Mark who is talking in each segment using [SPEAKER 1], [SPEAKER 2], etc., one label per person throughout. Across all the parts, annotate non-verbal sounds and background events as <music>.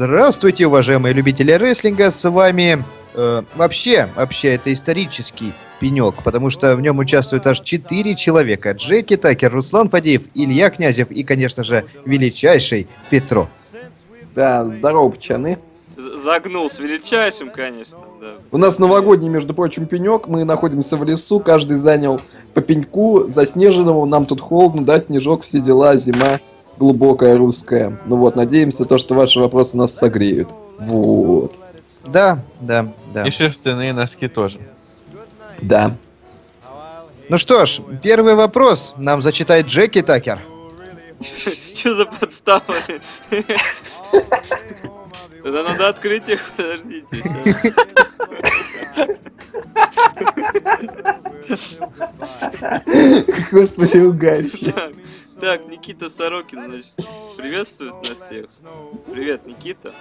[SPEAKER 1] Здравствуйте, уважаемые любители рестлинга, с вами э, вообще, вообще это исторический пенек, потому что в нем участвуют аж четыре человека. Джеки Такер, Руслан Фадеев, Илья Князев и, конечно же, величайший Петро.
[SPEAKER 2] Да, здорово, пчаны.
[SPEAKER 3] Загнул с величайшим, конечно. Да.
[SPEAKER 2] У нас новогодний, между прочим, пенек. Мы находимся в лесу, каждый занял по пеньку заснеженному. Нам тут холодно, да, снежок, все дела, зима глубокая русская. Ну вот, надеемся, то, что ваши вопросы нас согреют. Вот.
[SPEAKER 1] Да, да, да.
[SPEAKER 4] И шерстяные носки тоже.
[SPEAKER 2] Да. <laughs>
[SPEAKER 1] Ну что ж, первый вопрос нам зачитает Джеки Такер.
[SPEAKER 3] Че за подстава? Тогда надо открыть их, подождите.
[SPEAKER 2] Господи, угальщик.
[SPEAKER 3] Так, так, Никита Сорокин, значит, приветствует нас всех. Привет, Никита.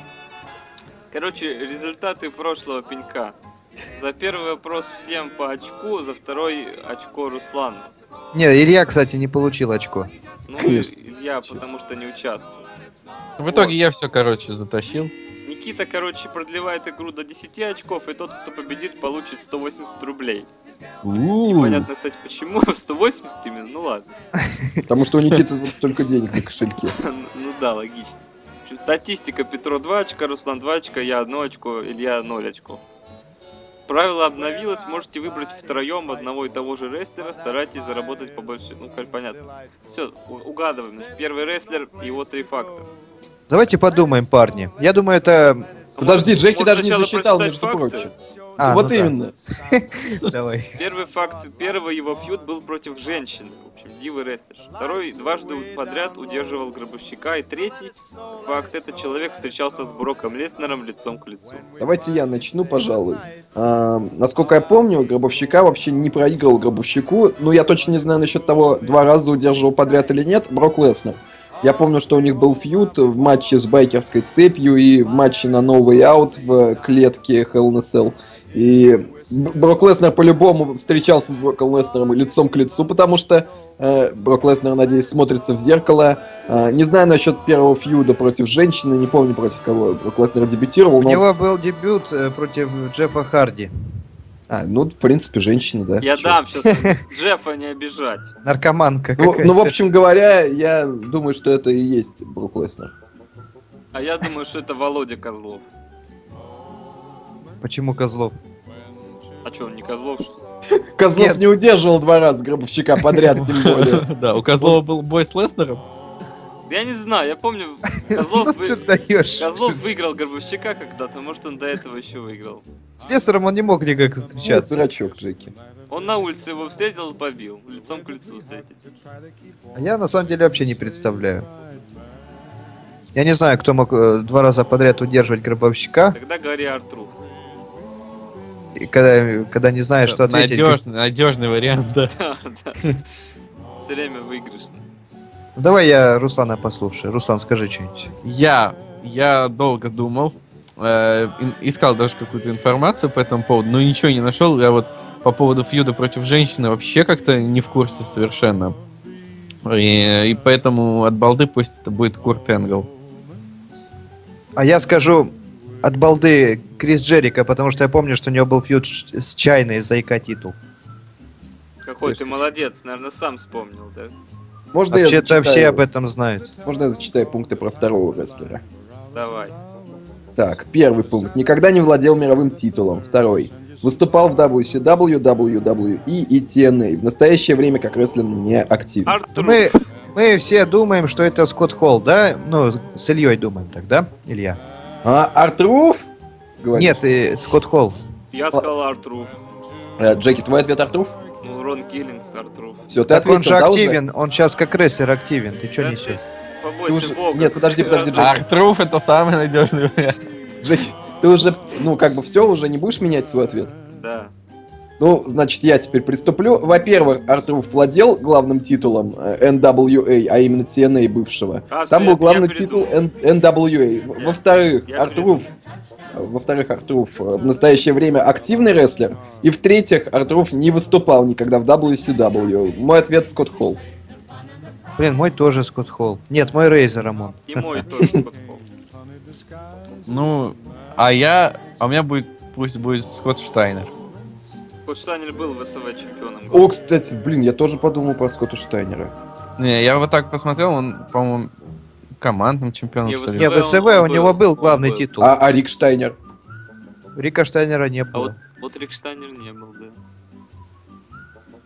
[SPEAKER 3] Короче, результаты прошлого пенька. За первый вопрос всем по очку, за второй очко Руслану.
[SPEAKER 1] Не, Илья, кстати, не получил очко.
[SPEAKER 3] Ну,
[SPEAKER 2] Конечно.
[SPEAKER 3] я потому что не участвую.
[SPEAKER 4] В итоге я все, короче, затащил.
[SPEAKER 3] Никита, короче, продлевает игру до 10 очков, и тот, кто победит, получит 180 рублей. М-м. Понятно, кстати, почему <laughs> 180 именно, ну ладно. <laughs>
[SPEAKER 2] Потому что у Никиты вот столько денег на кошельке.
[SPEAKER 3] Ну да, логично. В общем, статистика Петро 2 очка, Руслан 2 очка, я 1 очко, Илья 0 очков. Правило обновилось, можете выбрать втроем одного и того же рестлера, старайтесь заработать побольше. Ну, как понятно. Все, угадываем. Значит, Первый рестлер и его три факта.
[SPEAKER 1] Давайте подумаем, парни. Я думаю, это...
[SPEAKER 2] Подожди,
[SPEAKER 3] Может,
[SPEAKER 2] Джеки
[SPEAKER 3] может,
[SPEAKER 2] даже не
[SPEAKER 3] сначала
[SPEAKER 2] засчитал,
[SPEAKER 3] прочитать
[SPEAKER 2] между прочим.
[SPEAKER 1] А,
[SPEAKER 2] вот
[SPEAKER 1] ну да.
[SPEAKER 2] именно.
[SPEAKER 1] Давай.
[SPEAKER 3] Первый факт, первый его фьюд был против женщины, в общем, дивы рестлер. Второй дважды подряд удерживал гробовщика. И третий факт, это человек встречался с Броком Леснером лицом к лицу.
[SPEAKER 2] Давайте я начну, пожалуй. А, насколько я помню, Гробовщика вообще не проигрывал Гробовщику. Ну, я точно не знаю насчет того, два раза удерживал подряд или нет, Брок Леснер. Я помню, что у них был фьюд в матче с байкерской цепью и в матче на новый аут в клетке Hell in a Cell. И Б- Брок Леснер по-любому встречался с Броком Леснером и лицом к лицу, потому что э, Брок Леснер, надеюсь, смотрится в зеркало. Э, не знаю насчет первого фьюда против женщины, не помню против кого Брок Леснер дебютировал.
[SPEAKER 1] У
[SPEAKER 2] но-
[SPEAKER 1] него был дебют э, против Джеффа Харди.
[SPEAKER 2] А, ну, в принципе, женщина, да.
[SPEAKER 3] Я
[SPEAKER 2] Чё?
[SPEAKER 3] дам сейчас Джеффа не обижать.
[SPEAKER 1] Наркоманка
[SPEAKER 2] Ну,
[SPEAKER 1] какая-то.
[SPEAKER 2] ну, в общем говоря, я думаю, что это и есть Брук Леснер.
[SPEAKER 3] А я думаю, что это Володя Козлов.
[SPEAKER 1] Почему Козлов?
[SPEAKER 3] А что, он не Козлов, что ли?
[SPEAKER 2] Козлов
[SPEAKER 1] Нет.
[SPEAKER 2] не удерживал два раза гробовщика подряд, тем
[SPEAKER 4] <laughs>
[SPEAKER 2] <laughs> более.
[SPEAKER 4] Да, у Козлова был бой с Леснером.
[SPEAKER 3] Да Я не знаю, я помню,
[SPEAKER 1] Ну
[SPEAKER 3] Козлов, вы-
[SPEAKER 1] ты даешь.
[SPEAKER 3] Козлов выиграл Горбовщика когда-то, может он до этого еще выиграл.
[SPEAKER 1] С Лесаром он не мог никак
[SPEAKER 2] Чё,
[SPEAKER 1] встречаться.
[SPEAKER 2] Ну, дурачок, Джеки.
[SPEAKER 3] Он на улице его встретил и побил, лицом к лицу встретились.
[SPEAKER 1] А Я на самом деле вообще не представляю. Я не знаю, кто мог э, два раза подряд удерживать гробовщика,
[SPEAKER 3] Тогда Гарри Артрух.
[SPEAKER 1] и когда, когда не знаешь, А что ответить.
[SPEAKER 4] Надежный, надежный вариант, да.
[SPEAKER 3] Да, да. Все время выигрышно.
[SPEAKER 1] Ну, Давай я Руслана послушаю. Руслан, скажи что-нибудь.
[SPEAKER 4] Я, я долго думал, э, ин- искал даже какую-то информацию по этому поводу, но ничего не нашел. Я вот по поводу фьюда против женщины вообще как-то не в курсе совершенно. И, и поэтому от балды пусть это будет Курт Энгл.
[SPEAKER 1] А я скажу от балды Крис Джерика, потому что я помню, что у него был фьюд ш- с Чайной за ИК титул.
[SPEAKER 3] Какой ты
[SPEAKER 2] Слушай.
[SPEAKER 3] молодец, наверное, сам вспомнил, да?
[SPEAKER 2] Можно я
[SPEAKER 1] Вообще-то все об
[SPEAKER 2] зачитаю?
[SPEAKER 1] этом знают.
[SPEAKER 2] Можно я зачитаю пункты про второго рестлера?
[SPEAKER 3] Давай.
[SPEAKER 2] Ну, Так, первый пункт. Никогда не владел мировым титулом. Второй. Выступал в WCW, WWE E и TNA. В настоящее время как рестлер не активен.
[SPEAKER 3] Артрух.
[SPEAKER 1] Мы, мы все думаем, что это Скотт Холл, да? Ну, с Ильей думаем тогда, Илья.
[SPEAKER 2] А, Артруф? Говорит.
[SPEAKER 1] Нет, э, Скотт Холл.
[SPEAKER 2] а,
[SPEAKER 3] Я сказал Артрух.
[SPEAKER 2] Э, Джеки, твой ответ Артруф?
[SPEAKER 3] Ну, Рон Киллингс, Артрух.
[SPEAKER 2] Все, ты
[SPEAKER 1] Так
[SPEAKER 2] ответил,
[SPEAKER 1] он же
[SPEAKER 2] да, уже?
[SPEAKER 1] активен, он сейчас как рестлер активен, ты что
[SPEAKER 3] Да
[SPEAKER 1] несешь?
[SPEAKER 3] ты
[SPEAKER 2] Ты
[SPEAKER 3] Побойся
[SPEAKER 2] уже-
[SPEAKER 3] бога.
[SPEAKER 2] Нет, подожди, подожди, Джек.
[SPEAKER 4] Артруф это самый надежный вариант.
[SPEAKER 2] Жень, ты уже, ну, как бы все, уже не будешь менять свой ответ?
[SPEAKER 3] Да.
[SPEAKER 2] Ну, значит, я теперь приступлю. Во-первых, Артруф владел главным титулом э, NWA, а именно TNA бывшего.
[SPEAKER 3] А,
[SPEAKER 2] Там
[SPEAKER 3] всё,
[SPEAKER 2] был
[SPEAKER 3] я-
[SPEAKER 2] главный
[SPEAKER 3] я
[SPEAKER 2] титул
[SPEAKER 3] придумал.
[SPEAKER 2] Н- NWA. В-
[SPEAKER 3] Я-
[SPEAKER 2] Во-вторых,
[SPEAKER 3] я
[SPEAKER 2] Артруф... Во-вторых, Артруф э, в настоящее время активный рестлер. И в-третьих, Артруф не выступал никогда в WCW. Мой ответ Скотт Холл.
[SPEAKER 1] Блин, мой тоже Скотт Холл. Нет, мой Рейзер Рамон.
[SPEAKER 3] И мой тоже подпол.
[SPEAKER 4] Ну, а я... А у меня будет... Пусть будет Скотт Штайнер.
[SPEAKER 3] Вот Штайнер был в СВ чемпионом.
[SPEAKER 2] О, кстати, блин, я тоже подумал про Скотта Штайнера.
[SPEAKER 4] Не, я вот так посмотрел, он, по-моему, командным чемпионом,
[SPEAKER 3] Не,
[SPEAKER 4] что ли.
[SPEAKER 3] вы-
[SPEAKER 1] Не, в СВ у него был главный
[SPEAKER 3] Был.
[SPEAKER 1] титул.
[SPEAKER 2] А, а Рик Штайнер?
[SPEAKER 1] Рика Штайнера не
[SPEAKER 3] А вот,
[SPEAKER 1] было.
[SPEAKER 3] вот Рик Штайнер не был, да.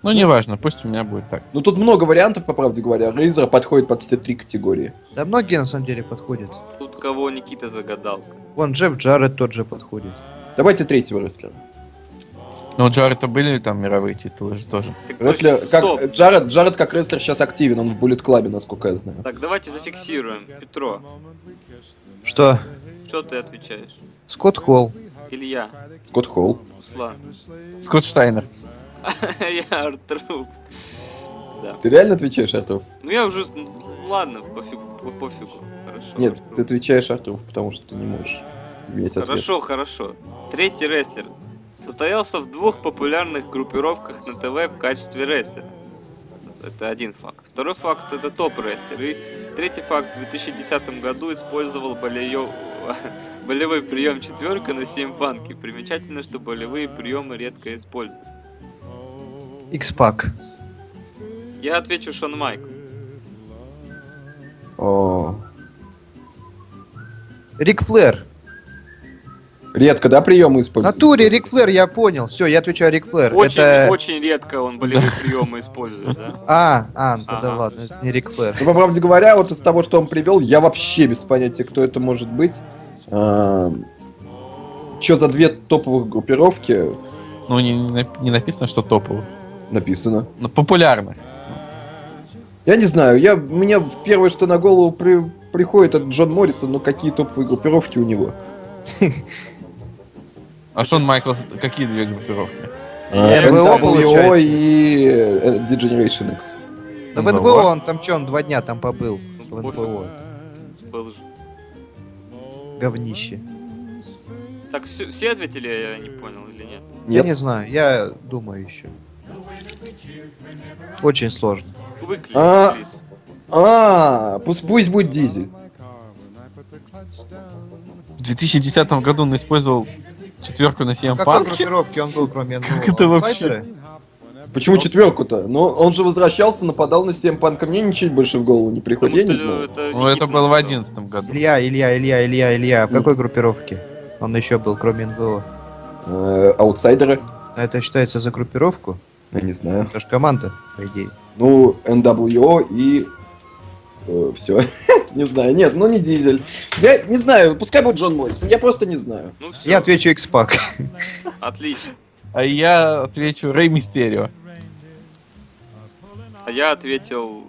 [SPEAKER 4] Ну, неважно, пусть у меня будет так.
[SPEAKER 2] Ну тут много вариантов, по правде говоря. Рейзер подходит под все три категории.
[SPEAKER 1] Да многие на самом деле подходят.
[SPEAKER 3] Тут кого Никита загадал.
[SPEAKER 1] Вон Джефф Джаред тот же подходит.
[SPEAKER 2] Давайте третьего рестлера.
[SPEAKER 4] Но у Джарета были там мировые титулы же тоже.
[SPEAKER 3] Так,
[SPEAKER 2] Рестлер,
[SPEAKER 3] точно,
[SPEAKER 2] как,
[SPEAKER 3] Э, Стоп.
[SPEAKER 2] Джаред, Джаред как рестлер сейчас активен, он в Bullet Club, насколько я знаю.
[SPEAKER 3] Так, давайте зафиксируем. Петро,
[SPEAKER 1] Что?
[SPEAKER 3] что ты отвечаешь?
[SPEAKER 1] Скотт Холл.
[SPEAKER 3] Илья,
[SPEAKER 2] Скотт Холл.
[SPEAKER 3] Руслан. <laughs>
[SPEAKER 4] Скотт Штайнер.
[SPEAKER 3] Я Артрук.
[SPEAKER 2] Ты реально отвечаешь, Артур?
[SPEAKER 3] Ну я уже... с- ну, Ладно, пофигу. по- пофигу. Хорошо.
[SPEAKER 2] Нет,
[SPEAKER 3] Артур.
[SPEAKER 2] ты отвечаешь, Артур, потому что ты не можешь иметь ответ.
[SPEAKER 3] Хорошо, хорошо. Третий рестлер. Состоялся в двух популярных группировках на ТВ в качестве рестлера. Это один факт. Второй факт это топ-рестлер. И третий факт в 2010 году использовал болеё- <laughs> болевой прием четверка на 7 панке. Примечательно, что болевые приемы редко используют.
[SPEAKER 1] Икс-пак.
[SPEAKER 3] Я отвечу Шон Майк.
[SPEAKER 2] О.
[SPEAKER 1] Рик Флэр.
[SPEAKER 2] Редко, да, приемы
[SPEAKER 1] В
[SPEAKER 2] используют?
[SPEAKER 1] натуре Рик Флэр, я понял. Все, я отвечаю Рик Флэр.
[SPEAKER 3] Очень,
[SPEAKER 1] Это...
[SPEAKER 3] очень редко он болевые приемы использует, да?
[SPEAKER 1] А, а, ну тогда
[SPEAKER 3] Ага.
[SPEAKER 1] ладно, это не Рик Флэр.
[SPEAKER 2] Ну, по правде говоря, вот из того, что он привел, я вообще без понятия, кто это может быть. Че за две топовых группировки
[SPEAKER 4] Ну, не, не нап- не написано, что топовый.
[SPEAKER 2] написано?
[SPEAKER 4] Но популярных.
[SPEAKER 2] Я не знаю, я, мне в первое, что на голову при- приходит, это Джон Моррисон, но какие топовые группировки у него?
[SPEAKER 4] А Шон Майклс, какие две группировки?
[SPEAKER 1] Э,
[SPEAKER 2] NWO
[SPEAKER 1] NWO получается.
[SPEAKER 2] и э, Degeneration X.
[SPEAKER 1] Ну, в
[SPEAKER 4] Ну,
[SPEAKER 1] НБО
[SPEAKER 4] ладно.
[SPEAKER 1] он там что, он два дня там побыл. В
[SPEAKER 3] Ну, пофиг.
[SPEAKER 1] НБО.
[SPEAKER 3] Был же.
[SPEAKER 1] Говнище.
[SPEAKER 3] Так, все, все ответили, я не понял, или нет?
[SPEAKER 1] Я
[SPEAKER 2] Нет.
[SPEAKER 1] не знаю, я думаю еще. Очень сложно.
[SPEAKER 3] Выклик,
[SPEAKER 2] А.
[SPEAKER 3] Крис.
[SPEAKER 2] А, пусть, пусть будет Дизель.
[SPEAKER 4] В 2010 году он использовал четверку на 7
[SPEAKER 1] В А какой
[SPEAKER 4] панке.
[SPEAKER 1] группировке он был, кроме ну, НБО?
[SPEAKER 4] это вообще?
[SPEAKER 1] Сайтеры?
[SPEAKER 2] Почему четверку-то? Ну, он же возвращался, нападал на 7 панка. Мне ничего больше в голову не приходит, я не
[SPEAKER 3] Потому что
[SPEAKER 2] знаю.
[SPEAKER 3] это
[SPEAKER 4] Ну, это
[SPEAKER 3] Никита
[SPEAKER 4] было в
[SPEAKER 3] написал.
[SPEAKER 4] 2011 году.
[SPEAKER 1] Илья, Илья, Илья, Илья, Илья. В
[SPEAKER 2] Мгм.
[SPEAKER 1] какой группировке он еще был, кроме НБО?
[SPEAKER 2] Э, Аутсайдеры?
[SPEAKER 1] А Это считается за группировку?
[SPEAKER 2] Я не знаю.
[SPEAKER 1] Это же команда, по идее.
[SPEAKER 2] Ну, NWO и все. <laughs> не знаю. Нет, ну не дизель. Я не знаю, пускай будет Джон Моррисон, я просто не знаю.
[SPEAKER 3] Ну все,
[SPEAKER 1] Я отвечу X-Pac. <laughs>
[SPEAKER 3] отлично.
[SPEAKER 4] А я отвечу Рэй Мистерио.
[SPEAKER 3] А я ответил...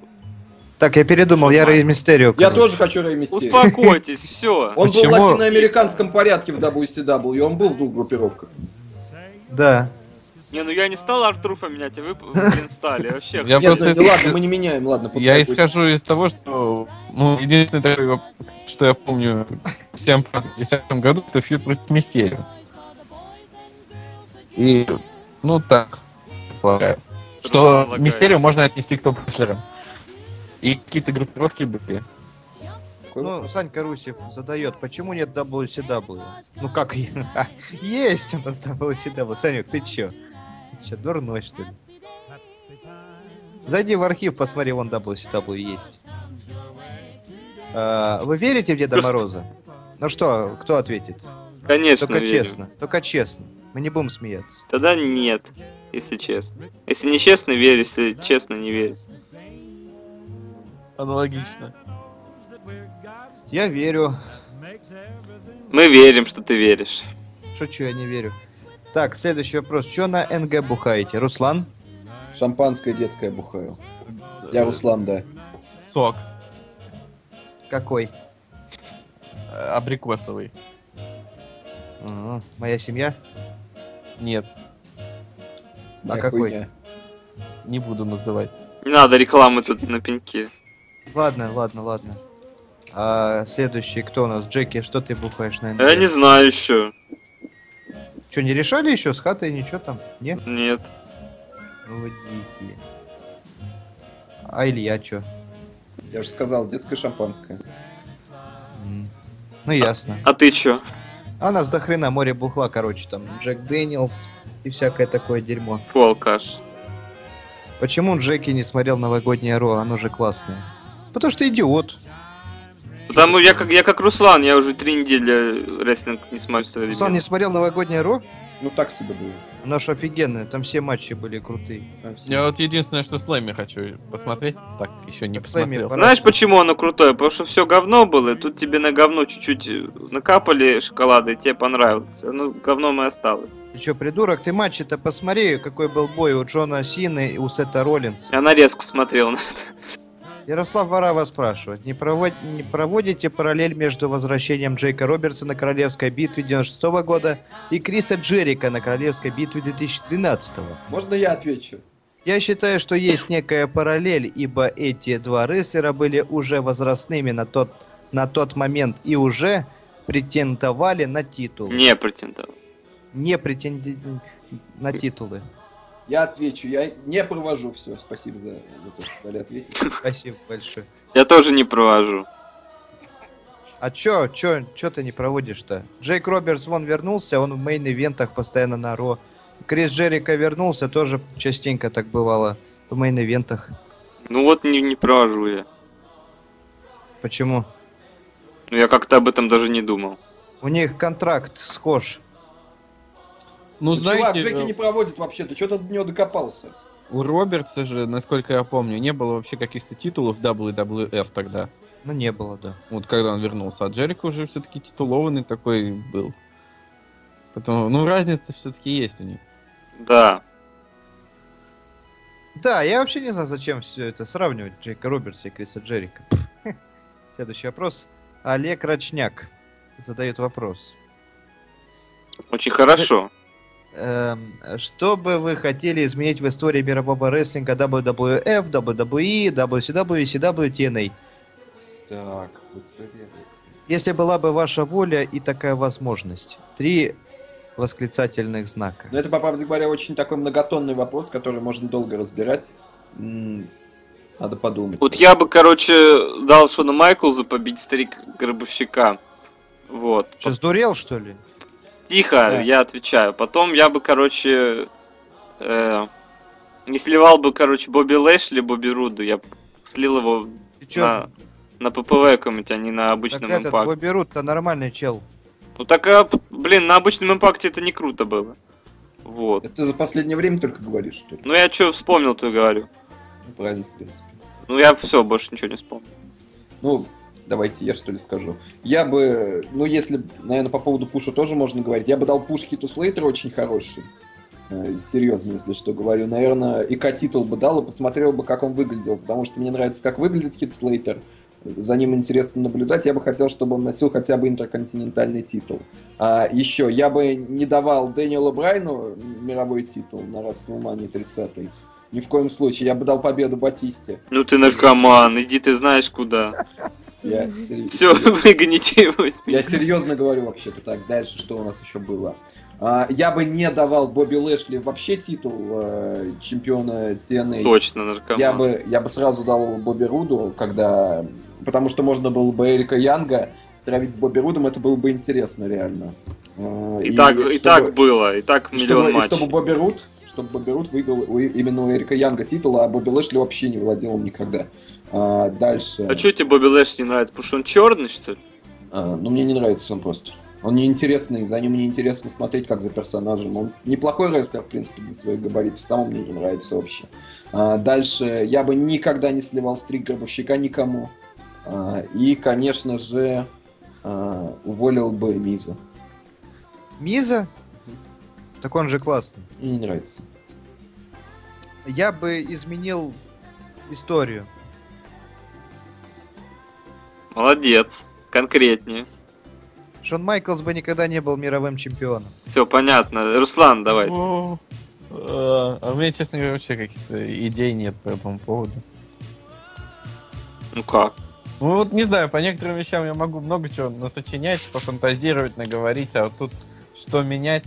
[SPEAKER 1] Так, я передумал, я Рей Мистерио.
[SPEAKER 2] Я
[SPEAKER 1] короче.
[SPEAKER 2] тоже хочу Рэй Мистерио.
[SPEAKER 3] Успокойтесь, все.
[SPEAKER 2] Он был в
[SPEAKER 4] Почему?
[SPEAKER 2] латиноамериканском порядке в WCW, он был в двух группировках.
[SPEAKER 1] Да.
[SPEAKER 3] Не, ну я не стал Артруфа менять, а вы, блин, стали. Вообще,
[SPEAKER 4] Я
[SPEAKER 2] Нет,
[SPEAKER 4] просто...
[SPEAKER 2] ну, ну, ладно, мы не меняем, ладно, пускай
[SPEAKER 4] Я
[SPEAKER 2] будет.
[SPEAKER 4] исхожу из того, что... Ну, единственное, такое, что я помню в 7 панке в 2010 году, это фьюд против Мистерио. И... Ну, так. полагаю. Что
[SPEAKER 3] предполагаю.
[SPEAKER 4] Мистерио можно отнести к топ-рестлерам. И какие-то группировки были.
[SPEAKER 1] Ну, Санька Русев задает, почему нет WCW? Ну как, <laughs> есть у нас WCW. Санек, ты чё? Ты чё, дурной, что ли? Зайди в архив, посмотри, вон WCW есть. А, Вы верите в Деда
[SPEAKER 3] Просто-
[SPEAKER 1] Мороза? Ну что, кто ответит?
[SPEAKER 3] Конечно,
[SPEAKER 1] Только
[SPEAKER 3] верю.
[SPEAKER 1] честно, только честно. Мы не будем смеяться.
[SPEAKER 3] Тогда нет, если честно. Если не честно, верь, если честно, не верь.
[SPEAKER 4] Аналогично.
[SPEAKER 1] Я верю.
[SPEAKER 3] Мы верим, что ты веришь.
[SPEAKER 1] Шучу, я не верю. Так, следующий вопрос. Чё на НГ бухаете? Руслан?
[SPEAKER 2] Шампанское детское бухаю.
[SPEAKER 4] Э,
[SPEAKER 2] Я Руслан, да.
[SPEAKER 4] Сок.
[SPEAKER 1] Какой?
[SPEAKER 4] э, Абрикосовый.
[SPEAKER 1] Ага, Моя семья?
[SPEAKER 4] Нет,
[SPEAKER 1] А
[SPEAKER 2] Моя
[SPEAKER 1] какой?
[SPEAKER 2] хуйня.
[SPEAKER 4] не буду называть.
[SPEAKER 3] Не надо рекламы тут на пеньке.
[SPEAKER 1] Ладно, ладно, ладно. А, следующий, кто у нас? Джеки, что ты бухаешь на НГ?
[SPEAKER 3] А Я не знаю еще.
[SPEAKER 1] Что, не решали еще с хатой ничего там? Не?
[SPEAKER 3] Нет.
[SPEAKER 1] Ну вы дикие. А Илья чё?
[SPEAKER 2] Я же сказал, детское шампанское.
[SPEAKER 1] М. Ну ясно.
[SPEAKER 3] А ты чё?
[SPEAKER 1] А нас до хрена море бухла, короче, там Джек Дэниелс и всякое такое дерьмо.
[SPEAKER 3] Фу, алкаш.
[SPEAKER 1] Почему Джеки не смотрел новогоднее Ро, оно же классное? Потому что идиот.
[SPEAKER 3] Потому ну, я как, я как Руслан, я уже три недели рестлинг не смотрю с современным.
[SPEAKER 1] Руслан не смотрел новогоднее Ро?
[SPEAKER 2] Ну так себе было. А
[SPEAKER 1] Оно ж офигенное, там все матчи были крутые.
[SPEAKER 2] Там все-
[SPEAKER 4] Я вот единственное, что Слэми хочу посмотреть. Так, еще не
[SPEAKER 1] Так, Слэми,
[SPEAKER 4] посмотрел.
[SPEAKER 1] пора.
[SPEAKER 3] Знаешь, почему оно крутое? Потому что все говно было, и тут тебе на говно чуть-чуть э, накапали шоколада, и тебе понравилось. А, Оно говном и осталось.
[SPEAKER 1] Ты чё, придурок, ты матчи-то посмотри, какой был бой у Джона Сины и у Сета Роллинса.
[SPEAKER 3] Я нарезку смотрел. <laughs>
[SPEAKER 1] Ярослав Варава спрашивает, не, провод- не проводите параллель между возвращением Джейка Робертса на Королевской битве 96 года и Криса Джерика на Королевской битве 2013
[SPEAKER 2] Можно я отвечу?
[SPEAKER 1] Я считаю, что есть некая параллель, ибо эти два рыцаря были уже возрастными на тот, на тот момент и уже претендовали на титул.
[SPEAKER 3] Не претендовал.
[SPEAKER 1] Не претенди... на титулы.
[SPEAKER 2] Я отвечу, я не провожу все. Спасибо за за то, что дали ответить.
[SPEAKER 1] Спасибо большое.
[SPEAKER 3] Я тоже не провожу.
[SPEAKER 1] А чё, чё, чё ты не проводишь-то? Джейк Робертс вон вернулся, он в мейн-ивентах постоянно на Ро. Крис Джерика вернулся, тоже частенько так бывало в мейн-ивентах.
[SPEAKER 3] Ну вот не, не провожу я.
[SPEAKER 1] Почему?
[SPEAKER 3] Ну я как-то об этом даже не думал.
[SPEAKER 1] У них контракт схож.
[SPEAKER 4] Ну,
[SPEAKER 2] Чувак,
[SPEAKER 4] знаете,
[SPEAKER 2] Джеки не проводит вообще, ты что ты до него докопался?
[SPEAKER 4] у Робертса же, насколько я помню, не было вообще каких-то титулов WWF тогда.
[SPEAKER 1] Ну, не было, да.
[SPEAKER 4] Вот когда он вернулся. А Джерик уже все-таки титулованный такой был. Поэтому, ну, разница все-таки есть у них.
[SPEAKER 3] Да.
[SPEAKER 1] Да, я вообще не знаю, зачем все это сравнивать Джейка Робертса и Криса Джерика. <laughs> Пф. Следующий вопрос. Олег Рачняк задает вопрос.
[SPEAKER 3] Очень хорошо.
[SPEAKER 1] Эм, что бы вы хотели изменить в истории мирового рестлинга WWF, WWE, WCW, CW, TNA?
[SPEAKER 2] Так, быстрее.
[SPEAKER 1] Если была бы ваша воля и такая возможность. Три восклицательных знака.
[SPEAKER 2] Но Ну, это, по правде говоря, очень такой многотонный вопрос, который можно долго разбирать. М, Надо подумать.
[SPEAKER 3] Вот я бы, короче, дал Шону Майклзу побить старик Гробовщика. Вот.
[SPEAKER 1] Что, сдурел, что ли?
[SPEAKER 3] Тихо,
[SPEAKER 2] Да.
[SPEAKER 3] я отвечаю. Потом я бы, короче, э, не сливал бы, короче, Бобби Лэшли, Бобби Руду. Я б слил его
[SPEAKER 1] Ты чё,
[SPEAKER 3] на, на ППВ каком-нибудь, а не на
[SPEAKER 1] так
[SPEAKER 3] обычном
[SPEAKER 1] этот,
[SPEAKER 3] импакте.
[SPEAKER 1] Бобби Рут-то нормальный чел.
[SPEAKER 3] Ну так, а, п- блин, на обычном импакте это не круто было. Вот.
[SPEAKER 2] Это ты за последнее время только говоришь, что ли?
[SPEAKER 3] Ну я что вспомнил, то и говорю.
[SPEAKER 2] Ну, правильно, в принципе.
[SPEAKER 3] Ну я все, больше ничего не вспомнил.
[SPEAKER 2] Ну, давайте я что ли скажу. Я бы, ну если, наверное, по поводу пуша тоже можно говорить, я бы дал пуш Хиту Слейтеру очень хороший. Э, Серьезно, если что говорю. Наверное, и титул бы дал и посмотрел бы, как он выглядел. Потому что мне нравится, как выглядит Хит Слейтер. За ним интересно наблюдать. Я бы хотел, чтобы он носил хотя бы интерконтинентальный титул. А еще, я бы не давал Дэниелу Брайну мировой титул на Расселмане 30 Ни в коем случае. Я бы дал победу Батисте.
[SPEAKER 3] Ну ты наркоман, иди ты знаешь куда. <laughs>
[SPEAKER 2] Я серьезно.
[SPEAKER 3] Все, выгоните его из
[SPEAKER 2] Я
[SPEAKER 3] пи-
[SPEAKER 2] серьезно говорю вообще-то так. Дальше что у нас еще было? А, я бы не давал Бобби Лэшли вообще титул э, чемпиона TNA.
[SPEAKER 3] Точно наркоман.
[SPEAKER 2] Я бы, я бы сразу дал его Бобби Руду, когда... Потому что можно было бы Эрика Янга стравить с Бобби Рудом, это было бы интересно реально. А,
[SPEAKER 3] И, так, и
[SPEAKER 2] чтобы-
[SPEAKER 3] так было, и так
[SPEAKER 2] и
[SPEAKER 3] миллион
[SPEAKER 2] чтобы, и
[SPEAKER 3] матчей.
[SPEAKER 2] чтобы Бобби Руд, чтобы Бобби Руд выиграл у- именно у Эрика Янга титул, а Бобби Лэшли вообще не владел им никогда. А, дальше...
[SPEAKER 3] А чё тебе Бобби Лэш не нравится? Потому что он черный, что ли?
[SPEAKER 2] А, Но мне не нравится он просто. Он неинтересный, за ним неинтересно смотреть, как за персонажем. Он неплохой рестлер, в принципе, для своих габаритов. Самому мне не нравится вообще. А, дальше я бы никогда не сливал стрик гробовщика никому. А, и, конечно же, а, уволил бы Миза.
[SPEAKER 1] Миза? Так он же классный.
[SPEAKER 2] Мне не нравится.
[SPEAKER 1] Я бы изменил историю.
[SPEAKER 3] Молодец. Конкретнее.
[SPEAKER 1] Шон Майклс бы никогда не был мировым чемпионом.
[SPEAKER 3] Все понятно. Руслан, давай.
[SPEAKER 4] О, э, А у меня, честно говоря, вообще каких-то идей нет по этому поводу.
[SPEAKER 3] Ну как?
[SPEAKER 4] Ну вот не знаю, по некоторым вещам я могу много чего насочинять, пофантазировать, наговорить, а вот тут что менять,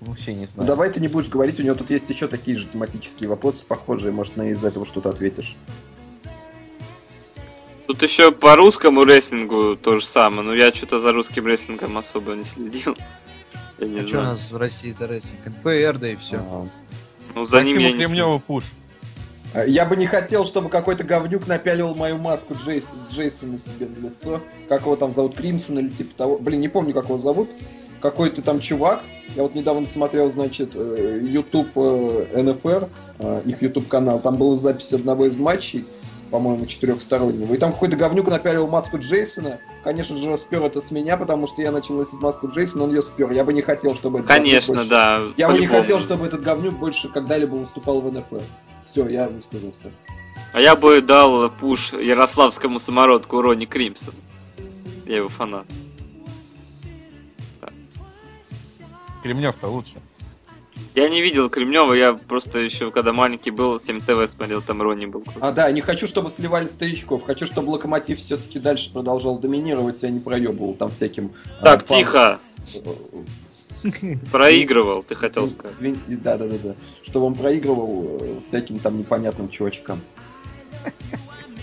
[SPEAKER 4] вообще не
[SPEAKER 2] Ну,
[SPEAKER 4] знаю.
[SPEAKER 2] давай ты не будешь говорить, у него тут есть еще такие же тематические вопросы похожие. Может, на из этого что-то ответишь.
[SPEAKER 3] Тут Тут еще по русскому рестлингу то же самое, но я что-то за русским рестлингом особо не следил. <laughs> Я не
[SPEAKER 1] А что у
[SPEAKER 3] знаю.
[SPEAKER 1] нас в России за рестлинг? НПР, да и все.
[SPEAKER 2] А,
[SPEAKER 3] Ну, за ним я
[SPEAKER 4] Максиму
[SPEAKER 3] не слежу.
[SPEAKER 4] Кремневу пуш.
[SPEAKER 2] а, Я бы не хотел, чтобы какой-то говнюк напялил мою маску Джейс- Джейсона себе на лицо. Как его там зовут? Кримсон или типа того. Блин, не помню, как его зовут. Какой-то там чувак. Я вот недавно смотрел, значит, э, YouTube э, NFR, э, их YouTube канал. Там была запись одного из матчей, по-моему, четырехстороннего. И там какой-то говнюк напялил маску Джейсона. Конечно же, спер это с меня, потому что я начал носить маску Джейсона, он ее спер. Я бы не хотел, чтобы... этот говнюк
[SPEAKER 3] Конечно,
[SPEAKER 2] больше-
[SPEAKER 3] да.
[SPEAKER 2] Я бы не
[SPEAKER 3] по-любому.
[SPEAKER 2] хотел, чтобы этот говнюк больше когда-либо выступал в НФЛ. Все, я высказался.
[SPEAKER 3] А я бы дал пуш ярославскому самородку Ронни Кримсон. Я его фанат.
[SPEAKER 4] Кремнев-то лучше.
[SPEAKER 3] Я не видел Кремнева, я просто еще когда маленький был, 7 ТВ смотрел, там Ронни был.
[SPEAKER 2] А, да, не хочу, чтобы сливали старичков. Хочу, чтобы Локомотив все-таки дальше продолжал доминировать, а не проебывал там всяким... а,
[SPEAKER 3] так,
[SPEAKER 2] пан-
[SPEAKER 3] тихо!
[SPEAKER 2] э,
[SPEAKER 3] Проигрывал, ты хотел
[SPEAKER 2] Извин-
[SPEAKER 3] сказать.
[SPEAKER 2] извин- Да, да, да, да. Чтобы он проигрывал э, всяким там непонятным чувачкам.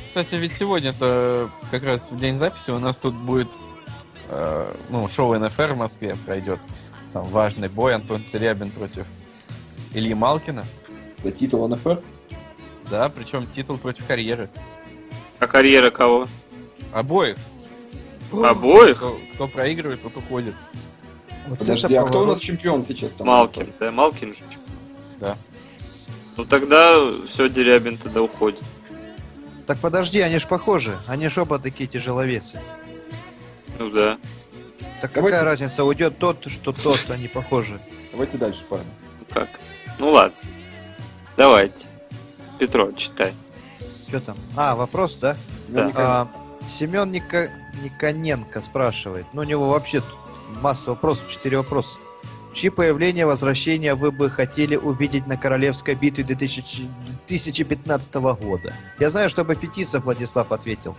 [SPEAKER 4] Кстати, ведь сегодня-то э, как раз в день записи у нас тут будет э, ну, шоу НФР в Москве пройдет. Там важный бой Антон Терябин против Ильи Малкина.
[SPEAKER 2] За титул НФР?
[SPEAKER 4] Да, причем титул против карьеры.
[SPEAKER 3] А карьера кого?
[SPEAKER 4] Обоих.
[SPEAKER 3] Обоих?
[SPEAKER 4] Кто, кто проигрывает, тот уходит.
[SPEAKER 1] Вот
[SPEAKER 2] Подожди,
[SPEAKER 1] это
[SPEAKER 2] а кто у
[SPEAKER 1] поворот.
[SPEAKER 2] нас чемпион сейчас там?
[SPEAKER 3] Малкин, да, Малкин же.
[SPEAKER 4] Да.
[SPEAKER 3] Ну тогда все, Дерябин тогда уходит.
[SPEAKER 1] Так подожди, они ж похожи. Они ж оба такие тяжеловесы.
[SPEAKER 3] Ну да.
[SPEAKER 1] Так
[SPEAKER 2] Давайте-
[SPEAKER 1] какая разница, уйдет тот, что тот, что они похожи.
[SPEAKER 2] Давайте дальше, парни.
[SPEAKER 3] Ну как? Ну ладно. Давайте. Петро, читай.
[SPEAKER 1] Что там? А, вопрос, да?
[SPEAKER 2] Тебя
[SPEAKER 3] Да.
[SPEAKER 2] не кон-
[SPEAKER 1] А, Семен Ника- Никоненко спрашивает. Ну, у него вообще тут масса вопросов, четыре вопроса. Чьи появления возвращения вы бы хотели увидеть на Королевской битве 2000 2015 года? Я знаю, чтобы Фетисов Владислав ответил.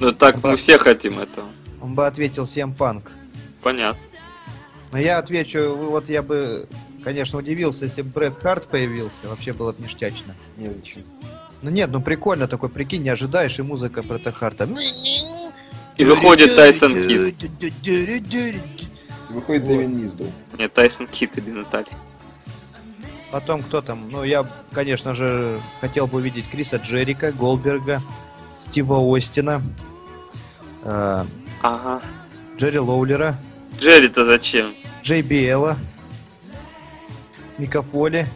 [SPEAKER 3] Ну так
[SPEAKER 1] Да.
[SPEAKER 3] мы все хотим этого.
[SPEAKER 1] Он бы ответил всем панк.
[SPEAKER 3] Понятно.
[SPEAKER 1] Но я отвечу, вот я бы, конечно, удивился, если бы Брэд Харт появился. Вообще было бы ништячно.
[SPEAKER 2] Не, зачем?
[SPEAKER 1] Ну нет, ну прикольно такой, прикинь, не ожидаешь, и музыка Брэда Харта.
[SPEAKER 3] И выходит Тайсон Кит.
[SPEAKER 2] Выходит
[SPEAKER 1] Вот.
[SPEAKER 2] Дэвин Низдл.
[SPEAKER 3] Нет, Тайсон Кит или Наталья.
[SPEAKER 1] Потом кто там? Ну, я, конечно же, хотел бы увидеть Криса Джерика, Голдберга, Стива Остина, э,
[SPEAKER 3] Ага.
[SPEAKER 1] Джерри Лоулера,
[SPEAKER 3] Джерри-то зачем?
[SPEAKER 1] Джей Биэла, Мика Поли.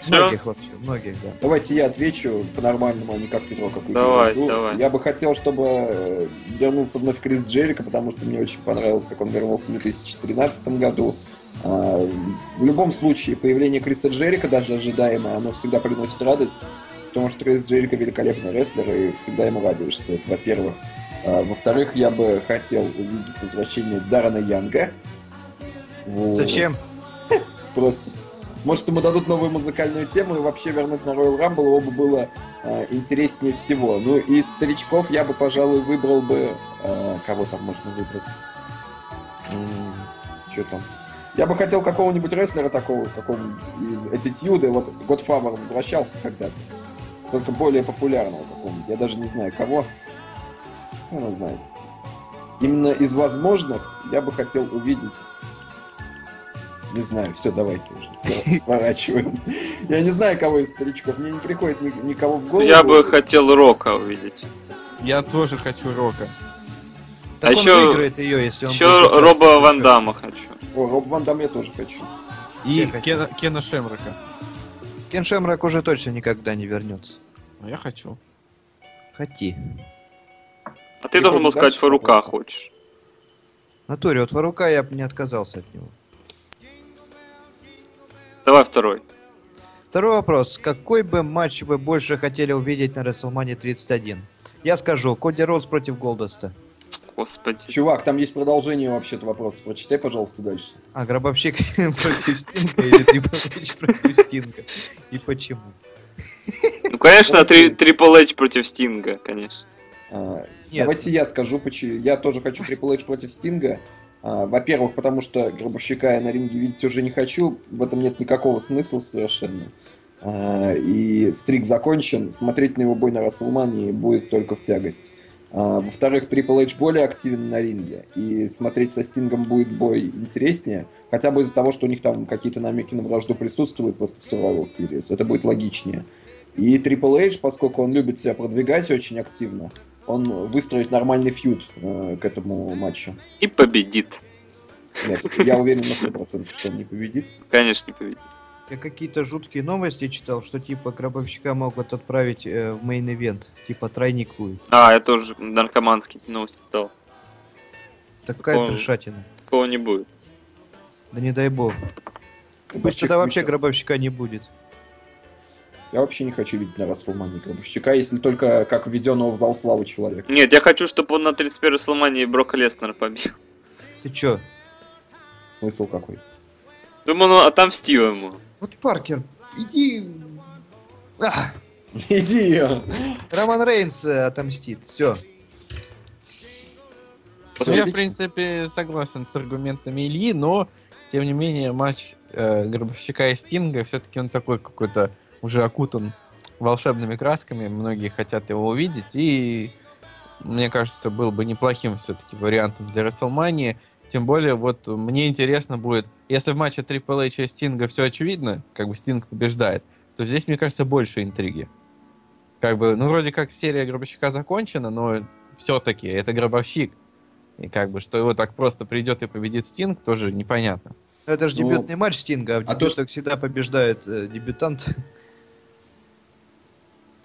[SPEAKER 3] Всё?
[SPEAKER 1] Многих вообще, многих, да.
[SPEAKER 2] Давайте я отвечу по-нормальному, а не как Петро какую-то.
[SPEAKER 3] Давай,
[SPEAKER 2] ерунду.
[SPEAKER 3] давай.
[SPEAKER 2] Ну, Я бы хотел, чтобы э, вернулся вновь Крис Джерика, потому что мне очень понравилось, как он вернулся в 2013 году. А, В любом случае, появление Криса Джерика, даже ожидаемое, оно всегда приносит радость, потому что Крис Джерика великолепный рестлер, и всегда ему радуешься, это во-первых. А, Во-вторых, я бы хотел увидеть возвращение Дарана Янга. Вот.
[SPEAKER 1] Зачем?
[SPEAKER 3] А
[SPEAKER 2] Просто. Может, ему дадут новую музыкальную тему и вообще вернуть на Royal Rumble, его бы было э, интереснее всего. Ну, и старичков я бы, пожалуй, выбрал бы... э, кого там можно выбрать? Что там? Я бы хотел какого-нибудь рестлера такого, какого из Attitude, вот Godfather возвращался когда-то. Только более популярного какого-нибудь. Я даже не знаю, кого. Кто его знает. Именно из возможных я бы хотел увидеть не знаю, все, давайте уже
[SPEAKER 3] <laughs>
[SPEAKER 2] свор- сворачиваем. Я не знаю, кого из старичков, мне не приходит ни- никого в голову.
[SPEAKER 3] Я бы хотел Рока увидеть.
[SPEAKER 4] Я тоже хочу рока.
[SPEAKER 1] Так он
[SPEAKER 3] еще-
[SPEAKER 1] выиграет ее, если он...
[SPEAKER 3] Еще
[SPEAKER 1] будет
[SPEAKER 3] Роба
[SPEAKER 1] участвовать.
[SPEAKER 3] Ван Дамма хочу.
[SPEAKER 2] О, Роб Ван Дам я тоже хочу.
[SPEAKER 1] Я
[SPEAKER 4] И
[SPEAKER 1] хочу.
[SPEAKER 4] Кена, Кена Шемрока.
[SPEAKER 1] Кен Шемрак уже точно никогда не вернется.
[SPEAKER 4] Ну, я хочу.
[SPEAKER 1] Хоти.
[SPEAKER 3] А ты
[SPEAKER 2] Ты
[SPEAKER 3] должен
[SPEAKER 2] кого-нибудь
[SPEAKER 3] был сказать
[SPEAKER 2] дальше
[SPEAKER 3] Фарука
[SPEAKER 2] попросил?
[SPEAKER 3] хочешь.
[SPEAKER 1] В натуре от Варука я бы не отказался от него.
[SPEAKER 3] Давай второй.
[SPEAKER 1] Второй вопрос. Какой бы матч вы больше хотели увидеть на WrestleMania 31? Я скажу, Коди Роуз против Голдоста.
[SPEAKER 3] Господи.
[SPEAKER 2] Чувак, там есть продолжение вообще-то вопроса. Прочитай, пожалуйста, дальше.
[SPEAKER 1] А, Гробовщик <laughs> против Стинга или Трипл Эйч против Стинга? И почему?
[SPEAKER 3] Ну, конечно, три, Трипл Эйч против Стинга, конечно.
[SPEAKER 2] А,
[SPEAKER 1] Нет,
[SPEAKER 2] Давайте я скажу, почему. Я тоже хочу Triple H против Стинга. А, Во-первых, потому что Гробовщика я на ринге видеть уже не хочу. В этом нет никакого смысла совершенно. А, и стрик закончен, смотреть на его бой на Расселмании будет только в тягость. А, Во-вторых, Triple H более активен на ринге, и смотреть со Стингом будет бой интереснее, хотя бы из-за того, что у них там какие-то намеки на вражду присутствуют после Survival Series, это будет логичнее. И Triple H, поскольку он любит себя продвигать очень активно, он выстроит нормальный фьюд э, к этому матчу.
[SPEAKER 3] И победит.
[SPEAKER 2] Нет, я уверен на 100%, что он не победит.
[SPEAKER 3] Конечно, не победит.
[SPEAKER 1] Я какие-то жуткие новости читал, что типа гробовщика могут отправить э, в мейн-эвент. Типа тройник будет.
[SPEAKER 3] А, я тоже наркоманский новости читал.
[SPEAKER 1] Такая
[SPEAKER 3] Он-
[SPEAKER 1] трешатина.
[SPEAKER 3] Такого не будет.
[SPEAKER 1] Да не дай бог. Пусть тогда вообще гробовщика не будет.
[SPEAKER 2] Я вообще не хочу видеть на Расселмании гробовщика, если только как введенного в зал славы человека.
[SPEAKER 3] Нет, я хочу, чтобы он на 31-й сломании Брок Леснера побил. <laughs>
[SPEAKER 1] Ты чё?
[SPEAKER 2] Смысл какой? <laughs>
[SPEAKER 3] Думаю, ну, он отомстил ему.
[SPEAKER 1] Вот Паркер, иди... А,
[SPEAKER 2] Иди! э,
[SPEAKER 1] Роман Рейнс э, отомстит, все.
[SPEAKER 4] Ну, я, в
[SPEAKER 2] Отлично.
[SPEAKER 4] принципе, согласен с аргументами Ильи, но, тем не менее, матч э, Гробовщика и Стинга, все-таки он такой какой-то уже окутан волшебными красками, многие хотят его увидеть, и, мне кажется, был бы неплохим все-таки вариантом для Расселмании, тем более, вот мне интересно будет, если в матче Triple H и Стинга все очевидно, как бы Стинг побеждает, то здесь, мне кажется, больше интриги. Как бы, ну, вроде как серия Гробовщика закончена, но все-таки это Гробовщик, и как бы, что его так просто придет и победит Стинг, тоже непонятно.
[SPEAKER 1] Но Это же
[SPEAKER 2] Ну,
[SPEAKER 1] дебютный матч Стинга, а в
[SPEAKER 2] а то,
[SPEAKER 1] дебютах всегда побеждает э, дебютант. <laughs>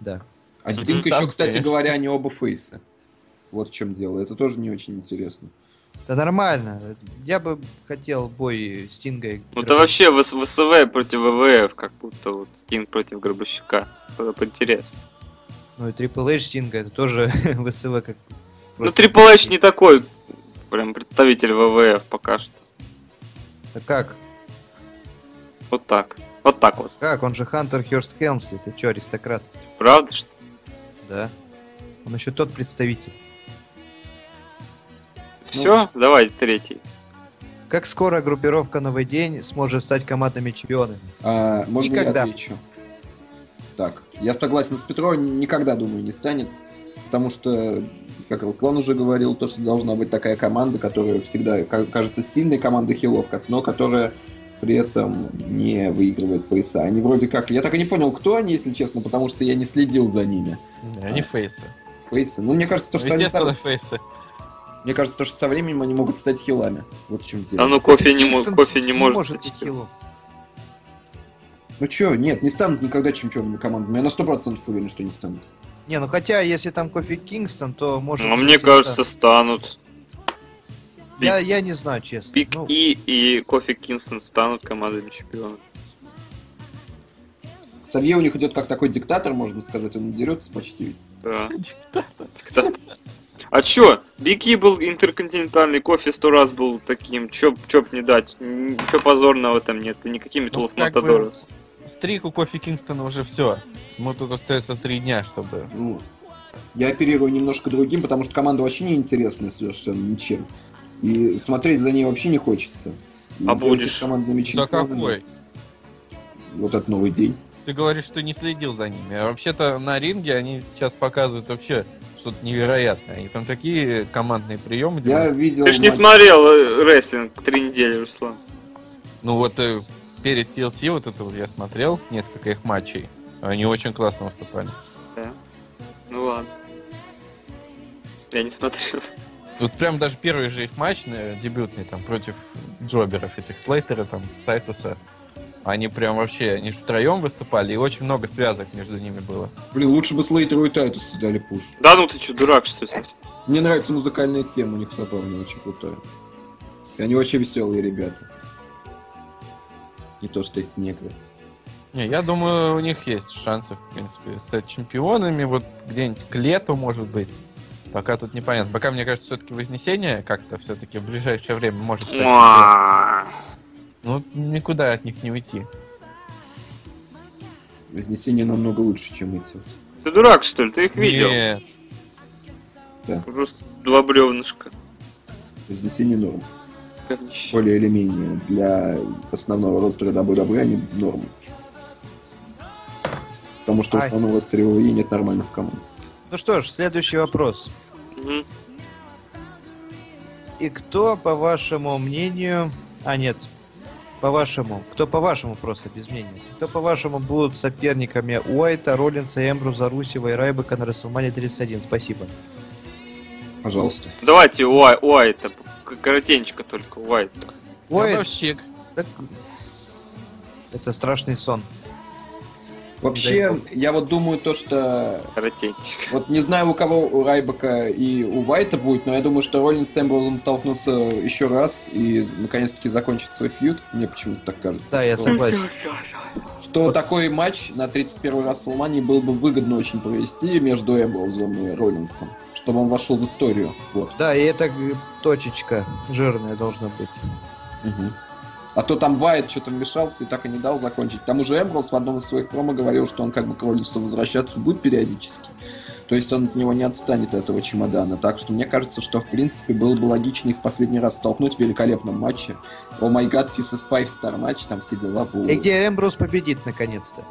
[SPEAKER 1] Да.
[SPEAKER 2] А Стинг
[SPEAKER 3] Мгм,
[SPEAKER 2] еще,
[SPEAKER 4] так,
[SPEAKER 2] кстати
[SPEAKER 4] конечно.
[SPEAKER 2] говоря, они оба фейса. Вот в чем дело. Это тоже не очень интересно.
[SPEAKER 1] Да нормально. Я бы хотел бой Стинга и...
[SPEAKER 3] Ну это вообще ВС- ВСВ против ВВФ, как будто вот Стинг против Гробовщика. Было бы интересно.
[SPEAKER 1] Ну и Трипл Эйдж Стинга, это тоже <laughs> ВСВ как...
[SPEAKER 3] Ну, Трипл Эйч не такой прям представитель ВВФ пока что.
[SPEAKER 1] Да как?
[SPEAKER 3] Вот так. Вот так вот.
[SPEAKER 1] Как? Он же Хантер Хёрст Хелмсли, ты чё, аристократ?
[SPEAKER 3] Правда, что ли?
[SPEAKER 1] Да. Он еще тот представитель.
[SPEAKER 3] Все, давай третий.
[SPEAKER 1] Как скоро группировка «Новый день» сможет стать командными чемпионами?
[SPEAKER 2] А, можно я
[SPEAKER 1] Никогда.
[SPEAKER 2] отвечу? Так, я согласен с Петро, никогда, думаю, не станет. Потому что, как Руслан уже говорил, то, что должна быть такая команда, которая всегда ка- кажется сильной командой хилов, как- но которая при этом не выигрывает пояса. Они вроде как... Я так и не понял, кто они, если честно, потому что я не следил за ними.
[SPEAKER 4] Они фейсы.
[SPEAKER 2] Фейсы. Ну, мне кажется, то,
[SPEAKER 4] Ну,
[SPEAKER 2] что они...
[SPEAKER 4] Естественно,
[SPEAKER 2] со-
[SPEAKER 4] фейсы.
[SPEAKER 2] Мне кажется, то, что со временем они могут стать хилами. Вот в чем дело.
[SPEAKER 3] А ну кофе не, мо-
[SPEAKER 1] Джексон
[SPEAKER 3] кофе не может.
[SPEAKER 1] быть хилом.
[SPEAKER 2] Ну чё, нет, не станут никогда чемпионами командами. Я на 100% уверен, что не станут.
[SPEAKER 1] Не, ну хотя, если там Кофи Кингстон, то может...
[SPEAKER 3] Ну,
[SPEAKER 1] быть,
[SPEAKER 3] мне
[SPEAKER 1] это-
[SPEAKER 3] кажется, станут.
[SPEAKER 1] Я, я не знаю, честно.
[SPEAKER 3] Биг
[SPEAKER 1] Ну,
[SPEAKER 3] И и Кофи Кингстон станут командами чемпионов.
[SPEAKER 2] Савье у них идет как такой диктатор, можно сказать. Он дерется почти ведь.
[SPEAKER 3] Да. Диктатор. А чё? Биг И был интерконтинентальный, кофе сто раз был таким. Чё, чё б не дать? Н- Ничего позорного в этом нет. И Никакими
[SPEAKER 4] Ну,
[SPEAKER 3] Толс
[SPEAKER 4] как бы-
[SPEAKER 3] Матадорос.
[SPEAKER 4] Стрик у Кофи Кингстона уже все. Ему тут остается три дня, чтобы...
[SPEAKER 2] Ну, я оперирую немножко другим, потому что команда вообще не интересная совершенно ничем. И смотреть за ней вообще не хочется. И
[SPEAKER 3] А
[SPEAKER 2] делать
[SPEAKER 3] будешь?
[SPEAKER 2] их командными
[SPEAKER 4] За
[SPEAKER 2] чемпионами.
[SPEAKER 4] какой?
[SPEAKER 2] Вот этот новый день.
[SPEAKER 4] Ты говоришь, что не следил за ними. А вообще-то на ринге они сейчас показывают вообще что-то невероятное. Они там такие командные приемы
[SPEAKER 2] Я видел...
[SPEAKER 3] Ты ж не
[SPEAKER 2] матч-
[SPEAKER 3] смотрел э, рестлинг три недели, Руслан.
[SPEAKER 4] Ну вот э, перед TLC вот это вот я смотрел несколько их матчей. Они очень классно выступали.
[SPEAKER 3] Ну ладно. Я не смотрел. <laughs>
[SPEAKER 4] Вот прям даже первый же их матч э, дебютный там против джоберов этих Слейтера, там, Тайтуса. Они прям вообще, они же втроем выступали, и очень много связок между ними было.
[SPEAKER 2] Блин, лучше бы Слейтеру и Тайтусу дали пуш.
[SPEAKER 3] Да ну ты чё, дурак, что ли? совсем?
[SPEAKER 2] Мне нравится музыкальная тема у них забавная, очень крутая. И они очень веселые ребята. Не то, что эти негры.
[SPEAKER 4] Не, я думаю, у них есть шансы, в принципе, стать чемпионами, вот где-нибудь к лету, может быть. Пока тут непонятно. Пока, мне кажется, все-таки Вознесение как-то все-таки в ближайшее время может стать. чемпионом.
[SPEAKER 3] Муа.
[SPEAKER 4] Ну, никуда от них не уйти.
[SPEAKER 2] Вознесение намного лучше, чем эти.
[SPEAKER 3] Ты дурак, что ли? Ты их видел?
[SPEAKER 4] Нет.
[SPEAKER 3] Просто два бревнышка.
[SPEAKER 2] Вознесение норм.
[SPEAKER 3] Говнище.
[SPEAKER 2] Более или менее. Для основного ростера WWE они норм. потому что
[SPEAKER 1] Ай.
[SPEAKER 2] основного стрела и нет нормально в команде.
[SPEAKER 1] Ну что ж, следующий вопрос.
[SPEAKER 3] Мгм.
[SPEAKER 1] И кто, по вашему мнению... А, нет. По вашему. Кто, по вашему, просто без мнения. Кто, по вашему, будут соперниками Уайта, Роллинса, Эмбруза, Русева и Райбека на Расселмане 31? Спасибо.
[SPEAKER 2] Пожалуйста.
[SPEAKER 3] Давайте Уай- Уайта. к- Коротенько только Уайта.
[SPEAKER 1] Уайт,
[SPEAKER 4] Гробовщик.
[SPEAKER 1] так- это страшный сон. Ну,
[SPEAKER 2] Вообще, я вот думаю то, что...
[SPEAKER 3] Коротенько.
[SPEAKER 2] Вот не знаю, у кого у Райбака и у Вайта будет, но я думаю, что Роллинс с Эмброузом столкнутся еще раз и наконец-таки закончат свой фьюд. Мне почему-то так кажется.
[SPEAKER 1] Да, я
[SPEAKER 2] что-
[SPEAKER 1] согласен.
[SPEAKER 2] Что такой матч на 31-й раз в Алмании было бы выгодно очень провести между Эмброузом и Роллинсом, чтобы он вошел в историю. Вот.
[SPEAKER 1] Да, и это э, точечка жирная должна быть.
[SPEAKER 2] А то там Вайт что-то вмешался и так и не дал закончить. К тому же Эмброуз в одном из своих промо говорил, что он как бы к Роллинсу возвращаться будет периодически. То есть он от него не отстанет от этого чемодана. Так что мне кажется, что в принципе было бы логично их последний раз столкнуть в великолепном матче. О май гад, фисес 5 стар матч, там все дела. бу.
[SPEAKER 1] И Э, где Эмбрус победит наконец-то?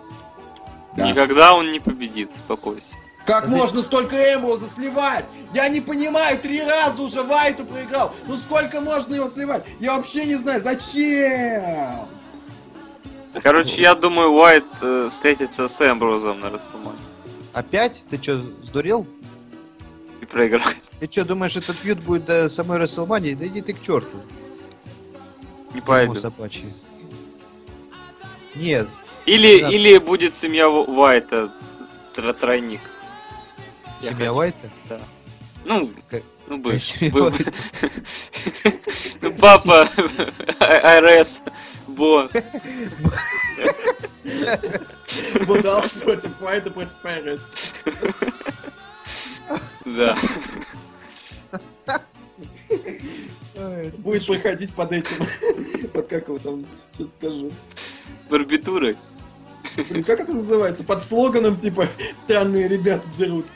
[SPEAKER 2] Да.
[SPEAKER 3] Никогда он не победит, успокойся.
[SPEAKER 2] Как
[SPEAKER 1] Ты-
[SPEAKER 2] можно столько Эмброуза сливать? Я не понимаю, три раза уже Вайту проиграл. Ну сколько можно его сливать? Я вообще не знаю, зачем?
[SPEAKER 3] Короче, я думаю, Уайт э, встретится с Эмброзом на Расселмане.
[SPEAKER 1] Опять? Ты что, сдурел?
[SPEAKER 3] И проиграет.
[SPEAKER 1] Ты что, думаешь, этот фьюд будет до самой Расселмании? Да иди ты к черту.
[SPEAKER 3] Не
[SPEAKER 1] дерьмо
[SPEAKER 3] пойду.
[SPEAKER 1] собачье. Нет,
[SPEAKER 3] Или,
[SPEAKER 1] Да.
[SPEAKER 3] или будет семья Уа- Уайта тро- тройник. Я
[SPEAKER 1] семья
[SPEAKER 3] хочу.
[SPEAKER 1] Уайта.
[SPEAKER 3] Ну,
[SPEAKER 1] Как-
[SPEAKER 3] ну
[SPEAKER 1] Э,
[SPEAKER 3] бы.
[SPEAKER 1] семья
[SPEAKER 3] бы-
[SPEAKER 1] Уайта.
[SPEAKER 3] <laughs> Ну, Папа А- АРС Бо.
[SPEAKER 5] Будалс против Уайта против Айрес.
[SPEAKER 3] Да.
[SPEAKER 2] Э,
[SPEAKER 5] Будет проходить под этим. Под как его там, сейчас скажу.
[SPEAKER 3] Барбитуры.
[SPEAKER 5] Блин, как это называется? Под слоганом типа «Странные ребята дерутся».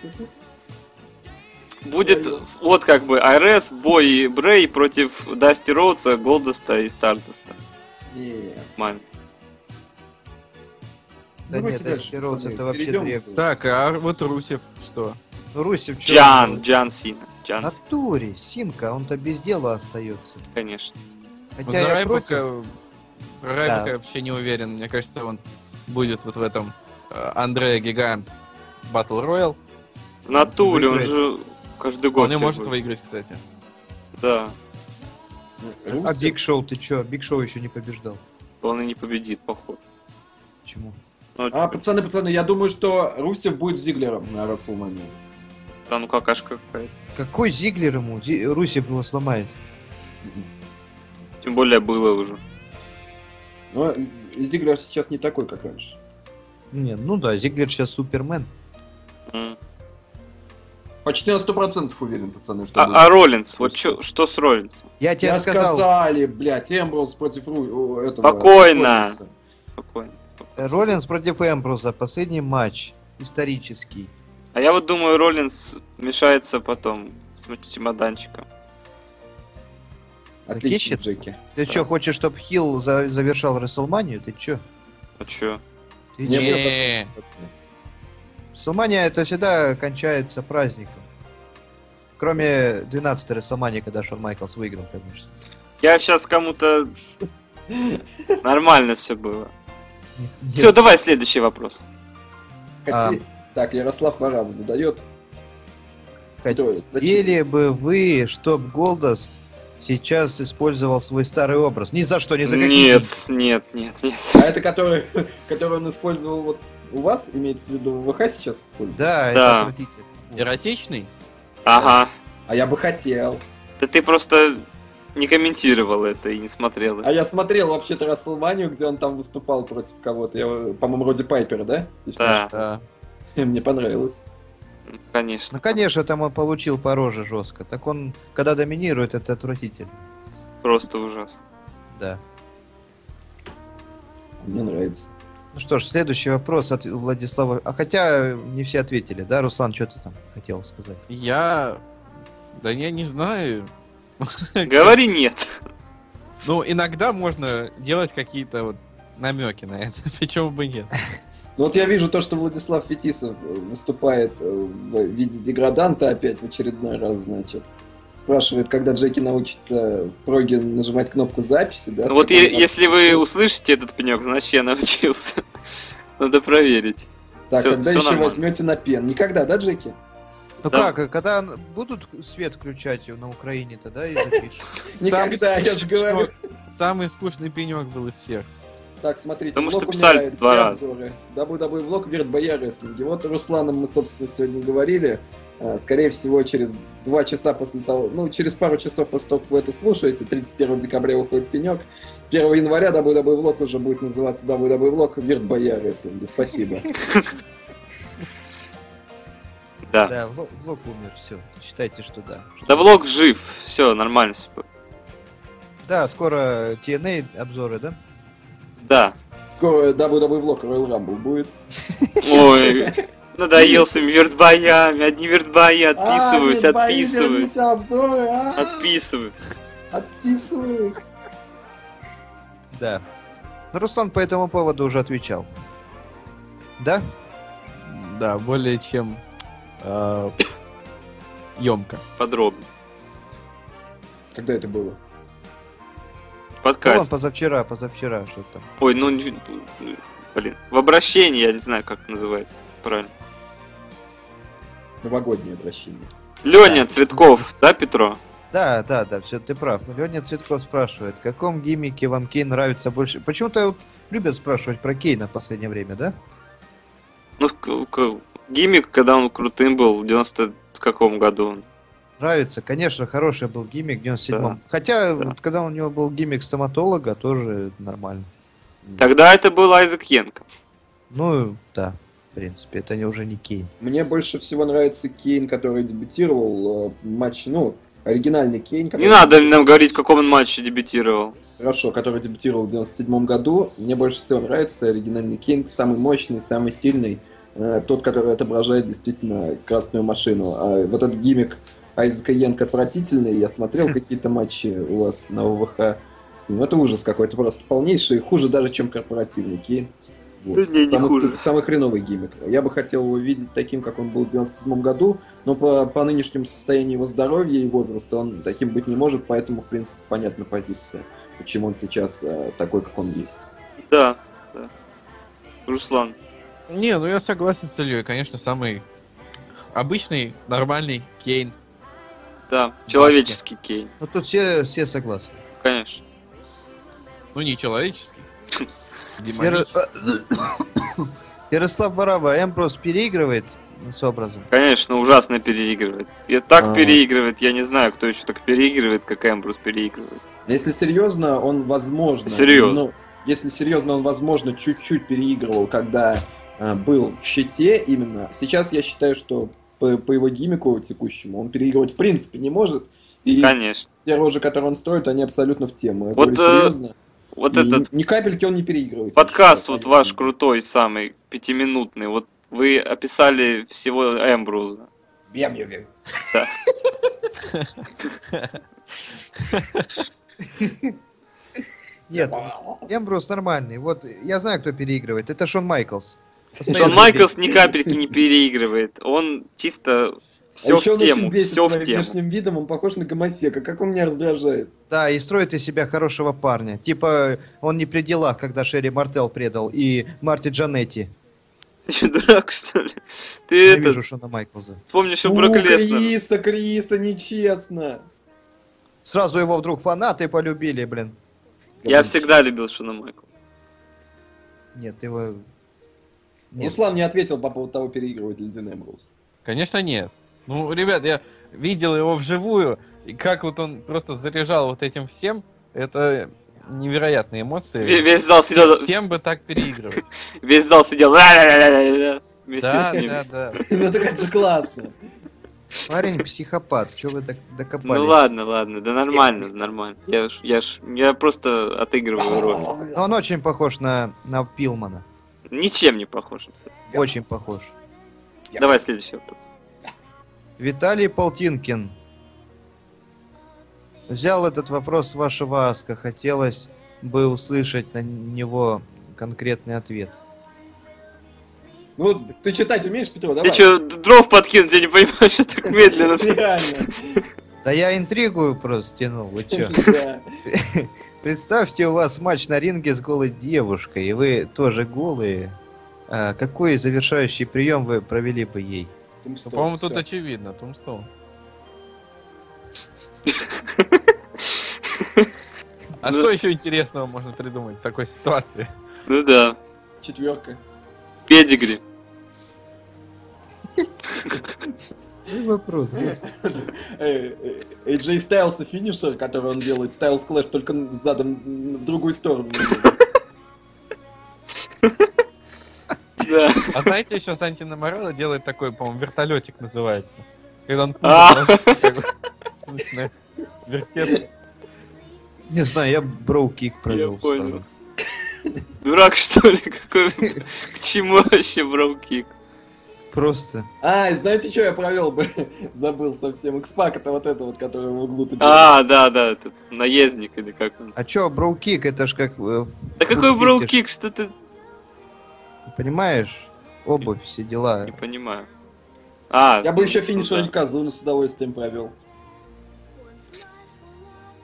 [SPEAKER 3] Будет с- вот как бы АРС, Бо и Брей против Дасти Роудса, Голдоста и Стардоста.
[SPEAKER 2] Не.
[SPEAKER 3] Маме.
[SPEAKER 1] Да
[SPEAKER 2] Давайте
[SPEAKER 1] нет,
[SPEAKER 2] дальше,
[SPEAKER 1] Дасти Роудс
[SPEAKER 2] пацаны,
[SPEAKER 1] это вообще
[SPEAKER 2] перейдём.
[SPEAKER 1] древний.
[SPEAKER 4] Так, а вот Русев что?
[SPEAKER 1] Ну, Русев, чё
[SPEAKER 3] Джан,
[SPEAKER 1] он?
[SPEAKER 3] Джан Сина.
[SPEAKER 1] В
[SPEAKER 3] Джан Сина,
[SPEAKER 1] натуре, Синка, он-то без дела остается.
[SPEAKER 3] конечно.
[SPEAKER 2] Ну,
[SPEAKER 4] Вот
[SPEAKER 1] Хотя
[SPEAKER 4] за
[SPEAKER 1] я против.
[SPEAKER 4] Райбека, про Райбека я вообще не уверен. Мне кажется, он будет вот в этом э, Андрея Гигант Battle Royale.
[SPEAKER 3] В натуре, он
[SPEAKER 1] Выиграет.
[SPEAKER 3] же каждый год.
[SPEAKER 4] Он не
[SPEAKER 3] тебя
[SPEAKER 4] может
[SPEAKER 3] будет.
[SPEAKER 4] выиграть, кстати.
[SPEAKER 3] Да,
[SPEAKER 1] А Биг Шоу ты чё? Биг Шоу еще не побеждал.
[SPEAKER 3] он и не победит, походу.
[SPEAKER 1] Почему?
[SPEAKER 3] Ну,
[SPEAKER 2] А, пацаны, пацаны, я думаю, что Рустев будет Зиглером на Расселмане.
[SPEAKER 3] да, ну какашка какая-то.
[SPEAKER 1] Какой Зиглер ему? Зи- Русев его сломает.
[SPEAKER 3] Тем более было уже.
[SPEAKER 2] Но Зиглер сейчас не такой, как раньше.
[SPEAKER 1] Не, ну да, Зиглер сейчас Супермен.
[SPEAKER 3] М.
[SPEAKER 2] Почти на 100% уверен, пацаны, что будет.
[SPEAKER 3] А, а Роллинс, вот чё- что с Роллинсом?
[SPEAKER 1] Я тебе
[SPEAKER 2] Я
[SPEAKER 1] сказал,
[SPEAKER 2] сказали, блядь, Эмброуз против Ру... о, этого...
[SPEAKER 3] Спокойно.
[SPEAKER 2] Роллинса.
[SPEAKER 3] Спокойно.
[SPEAKER 1] Роллинс против Эмбруза, последний матч исторический.
[SPEAKER 3] А я вот думаю, Роллинс мешается потом с м- чемоданчиком.
[SPEAKER 2] Отлично,
[SPEAKER 1] Закищет?
[SPEAKER 2] Джеки.
[SPEAKER 1] Ты чё, хочешь, чтобы Хилл за- завершал Расселманию? Ты чё?
[SPEAKER 3] А чё?
[SPEAKER 1] Ты
[SPEAKER 2] Не,
[SPEAKER 1] чё?
[SPEAKER 4] Не.
[SPEAKER 1] Расселмания это всегда кончается праздником. Кроме 12-й Расселмании, когда Шон Майклс выиграл, конечно.
[SPEAKER 3] Я сейчас кому-то... Нормально все было.
[SPEAKER 1] Нет.
[SPEAKER 3] Все, давай следующий вопрос.
[SPEAKER 1] А.
[SPEAKER 2] Хотя- Так, Ярослав Варам задает. кто это? Зачем?
[SPEAKER 1] Хотели бы вы, чтоб Голдост сейчас использовал свой старый образ? Ни за что, ни за какие.
[SPEAKER 3] Нет, нет, нет,
[SPEAKER 2] <laughs>
[SPEAKER 3] нет.
[SPEAKER 2] А это который, который он использовал вот у вас, имеется в виду ВВХ сейчас использует?
[SPEAKER 1] Да,
[SPEAKER 3] Да.
[SPEAKER 1] это отвратительно.
[SPEAKER 4] Эротичный?
[SPEAKER 3] Ага.
[SPEAKER 2] А я бы хотел.
[SPEAKER 3] Да ты просто не комментировал это и не смотрел.
[SPEAKER 2] А
[SPEAKER 3] это.
[SPEAKER 2] я смотрел вообще-то Расселманию, где он там выступал против кого-то. Я, по-моему, Роди Пайпер, да? Если не
[SPEAKER 3] Да.
[SPEAKER 2] ошибаюсь. Мне понравилось.
[SPEAKER 3] Ну,
[SPEAKER 1] Ну,
[SPEAKER 3] Конечно.
[SPEAKER 1] конечно, там он получил по роже жестко. Так он, когда доминирует, это отвратительно.
[SPEAKER 3] Просто ужасно.
[SPEAKER 1] Да.
[SPEAKER 2] Мне нравится.
[SPEAKER 1] Ну что ж, следующий вопрос от Владислава. А хотя э, не все ответили, да, Руслан, что ты там хотел сказать?
[SPEAKER 4] Я... Да я не знаю.
[SPEAKER 3] Говори нет.
[SPEAKER 4] <laughs> Ну, иногда можно делать какие-то вот намеки на это. Почему бы нет?
[SPEAKER 2] Ну вот я вижу то, что Владислав Фетисов э, выступает э, в виде деграданта опять в очередной раз, значит. Спрашивает, когда Джеки научится в проге нажимать кнопку записи, да?
[SPEAKER 3] Ну вот
[SPEAKER 2] Сказал,
[SPEAKER 3] е- если вы услышите этот пенек, значит я научился. <laughs> Надо проверить.
[SPEAKER 2] Так,
[SPEAKER 3] всё-
[SPEAKER 2] когда
[SPEAKER 3] всё
[SPEAKER 2] еще
[SPEAKER 3] нормально.
[SPEAKER 2] возьмете на пен? Никогда, да, Джеки?
[SPEAKER 1] Ну
[SPEAKER 3] Да.
[SPEAKER 1] как, когда н- будут свет включать на Украине-то, да, и запишут?
[SPEAKER 2] Никогда, я же говорю.
[SPEAKER 4] Самый скучный пенек был из всех.
[SPEAKER 2] Так, смотрите,
[SPEAKER 3] Потому
[SPEAKER 2] блок
[SPEAKER 3] что писали
[SPEAKER 2] умирает,
[SPEAKER 3] два
[SPEAKER 2] все
[SPEAKER 3] раза.
[SPEAKER 2] обзоры. WWE блок Верт Боя Рестлинги. Вот Русланом мы, собственно, сегодня говорили. А, Скорее всего, через два часа после того... Ну, через пару часов после того, как вы это слушаете, 31 декабря выходит пенек. 1 января WWE блок уже будет называться WWE блок Верт Боя Рестлинги.
[SPEAKER 3] <laughs>
[SPEAKER 2] Спасибо.
[SPEAKER 3] <laughs> Да.
[SPEAKER 1] Да, Вло- Влог умер, все. Считайте, что да.
[SPEAKER 3] Да влог жив, все нормально. всё.
[SPEAKER 1] Да, скоро TNA обзоры, да?
[SPEAKER 3] <laughs> Да.
[SPEAKER 2] Скоро WWE блок Royal Rumble будет.
[SPEAKER 3] Ой, надоел с этими вертбоями, одни вертбоя, отписываюсь,
[SPEAKER 2] А, Верт Бои,
[SPEAKER 3] отписываюсь,
[SPEAKER 2] верните обзоры, а!
[SPEAKER 3] отписываюсь.
[SPEAKER 2] Отписываюсь.
[SPEAKER 1] Да. Ну, Руслан по этому поводу уже отвечал. Да? Ну,
[SPEAKER 4] Да, более чем э, <coughs> емко.
[SPEAKER 3] Подробно.
[SPEAKER 2] Когда это было?
[SPEAKER 1] Ну, вон,
[SPEAKER 3] Подкаст.
[SPEAKER 1] позавчера, позавчера что-то там.
[SPEAKER 3] Ой, ну, не- ну, блин, в обращении, я не знаю, как это называется, правильно.
[SPEAKER 2] Новогоднее обращение.
[SPEAKER 3] Леня Цветков, да, Петро?
[SPEAKER 1] Да, да, да, все, ты прав. Леонид Цветков спрашивает, в каком гиммике вам Кейн нравится больше? Почему-то вот любят спрашивать про Кейна в последнее время, да?
[SPEAKER 3] Ну, к- к- гиммик, когда он крутым был, в 90 каком году?
[SPEAKER 1] Нравится, конечно, хороший был гиммик в 97-м. Хотя,
[SPEAKER 3] Да.
[SPEAKER 1] вот когда у него был гиммик стоматолога, тоже нормально.
[SPEAKER 3] Тогда это был Айзек Йенко.
[SPEAKER 1] Ну, да, в принципе, это не, уже не Кейн.
[SPEAKER 2] Мне больше всего нравится Кейн, который дебютировал э, матч, ну, оригинальный Кейн, который,
[SPEAKER 3] Не надо нам говорить, в каком он матче дебютировал.
[SPEAKER 2] хорошо, который дебютировал в 97 году. Мне больше всего нравится оригинальный Кейн, самый мощный, самый сильный, э, тот, который отображает действительно красную машину. А вот этот гиммик Айзека Йенка отвратительный, я смотрел
[SPEAKER 3] <laughs>
[SPEAKER 2] какие-то матчи у вас на ОВХ. с ним. Это ужас какой-то, просто полнейший, хуже даже, чем корпоративный Кейн. Вот.
[SPEAKER 3] Да не, не
[SPEAKER 2] самый,
[SPEAKER 3] хуже.
[SPEAKER 2] самый хреновый гиммик. Я бы хотел его видеть таким, как он был в 97 году, но по, по нынешнему состоянию его здоровья и возраста он таким быть не может, поэтому, в принципе, понятна позиция, почему он сейчас э, такой, как он есть.
[SPEAKER 3] Да, да. Руслан.
[SPEAKER 4] Не, ну я согласен с Ильей, конечно, самый обычный, нормальный Кейн.
[SPEAKER 3] Да, человеческий Кейн,
[SPEAKER 1] Ну, тут все, все согласны.
[SPEAKER 3] конечно.
[SPEAKER 4] Ну,
[SPEAKER 3] <laughs>
[SPEAKER 4] не человеческий. э,
[SPEAKER 1] Яро-
[SPEAKER 4] Демонический.
[SPEAKER 1] <coughs> Ярослав Бараба, Эмброс переигрывает с образом.
[SPEAKER 3] Конечно, ужасно переигрывает. Я так
[SPEAKER 2] А.
[SPEAKER 3] переигрывает, я не знаю, кто еще так переигрывает, как Эмбрус переигрывает.
[SPEAKER 2] Если серьезно, он возможно...
[SPEAKER 3] Серьезно.
[SPEAKER 2] ну, если серьезно, он, возможно, чуть-чуть переигрывал, когда э, был в щите именно. Сейчас я считаю, что по, по его гиммику текущему он переигрывать в принципе не может. И
[SPEAKER 3] Конечно.
[SPEAKER 2] те рожи, которые он строит, они абсолютно в тему. Я
[SPEAKER 3] Вот,
[SPEAKER 2] говорю
[SPEAKER 3] э,
[SPEAKER 2] серьезно.
[SPEAKER 3] Вот
[SPEAKER 2] И
[SPEAKER 3] этот
[SPEAKER 2] Ни капельки он не переигрывает.
[SPEAKER 3] подкаст,
[SPEAKER 2] Ничего,
[SPEAKER 3] вот ваш
[SPEAKER 2] понятно.
[SPEAKER 3] крутой самый, пятиминутный, вот вы описали всего Эмбруза.
[SPEAKER 2] Я мне говорю.
[SPEAKER 1] Нет,
[SPEAKER 2] А,
[SPEAKER 1] Эмброс нормальный. Вот я знаю, кто переигрывает. Это Шон Майклс.
[SPEAKER 3] Шон Майклс ни капельки не переигрывает. Он чисто все
[SPEAKER 2] а еще
[SPEAKER 3] в
[SPEAKER 2] он
[SPEAKER 3] тему,
[SPEAKER 2] очень бесит
[SPEAKER 3] все в
[SPEAKER 2] своим
[SPEAKER 3] тему.
[SPEAKER 2] внешним видом, он похож на гомосека. Как он меня раздражает.
[SPEAKER 1] Да, и строит из себя хорошего парня. Типа, он не при делах, когда Шерри Мартел предал, и Марти Джанетти.
[SPEAKER 3] <laughs> Ты что, дурак, что ли? Ты
[SPEAKER 1] Я
[SPEAKER 3] это,
[SPEAKER 1] вижу Шона Майклза.
[SPEAKER 3] вспомнишь у
[SPEAKER 2] Фу,
[SPEAKER 3] Брока Леснера.
[SPEAKER 2] Криса, Криса, нечестно.
[SPEAKER 1] Сразу его вдруг фанаты полюбили, блин.
[SPEAKER 3] Я всегда любил Шона Майкла.
[SPEAKER 1] Нет, его... Нет.
[SPEAKER 3] Ну,
[SPEAKER 2] Руслан не ответил по поводу того, переигрывает ли Дин
[SPEAKER 5] <laughs>
[SPEAKER 2] Эмброуз.
[SPEAKER 4] Конечно, нет. Ну, ребят, я видел его вживую, и как вот он просто заряжал вот этим всем, это невероятные эмоции.
[SPEAKER 3] Ве- Весь зал сидел,
[SPEAKER 4] Э, Всем бы так переигрывать.
[SPEAKER 3] весь зал сидел «Ля-ля-ля-ля-ля-ля» <laughs> вместе
[SPEAKER 4] Да,
[SPEAKER 3] с ним.
[SPEAKER 4] да,
[SPEAKER 3] <laughs>
[SPEAKER 4] да.
[SPEAKER 2] Ну это как же классно.
[SPEAKER 1] Парень психопат, что вы так докопались?
[SPEAKER 3] Ну ладно, ладно, да нормально, нормально. Я ж, я ж, я просто отыгрываю роль.
[SPEAKER 5] Ну,
[SPEAKER 1] Но он очень похож на, на Пилмана.
[SPEAKER 3] Ничем не похож.
[SPEAKER 2] Я-
[SPEAKER 1] Очень похож.
[SPEAKER 3] Давай следующий вопрос.
[SPEAKER 1] Виталий Полтинкин. Взял этот вопрос с вашего Аска. Хотелось бы услышать на него конкретный ответ.
[SPEAKER 5] Ну, ты читать умеешь, Петро,
[SPEAKER 3] Ты
[SPEAKER 5] давай.
[SPEAKER 3] чё, д- дров подкинуть, я не понимаю, что
[SPEAKER 2] <laughs>
[SPEAKER 3] так медленно.
[SPEAKER 5] <laughs> Реально.
[SPEAKER 1] Да я интригу просто тянул, вы чё?
[SPEAKER 5] <laughs> Да.
[SPEAKER 1] Представьте, у вас матч на ринге с голой девушкой, и вы тоже голые. А какой завершающий прием вы провели бы ей?
[SPEAKER 5] Тумстоун,
[SPEAKER 4] Ну, По-моему, тут
[SPEAKER 5] Ну, всё.
[SPEAKER 4] очевидно,
[SPEAKER 3] <laughs>
[SPEAKER 4] Тумстоун. А
[SPEAKER 3] Ну-
[SPEAKER 4] что еще интересного можно придумать в такой ситуации?
[SPEAKER 3] Ну да,
[SPEAKER 5] четверка.
[SPEAKER 3] педигри.
[SPEAKER 1] вопрос,
[SPEAKER 5] Эйджей Стайлс и финишер, который он делает, Стайлс Клэш только задом м, в другую сторону. <laughs>
[SPEAKER 3] Да.
[SPEAKER 4] А знаете, еще Санти Намарелло делает такой, по-моему, вертолетик называется. Когда он
[SPEAKER 3] А.
[SPEAKER 4] начинает вертеться.
[SPEAKER 1] Не знаю, я броу-кик провел.
[SPEAKER 3] Я понял.
[SPEAKER 1] сразу.
[SPEAKER 3] Дурак, что ли, какой? К чему вообще браукик?
[SPEAKER 1] Просто.
[SPEAKER 5] А, и знаете, что я провел бы? <laughs> Забыл совсем. Экспак это вот это вот, который в углу ты
[SPEAKER 3] А, да, да, это наездник или как он.
[SPEAKER 1] А чё, броу-кик, это ж как, э,
[SPEAKER 3] Да какой
[SPEAKER 1] Тут
[SPEAKER 3] браукик, что ты...
[SPEAKER 1] понимаешь, обувь, все дела.
[SPEAKER 3] Не понимаю. А,
[SPEAKER 5] Я бы еще финишер Казуну с удовольствием провел.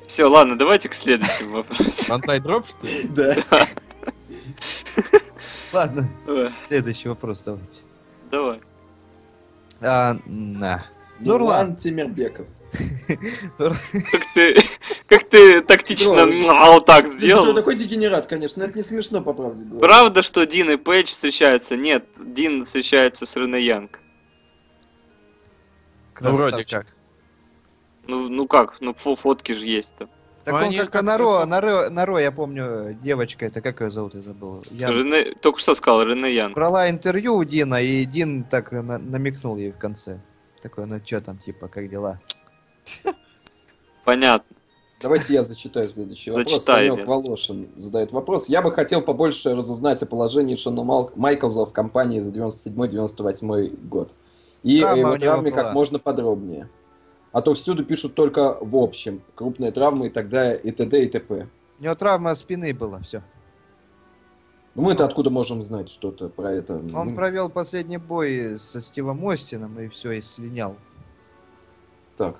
[SPEAKER 3] Все, ладно, давайте к следующему вопросу.
[SPEAKER 4] Ансайдроп, что ли?
[SPEAKER 5] Да.
[SPEAKER 1] Ладно,
[SPEAKER 3] Э,
[SPEAKER 1] следующий вопрос давайте.
[SPEAKER 3] Давай.
[SPEAKER 1] А, на.
[SPEAKER 3] Ну,
[SPEAKER 5] Нурлан Тимирбеков.
[SPEAKER 3] Как ты, как ты тактично
[SPEAKER 5] Здорово.
[SPEAKER 3] м, вот так
[SPEAKER 5] Ты
[SPEAKER 3] сделал?
[SPEAKER 5] Ну, такой дегенерат, конечно, но это не смешно, по правде говоря.
[SPEAKER 3] Правда, что Дин и Пейдж встречаются? Нет, Дин встречается с Рене Янг.
[SPEAKER 4] Ну, вроде
[SPEAKER 1] Красавчик.
[SPEAKER 4] как.
[SPEAKER 3] Ну, ну как, ну фо- фотки же есть там.
[SPEAKER 1] Так
[SPEAKER 4] Ну,
[SPEAKER 1] он
[SPEAKER 4] они
[SPEAKER 1] как-то
[SPEAKER 4] как-то
[SPEAKER 1] на Ро,
[SPEAKER 4] всё-
[SPEAKER 1] на Ро, на Ро, я помню, девочка, это как ее зовут, я забыл. Я
[SPEAKER 3] Рене- Только что сказал Рене Янг.
[SPEAKER 1] брала интервью у Дина, и Дин так на- намекнул ей в конце. Такой, ну чё там, типа, как дела?
[SPEAKER 3] Понятно.
[SPEAKER 2] Давайте я зачитаю следующий вопрос.
[SPEAKER 3] Зачитай,
[SPEAKER 2] Санек
[SPEAKER 3] Лен.
[SPEAKER 2] Волошин задает вопрос. Я бы хотел побольше разузнать о положении Шона Мал- Майклза в компании за 97-98 год. И
[SPEAKER 1] Травма
[SPEAKER 2] о
[SPEAKER 1] у
[SPEAKER 2] его
[SPEAKER 1] него
[SPEAKER 2] травме
[SPEAKER 1] была.
[SPEAKER 2] как можно подробнее. А то всюду пишут только в общем. Крупные травмы и так далее, и т.д. и т.п.
[SPEAKER 1] У него травма спины была, все.
[SPEAKER 2] Ну мы-то откуда можем знать что-то про это?
[SPEAKER 1] Он
[SPEAKER 2] Мы-
[SPEAKER 1] провел последний бой со Стивом Остином и все, и слинял.
[SPEAKER 2] Так.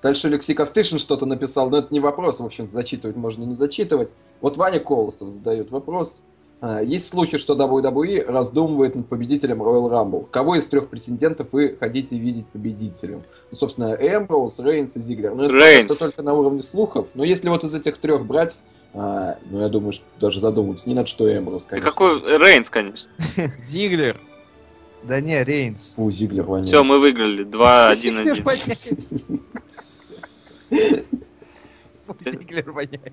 [SPEAKER 2] Дальше Алексей Костышин что-то написал, но это не вопрос, в общем зачитывать можно не зачитывать. Вот Ваня Колосов задает вопрос. А, Есть слухи, что WWE раздумывает над победителем Royal Rumble. Кого из трех претендентов вы хотите видеть победителем? Ну, собственно, Эмброуз, Рейнс и Зиглер. Ну, это
[SPEAKER 3] Рейнс.
[SPEAKER 2] просто только на уровне слухов. Но если вот из этих трех брать, а, ну, я думаю, что даже задумываться не надо, что Эмброуз,
[SPEAKER 3] Да
[SPEAKER 2] конечно.
[SPEAKER 3] какой Рейнс, конечно.
[SPEAKER 4] Зиглер.
[SPEAKER 1] Да не, Рейнс.
[SPEAKER 2] Фу, Зиглер, Ваня.
[SPEAKER 3] Все, мы выиграли. 2-1-1.
[SPEAKER 1] Зиглер воняет. Зиглер воняет.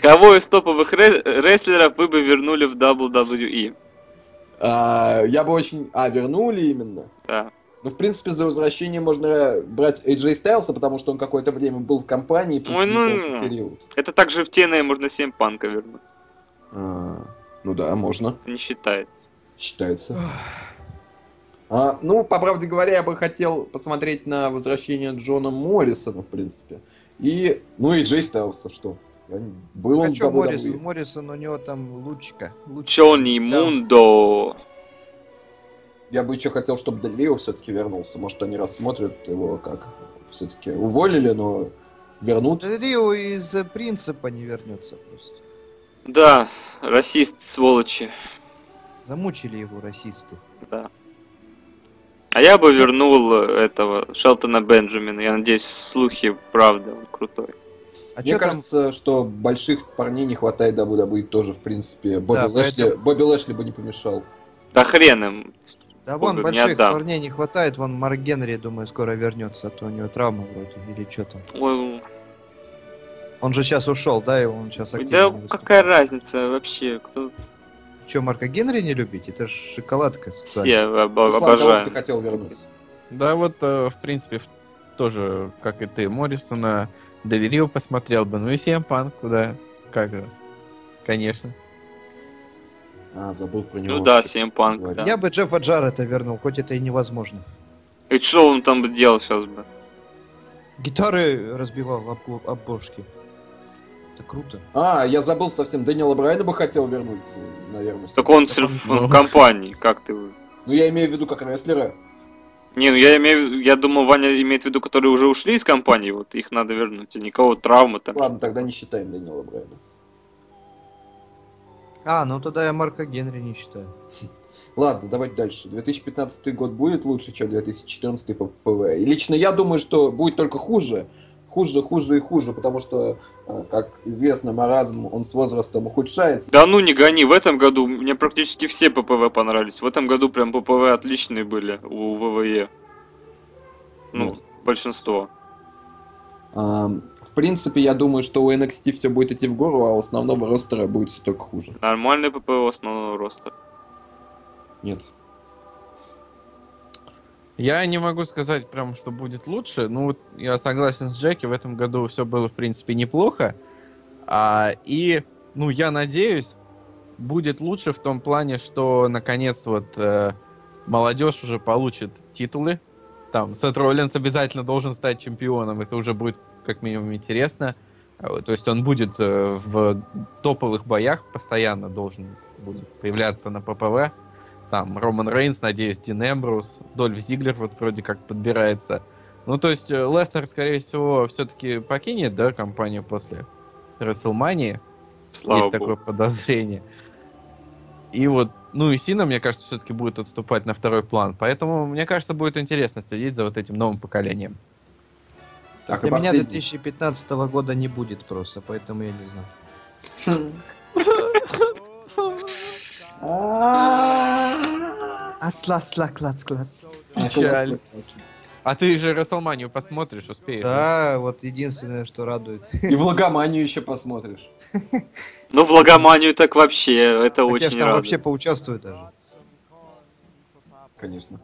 [SPEAKER 3] Кого из топовых ре- рестлеров вы бы вернули в E? WWE?
[SPEAKER 2] А, я бы очень... А, вернули именно?
[SPEAKER 3] Да.
[SPEAKER 2] Ну, в принципе, за возвращение можно брать AJ Стайлса, потому что он какое-то время был в компании, пусть
[SPEAKER 3] Ой,
[SPEAKER 2] не
[SPEAKER 3] ну,
[SPEAKER 2] короткий период.
[SPEAKER 3] Это также в TNA можно 7 панка вернуть.
[SPEAKER 2] А, ну да, можно,
[SPEAKER 3] Не считается.
[SPEAKER 2] считается. А, ну, по правде говоря, я бы хотел посмотреть на возвращение Джона Моррисона, в принципе. И, ну, и Джей Стайлса, что? Я не- Был он
[SPEAKER 1] А
[SPEAKER 2] в
[SPEAKER 1] чё
[SPEAKER 2] WWE.
[SPEAKER 1] Моррисон? Моррисон, у него там лучка. лучка.
[SPEAKER 3] Джонни
[SPEAKER 1] Да.
[SPEAKER 3] Мундо.
[SPEAKER 2] Я бы еще хотел, чтобы Дель Рио все-таки вернулся. Может, они рассмотрят его как... Все-таки уволили, но вернут.
[SPEAKER 1] Рио из э, принципа не вернется просто.
[SPEAKER 3] Да, расист, сволочи.
[SPEAKER 1] Замучили его расисты.
[SPEAKER 3] А я бы вернул э, этого Шелтона Бенджамина. Я надеюсь, слухи правда, он крутой.
[SPEAKER 1] А
[SPEAKER 2] Мне
[SPEAKER 1] чё там
[SPEAKER 2] кажется, что больших парней не хватает WWE тоже, в принципе. Бобби,
[SPEAKER 1] Да,
[SPEAKER 2] Лэшли,
[SPEAKER 1] поэтому-
[SPEAKER 2] Бобби Лэшли бы не помешал.
[SPEAKER 3] Да хрен им.
[SPEAKER 1] Да вон
[SPEAKER 3] Бога,
[SPEAKER 1] больших
[SPEAKER 3] не отдам.
[SPEAKER 1] парней не хватает, вон Марк Генри, думаю, скоро вернется, а то у него травма вроде, или что там.
[SPEAKER 3] Ой,
[SPEAKER 1] Он же сейчас ушел, да, и он сейчас
[SPEAKER 3] да
[SPEAKER 1] активно
[SPEAKER 3] какая разница вообще? Кто
[SPEAKER 1] Че, Марка Генри не любить? Это ж шоколадка. с вами.
[SPEAKER 3] все об-
[SPEAKER 2] Руслан, кого бы
[SPEAKER 3] обожаем?
[SPEAKER 2] ну, ты хотел вернуть?
[SPEAKER 4] Да, вот, э, в принципе, в- тоже, как и ты, Моррисона, Дель Рио посмотрел бы. Ну и Сиэм Панк, куда? Как же? Конечно.
[SPEAKER 2] А, забыл про него.
[SPEAKER 3] Ну да, 7 панк,
[SPEAKER 2] говорит.
[SPEAKER 3] да.
[SPEAKER 1] Я бы Джеффа Джаррета вернул, хоть это и невозможно.
[SPEAKER 3] И что он там бы делал сейчас бы?
[SPEAKER 1] Гитары разбивал об, го- об бошки. Это круто.
[SPEAKER 2] А, я забыл совсем, Дэниела Брайна бы хотел вернуть, наверное.
[SPEAKER 3] Так он, с- в- он в компании, как ты...
[SPEAKER 2] Ну, я имею в виду как рестлера.
[SPEAKER 3] Не, ну я имею в виду- я думал, Ваня имеет в виду, которые уже ушли из компании, вот их надо вернуть, и никого травмы там.
[SPEAKER 2] Ладно, тогда не считаем Дэниела Брайна.
[SPEAKER 1] А, ну тогда я Марка Генри не считаю.
[SPEAKER 2] Ладно, давайте дальше. 2015 год будет лучше, чем 2014 по ПВ. И лично я думаю, что будет только хуже. Хуже, хуже и хуже, потому что, э, как известно, маразм, он с возрастом ухудшается.
[SPEAKER 3] Да ну не гони, в этом году мне практически все ППВ понравились. В этом году прям ППВ отличные были у ВВЕ. Ну,
[SPEAKER 2] Ну.
[SPEAKER 3] большинство.
[SPEAKER 2] Ам, в принципе, я думаю, что у NXT все будет идти в гору, а у основного ростера будет все только хуже.
[SPEAKER 3] Нормальный ППВ основного роста.
[SPEAKER 2] Нет.
[SPEAKER 4] Я не могу сказать прям, что будет лучше. Ну вот я согласен с Джеки, в этом году все было в принципе неплохо. А, и, ну я надеюсь, будет лучше в том плане, что наконец вот э, молодежь уже получит титулы. Там Сет Роллинс обязательно должен стать чемпионом, это уже будет как минимум интересно. А, вот, То есть он будет э, в топовых боях постоянно должен будет появляться на ППВ. Там Роман Рейнс, надеюсь, Дин Эмбрус, Дольф Зиглер вот вроде как подбирается. Ну, то есть э, Леснер, скорее всего, все-таки покинет, да, компанию после Расселмании.
[SPEAKER 3] Слава
[SPEAKER 4] Есть
[SPEAKER 3] богу.
[SPEAKER 4] такое подозрение. И вот, ну и Сина, мне кажется, все-таки будет отступать на второй план. Поэтому, мне кажется, будет интересно следить за вот этим новым поколением.
[SPEAKER 2] Так, и
[SPEAKER 1] А Для меня
[SPEAKER 2] последний.
[SPEAKER 1] 2015 года не будет просто, поэтому я не знаю. Асла, сла, клац, клац.
[SPEAKER 4] Печаль. А ты же Расселманию посмотришь, успеешь.
[SPEAKER 1] Да, вот единственное, что радует.
[SPEAKER 2] И влагоманию еще посмотришь.
[SPEAKER 3] Ну, в Логоманию так вообще, это
[SPEAKER 1] Так я ж
[SPEAKER 3] очень
[SPEAKER 1] там
[SPEAKER 3] радует.
[SPEAKER 1] вообще поучаствую даже.
[SPEAKER 2] Конечно.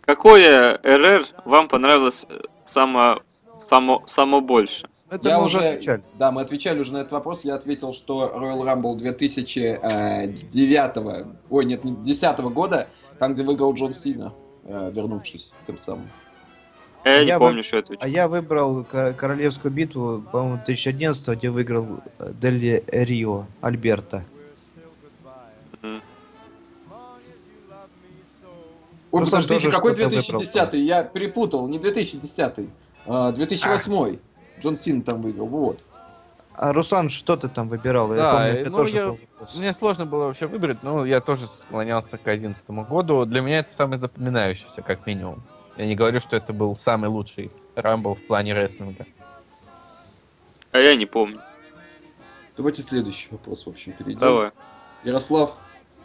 [SPEAKER 3] Какое РР вам понравилось э, само, само, само больше?
[SPEAKER 1] Это
[SPEAKER 2] Я
[SPEAKER 1] мы уже отвечали.
[SPEAKER 2] Да, мы отвечали уже на этот вопрос. Я ответил, что Royal Rumble 2009, ой, нет, не 2010 года, там, где выиграл Джон Сина, э, вернувшись тем самым.
[SPEAKER 3] Я, не
[SPEAKER 1] Я бы-
[SPEAKER 3] помню, что я
[SPEAKER 1] А
[SPEAKER 3] отвечал.
[SPEAKER 1] я выбрал ко- королевскую битву, по-моему, 2011 где выиграл э, Дель Рио Альберта.
[SPEAKER 3] Мгм.
[SPEAKER 2] Ой,
[SPEAKER 1] Ну, там
[SPEAKER 2] подождите,
[SPEAKER 1] тоже
[SPEAKER 2] какой
[SPEAKER 1] что-то
[SPEAKER 2] 2010? Я перепутал, не 2010, а 2008. Джон Сина там выиграл, вот.
[SPEAKER 1] А Руслан, что ты там выбирал?
[SPEAKER 4] Да,
[SPEAKER 1] я помню, ты
[SPEAKER 4] ну,
[SPEAKER 1] тоже
[SPEAKER 4] я-
[SPEAKER 1] был вопрос.
[SPEAKER 4] Мне сложно было вообще выбрать, но я тоже склонялся к 2011 году. Для меня это самый запоминающийся, как минимум. Я не говорю, что это был самый лучший Рамбл в плане рестлинга.
[SPEAKER 3] А я не помню.
[SPEAKER 2] Давайте следующий вопрос, в общем, перейдем.
[SPEAKER 3] Давай.
[SPEAKER 2] Ярослав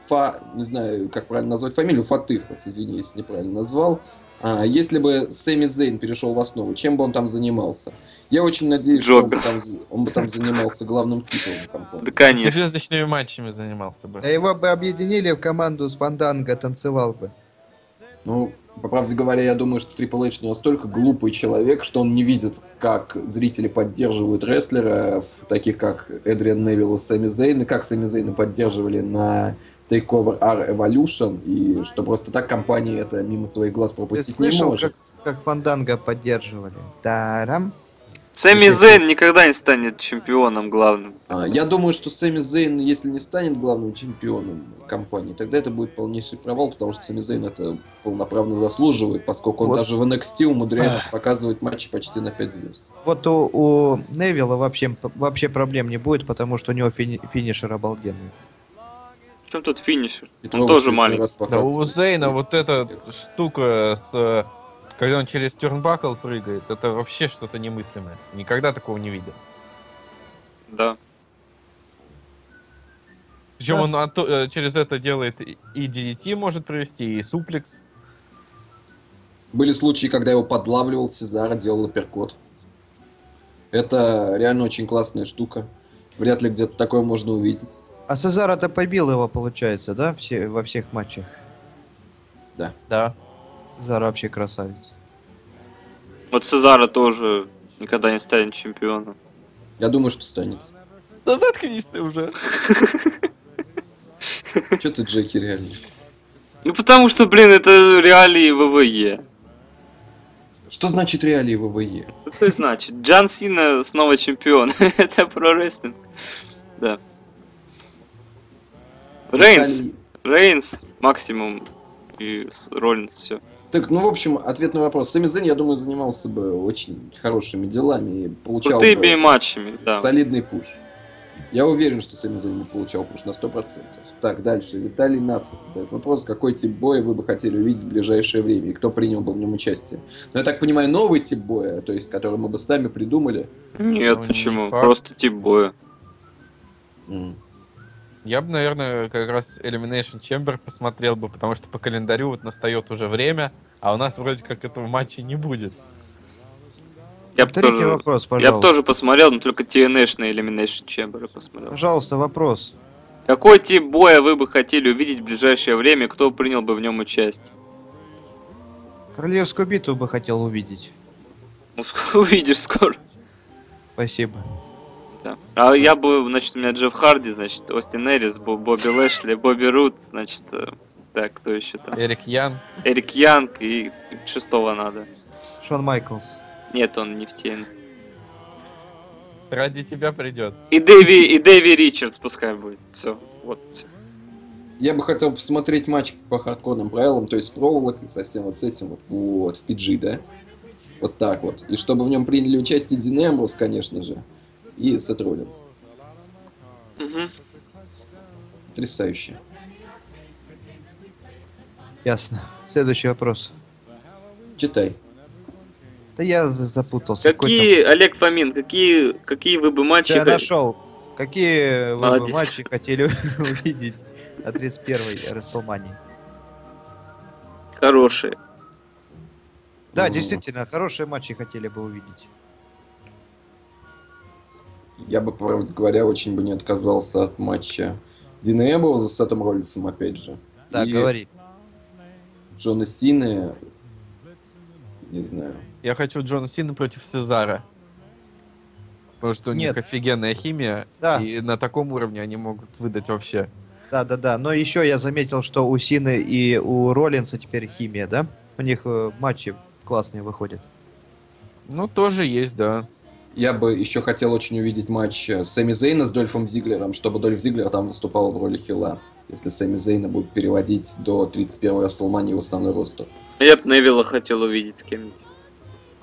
[SPEAKER 2] Фа, не знаю, как правильно назвать фамилию, Фатыхов, извини, если неправильно назвал. А, если бы Сэмми Зейн перешел в основу, чем бы он там занимался? Я очень надеюсь, что он бы,
[SPEAKER 3] Джобер.
[SPEAKER 2] там, за- он бы там занимался главным титулом компании.
[SPEAKER 3] Да, конечно.
[SPEAKER 4] Звездочными матчами занимался бы.
[SPEAKER 1] Да его бы объединили в команду с Фанданго, танцевал бы.
[SPEAKER 2] Ну, по правде говоря, я думаю, что Triple H не настолько глупый человек, что он не видит, как зрители поддерживают рестлера, в таких как Эдриан Невилл и Сэмми Зейн, и как Сэмми Зейна поддерживали на Takeover R Evolution, и что просто так компания это мимо своих глаз
[SPEAKER 1] Ты
[SPEAKER 2] пропустить не
[SPEAKER 1] слышал,
[SPEAKER 2] может.
[SPEAKER 1] как, как Фанданго поддерживали? Тарам.
[SPEAKER 3] Сэмми Зейн никогда не станет чемпионом главным.
[SPEAKER 2] А, Я думаю, что Сэмми Зейн, если не станет главным чемпионом компании, тогда это будет полнейший провал, потому что Сэмми Зейн это полноправно заслуживает, поскольку он
[SPEAKER 1] Вот.
[SPEAKER 2] даже в NXT умудряется показывать матчи почти на 5 звезд.
[SPEAKER 1] Вот у, у Невилла вообще, вообще проблем не будет, потому что у него фини- финишер обалденный.
[SPEAKER 3] В чем тут финишер?
[SPEAKER 2] Петрова
[SPEAKER 3] тоже
[SPEAKER 2] в очередной
[SPEAKER 3] маленький.
[SPEAKER 2] раз
[SPEAKER 4] Да
[SPEAKER 2] показывает,
[SPEAKER 4] у Зейна
[SPEAKER 2] что-
[SPEAKER 4] вот эта штука с... э, Когда он через тюрнбакл прыгает, это вообще что-то немыслимое. Никогда такого не видел.
[SPEAKER 3] Да.
[SPEAKER 4] Причем
[SPEAKER 1] Да.
[SPEAKER 4] он ото- э, через это делает и и DDT может провести, и суплекс.
[SPEAKER 2] Были случаи, когда его подлавливал Сезар, делал апперкот. Это реально очень классная штука. Вряд ли где-то такое можно увидеть.
[SPEAKER 1] А Сезара-то побил его, получается, да, все, во всех матчах?
[SPEAKER 4] Да.
[SPEAKER 1] Сезар вообще красавец.
[SPEAKER 3] Вот Сезара тоже никогда не станет чемпионом.
[SPEAKER 2] Я думаю, что станет.
[SPEAKER 4] Да заткнись ты уже.
[SPEAKER 2] Че ты, Джеки, реально?
[SPEAKER 3] Ну потому что, блин, это реалии ВВЕ.
[SPEAKER 2] Что значит реалии ВВЕ?
[SPEAKER 3] Ну, Что и значит? Джан Сина снова чемпион. <laughs> Это про рестлинг. Да.
[SPEAKER 2] Ну,
[SPEAKER 3] Рейнс.
[SPEAKER 2] Реалии.
[SPEAKER 3] Рейнс максимум. И с- Роллинс, все.
[SPEAKER 2] Так, ну, в общем, ответ на вопрос. Сэмми Зейн, я думаю, занимался бы очень хорошими делами и получал
[SPEAKER 3] Крутыми
[SPEAKER 2] бы
[SPEAKER 3] матчами, да.
[SPEAKER 2] солидный пуш. Я уверен, что Сэмми Зейн бы получал пуш на 100%. Так, дальше. Виталий Нацев задает вопрос, какой тип боя вы бы хотели увидеть в ближайшее время и кто принял бы в нем участие. Но я так понимаю, новый тип боя, то есть, который мы бы сами придумали.
[SPEAKER 3] Нет,
[SPEAKER 4] Ну, не
[SPEAKER 3] почему?
[SPEAKER 4] факт.
[SPEAKER 3] Просто тип боя.
[SPEAKER 4] Я бы, наверное, как раз Elimination Chamber посмотрел бы, потому что по календарю вот настает уже время, а у нас вроде как этого матча не будет.
[SPEAKER 3] Я бы
[SPEAKER 1] Повторите
[SPEAKER 3] тоже,
[SPEAKER 1] вопрос,
[SPEAKER 3] я бы
[SPEAKER 1] пожалуйста.
[SPEAKER 3] тоже посмотрел, но только TNH на Elimination Chamber я посмотрел.
[SPEAKER 1] Пожалуйста, вопрос.
[SPEAKER 3] Какой тип боя вы бы хотели увидеть в ближайшее время, кто принял бы в нем участие?
[SPEAKER 1] Королевскую битву бы хотел увидеть.
[SPEAKER 3] Ну, ск- <laughs> увидишь скоро.
[SPEAKER 1] Спасибо.
[SPEAKER 3] Да. А я бы, значит, у меня Джефф Харди, значит, Остин Эрис, Бо- Бобби Лэшли, Бобби Рут, значит, э, так, кто еще там?
[SPEAKER 4] Эрик Ян,
[SPEAKER 3] Эрик Янг и шестого надо.
[SPEAKER 1] Шон Майклс.
[SPEAKER 3] Нет, он не в тени.
[SPEAKER 4] ради тебя придет.
[SPEAKER 3] И Дэви, и Дэви Ричардс пускай будет. Все, вот. всё.
[SPEAKER 2] Я бы хотел посмотреть матч по хардкорным правилам, то есть с проволокой, со всем вот с этим вот, вот, в Фиджи, да? Вот так вот. И чтобы в нем приняли участие Дин Эмбрус, конечно же, и Сет Роллинс.
[SPEAKER 3] Мгм.
[SPEAKER 2] Потрясающе.
[SPEAKER 1] Ясно. Следующий вопрос.
[SPEAKER 2] Читай.
[SPEAKER 1] Да я за- запутался. Какой
[SPEAKER 3] Какие, Олег Фомин, какие, какие вы бы матчи...
[SPEAKER 1] там? Я нашел. Какие вы бы
[SPEAKER 3] Молодец.
[SPEAKER 1] матчи хотели <laughs> увидеть на 31-й Расселмании?
[SPEAKER 3] Хорошие.
[SPEAKER 1] Да,
[SPEAKER 2] Ну.
[SPEAKER 1] действительно, хорошие матчи хотели бы увидеть.
[SPEAKER 2] Я бы, правда говоря, очень бы не отказался от матча Дина Эмбруса с Сетом Роллинсом, опять же.
[SPEAKER 1] Да,
[SPEAKER 2] и
[SPEAKER 1] говори.
[SPEAKER 2] Джона Сины, не знаю.
[SPEAKER 4] Я хочу Джона Сина против Сезара. Потому что у
[SPEAKER 1] Нет.
[SPEAKER 4] них офигенная химия,
[SPEAKER 1] Да.
[SPEAKER 4] и на таком уровне они могут выдать вообще.
[SPEAKER 1] Да, да, да. Но еще я заметил, что у Сины и у Роллинса теперь химия, да? У них э, матчи классные выходят.
[SPEAKER 4] Ну, тоже есть, да.
[SPEAKER 2] Я бы еще хотел очень увидеть матч э, Сэмми Зейна с Дольфом Зиглером, чтобы Дольф Зиглер там выступал в роли Хила. Если Сэмми Зейна будут переводить до 31-й Расселмании в основной ростер.
[SPEAKER 3] А Я бы Невилла хотел увидеть с кем-нибудь.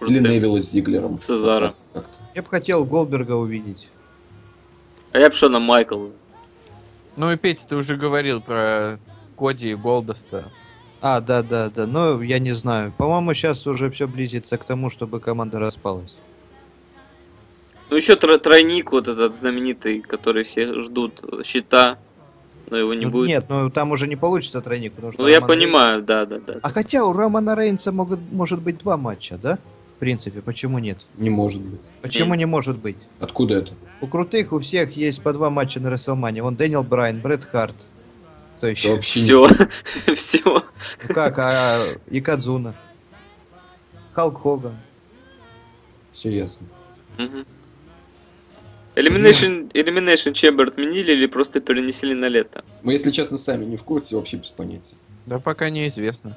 [SPEAKER 2] Или
[SPEAKER 3] Крутым.
[SPEAKER 2] Невилла с Зиглером.
[SPEAKER 3] Цезара.
[SPEAKER 2] Как-то.
[SPEAKER 1] Я бы хотел Голдберга увидеть.
[SPEAKER 3] А я бы Шона Майкл.
[SPEAKER 4] Ну и Петя, ты уже говорил про Коди и Голдоста.
[SPEAKER 1] А, да, да, да. Но я не знаю. По-моему, сейчас уже все близится к тому, чтобы команда распалась.
[SPEAKER 3] Ну еще тро- тройник вот этот знаменитый, который все ждут, э, щита, но его не
[SPEAKER 1] Ну,
[SPEAKER 3] будет.
[SPEAKER 1] Нет, ну там уже не получится тройник, потому что.
[SPEAKER 3] ну я
[SPEAKER 1] Роман Рейнс-
[SPEAKER 3] понимаю, да, да, да.
[SPEAKER 1] А хотя у Романа Рейнса могут, может быть два матча, да? В принципе, почему нет?
[SPEAKER 2] Не может быть.
[SPEAKER 1] Почему не может быть?
[SPEAKER 2] Откуда это?
[SPEAKER 1] У крутых у всех есть по два матча на Расселмане. Вон Дэниел Брайан, Брэд Харт. Кто
[SPEAKER 2] Это
[SPEAKER 1] еще?
[SPEAKER 2] вообще не-
[SPEAKER 3] Все, <laughs> все.
[SPEAKER 1] Ну как, а Икадзуна? Халк Хоган.
[SPEAKER 2] Все ясно.
[SPEAKER 3] Мгм. Elimination, Elimination Chamber отменили или просто перенесли на лето?
[SPEAKER 2] Мы, если честно, сами не в курсе, вообще без понятия.
[SPEAKER 4] Да пока неизвестно.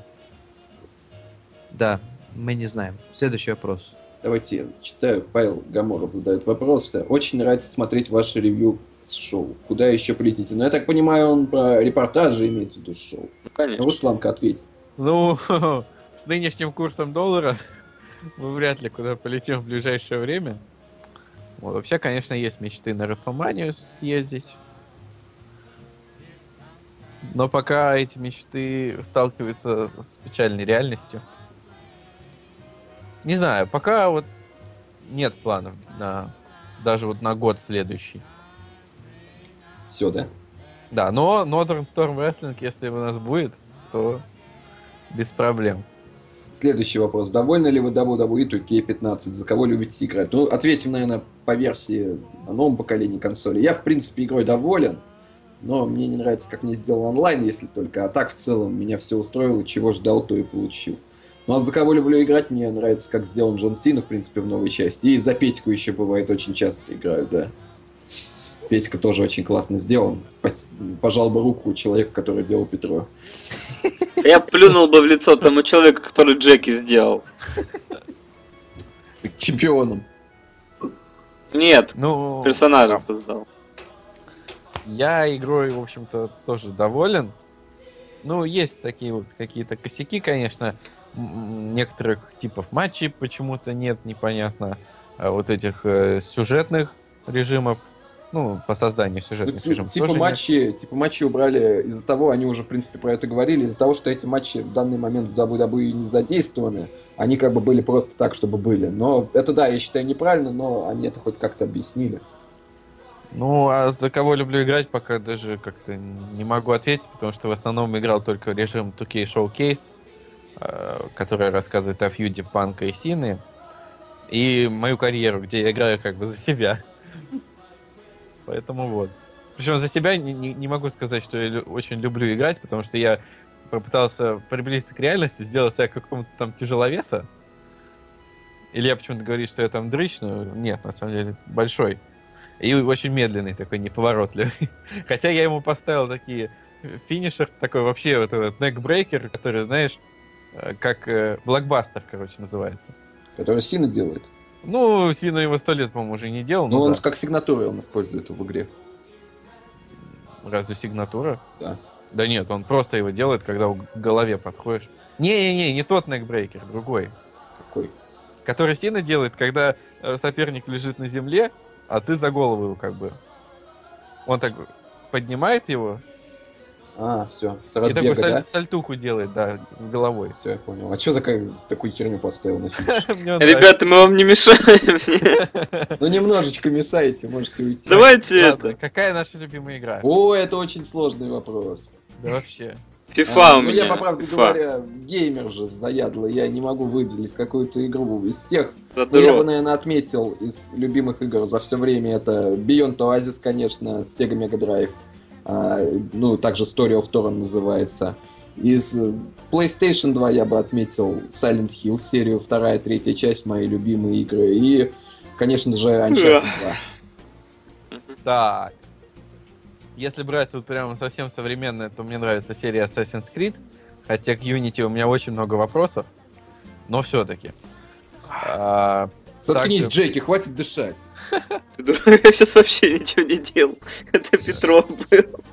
[SPEAKER 1] Да, мы не знаем. Следующий вопрос.
[SPEAKER 2] Давайте я зачитаю. Павел Гаморов задает вопрос. Очень нравится смотреть ваше ревью с шоу. Куда еще прилетите? Но я так понимаю, он про репортажи имеет в виду с шоу.
[SPEAKER 3] Ну, конечно.
[SPEAKER 2] Русланка, ответь.
[SPEAKER 4] Ну, <laughs> с нынешним курсом доллара мы вряд ли куда полетим в ближайшее время. Вот, вообще, конечно, есть мечты на Расселманию съездить. Но пока эти мечты сталкиваются с печальной реальностью. Не знаю, пока вот нет планов на даже вот на год следующий.
[SPEAKER 2] Все, да?
[SPEAKER 4] Да, но Northern Storm Wrestling, если у нас будет, то без проблем.
[SPEAKER 2] Следующий вопрос. Довольны ли вы E WWE 2K15? За кого любите играть? Ну, ответим, наверное, по версии о новом поколении консоли. Я, в принципе, игрой доволен, но мне не нравится, как мне сделал онлайн, если только. А так, в целом, меня все устроило, чего ждал, то и получил. Ну, а за кого люблю играть, мне нравится, как сделан Джон Сина, в принципе, в новой части. И за Петьку еще бывает очень часто играю, да. Петька тоже очень классно сделан. Спас- Пожал бы руку человеку, который делал Петро.
[SPEAKER 3] Я плюнул бы в лицо тому человеку, который Джеки сделал.
[SPEAKER 2] чемпионом.
[SPEAKER 3] Нет,
[SPEAKER 4] Ну,
[SPEAKER 3] персонажа создал.
[SPEAKER 4] я игрой, в общем-то, тоже доволен. Ну, есть такие вот какие-то косяки, конечно. М, Некоторых типов матчей почему-то нет, непонятно. А Вот этих э, сюжетных режимов, ну, по созданию
[SPEAKER 2] Ну,
[SPEAKER 4] сюжетных
[SPEAKER 2] ти-
[SPEAKER 4] режимов
[SPEAKER 2] типа
[SPEAKER 4] тоже нет.
[SPEAKER 2] матчи, типа матчи убрали из-за того, они уже, в принципе, про это говорили, из-за того, что эти матчи в данный момент в WWE не задействованы, они как бы были просто так, чтобы были. Но это, да, я считаю неправильно, но они это хоть как-то объяснили.
[SPEAKER 4] Ну, а за кого люблю играть, пока даже как-то не могу ответить, потому что в основном играл только режим 2K Showcase, э, который рассказывает о фьюде Панка и Сины, и мою карьеру, где я играю как бы за себя. Поэтому вот. Причем за себя не, не- не могу сказать, что я лю- очень люблю играть, потому что я попытался приблизиться к реальности, сделать себя какому-то там тяжеловеса. Или я почему-то говорю, что я там дрыщ, но нет, на самом деле большой. И очень медленный такой, неповоротливый. <laughs> Хотя я ему поставил такие э, финишер, такой вообще вот этот некбрейкер, который, знаешь, э, как э, блокбастер, короче, называется.
[SPEAKER 2] Который Сина делает.
[SPEAKER 4] Ну, Сина его сто лет, по-моему, уже не делал.
[SPEAKER 2] Ну,
[SPEAKER 4] ну
[SPEAKER 2] он
[SPEAKER 4] да.
[SPEAKER 2] как сигнатуру он использует в игре.
[SPEAKER 4] Разве сигнатура?
[SPEAKER 2] Да.
[SPEAKER 4] Да нет, он просто его делает, когда у- к голове подходишь. Не-не-не, не тот некбрейкер, другой.
[SPEAKER 2] Такой.
[SPEAKER 4] Который Сина делает, когда э, соперник лежит на земле, а ты за голову его как бы. Он так поднимает его
[SPEAKER 2] А, все, с
[SPEAKER 4] и такую
[SPEAKER 2] разбега,
[SPEAKER 4] саль-
[SPEAKER 2] да?
[SPEAKER 4] сальтуху делает, да, с головой. <laughs>
[SPEAKER 2] Все, я понял. А что за как- такую херню поставил? на фильм?
[SPEAKER 4] Мне он
[SPEAKER 3] Ребята, мы вам не мешаем. <laughs>
[SPEAKER 2] Ну, немножечко мешаете, можете уйти.
[SPEAKER 3] Давайте
[SPEAKER 4] нравится.
[SPEAKER 3] это.
[SPEAKER 4] Ладно, какая наша любимая игра?
[SPEAKER 2] О, это очень сложный вопрос.
[SPEAKER 4] Да вообще.
[SPEAKER 3] FIFA
[SPEAKER 2] А,
[SPEAKER 3] у
[SPEAKER 2] ну,
[SPEAKER 3] меня.
[SPEAKER 2] я, по правде
[SPEAKER 3] FIFA.
[SPEAKER 2] говоря, геймер же заядлый, я не могу выделить какую-то игру из всех. Ну, я бы,
[SPEAKER 3] Задрот.
[SPEAKER 2] наверное, отметил из любимых игр за все время это Beyond Oasis, конечно, с Sega Mega Drive. А, ну, также Story of Torrent называется. Из э, PlayStation 2 я бы отметил Silent Hill серию, вторая, третья часть, мои любимые игры. И, конечно же, Uncharted 2.
[SPEAKER 4] Так. Если брать вот прям совсем современное, то мне нравится серия Assassin's Creed. Хотя к Unity у меня очень много вопросов. Но А, все-таки.
[SPEAKER 2] Заткнись,
[SPEAKER 4] Так,
[SPEAKER 2] Джеки, хватит дышать.
[SPEAKER 3] Ты дурак, Я сейчас вообще ничего не делал. <laughs> Это Петров был. <laughs>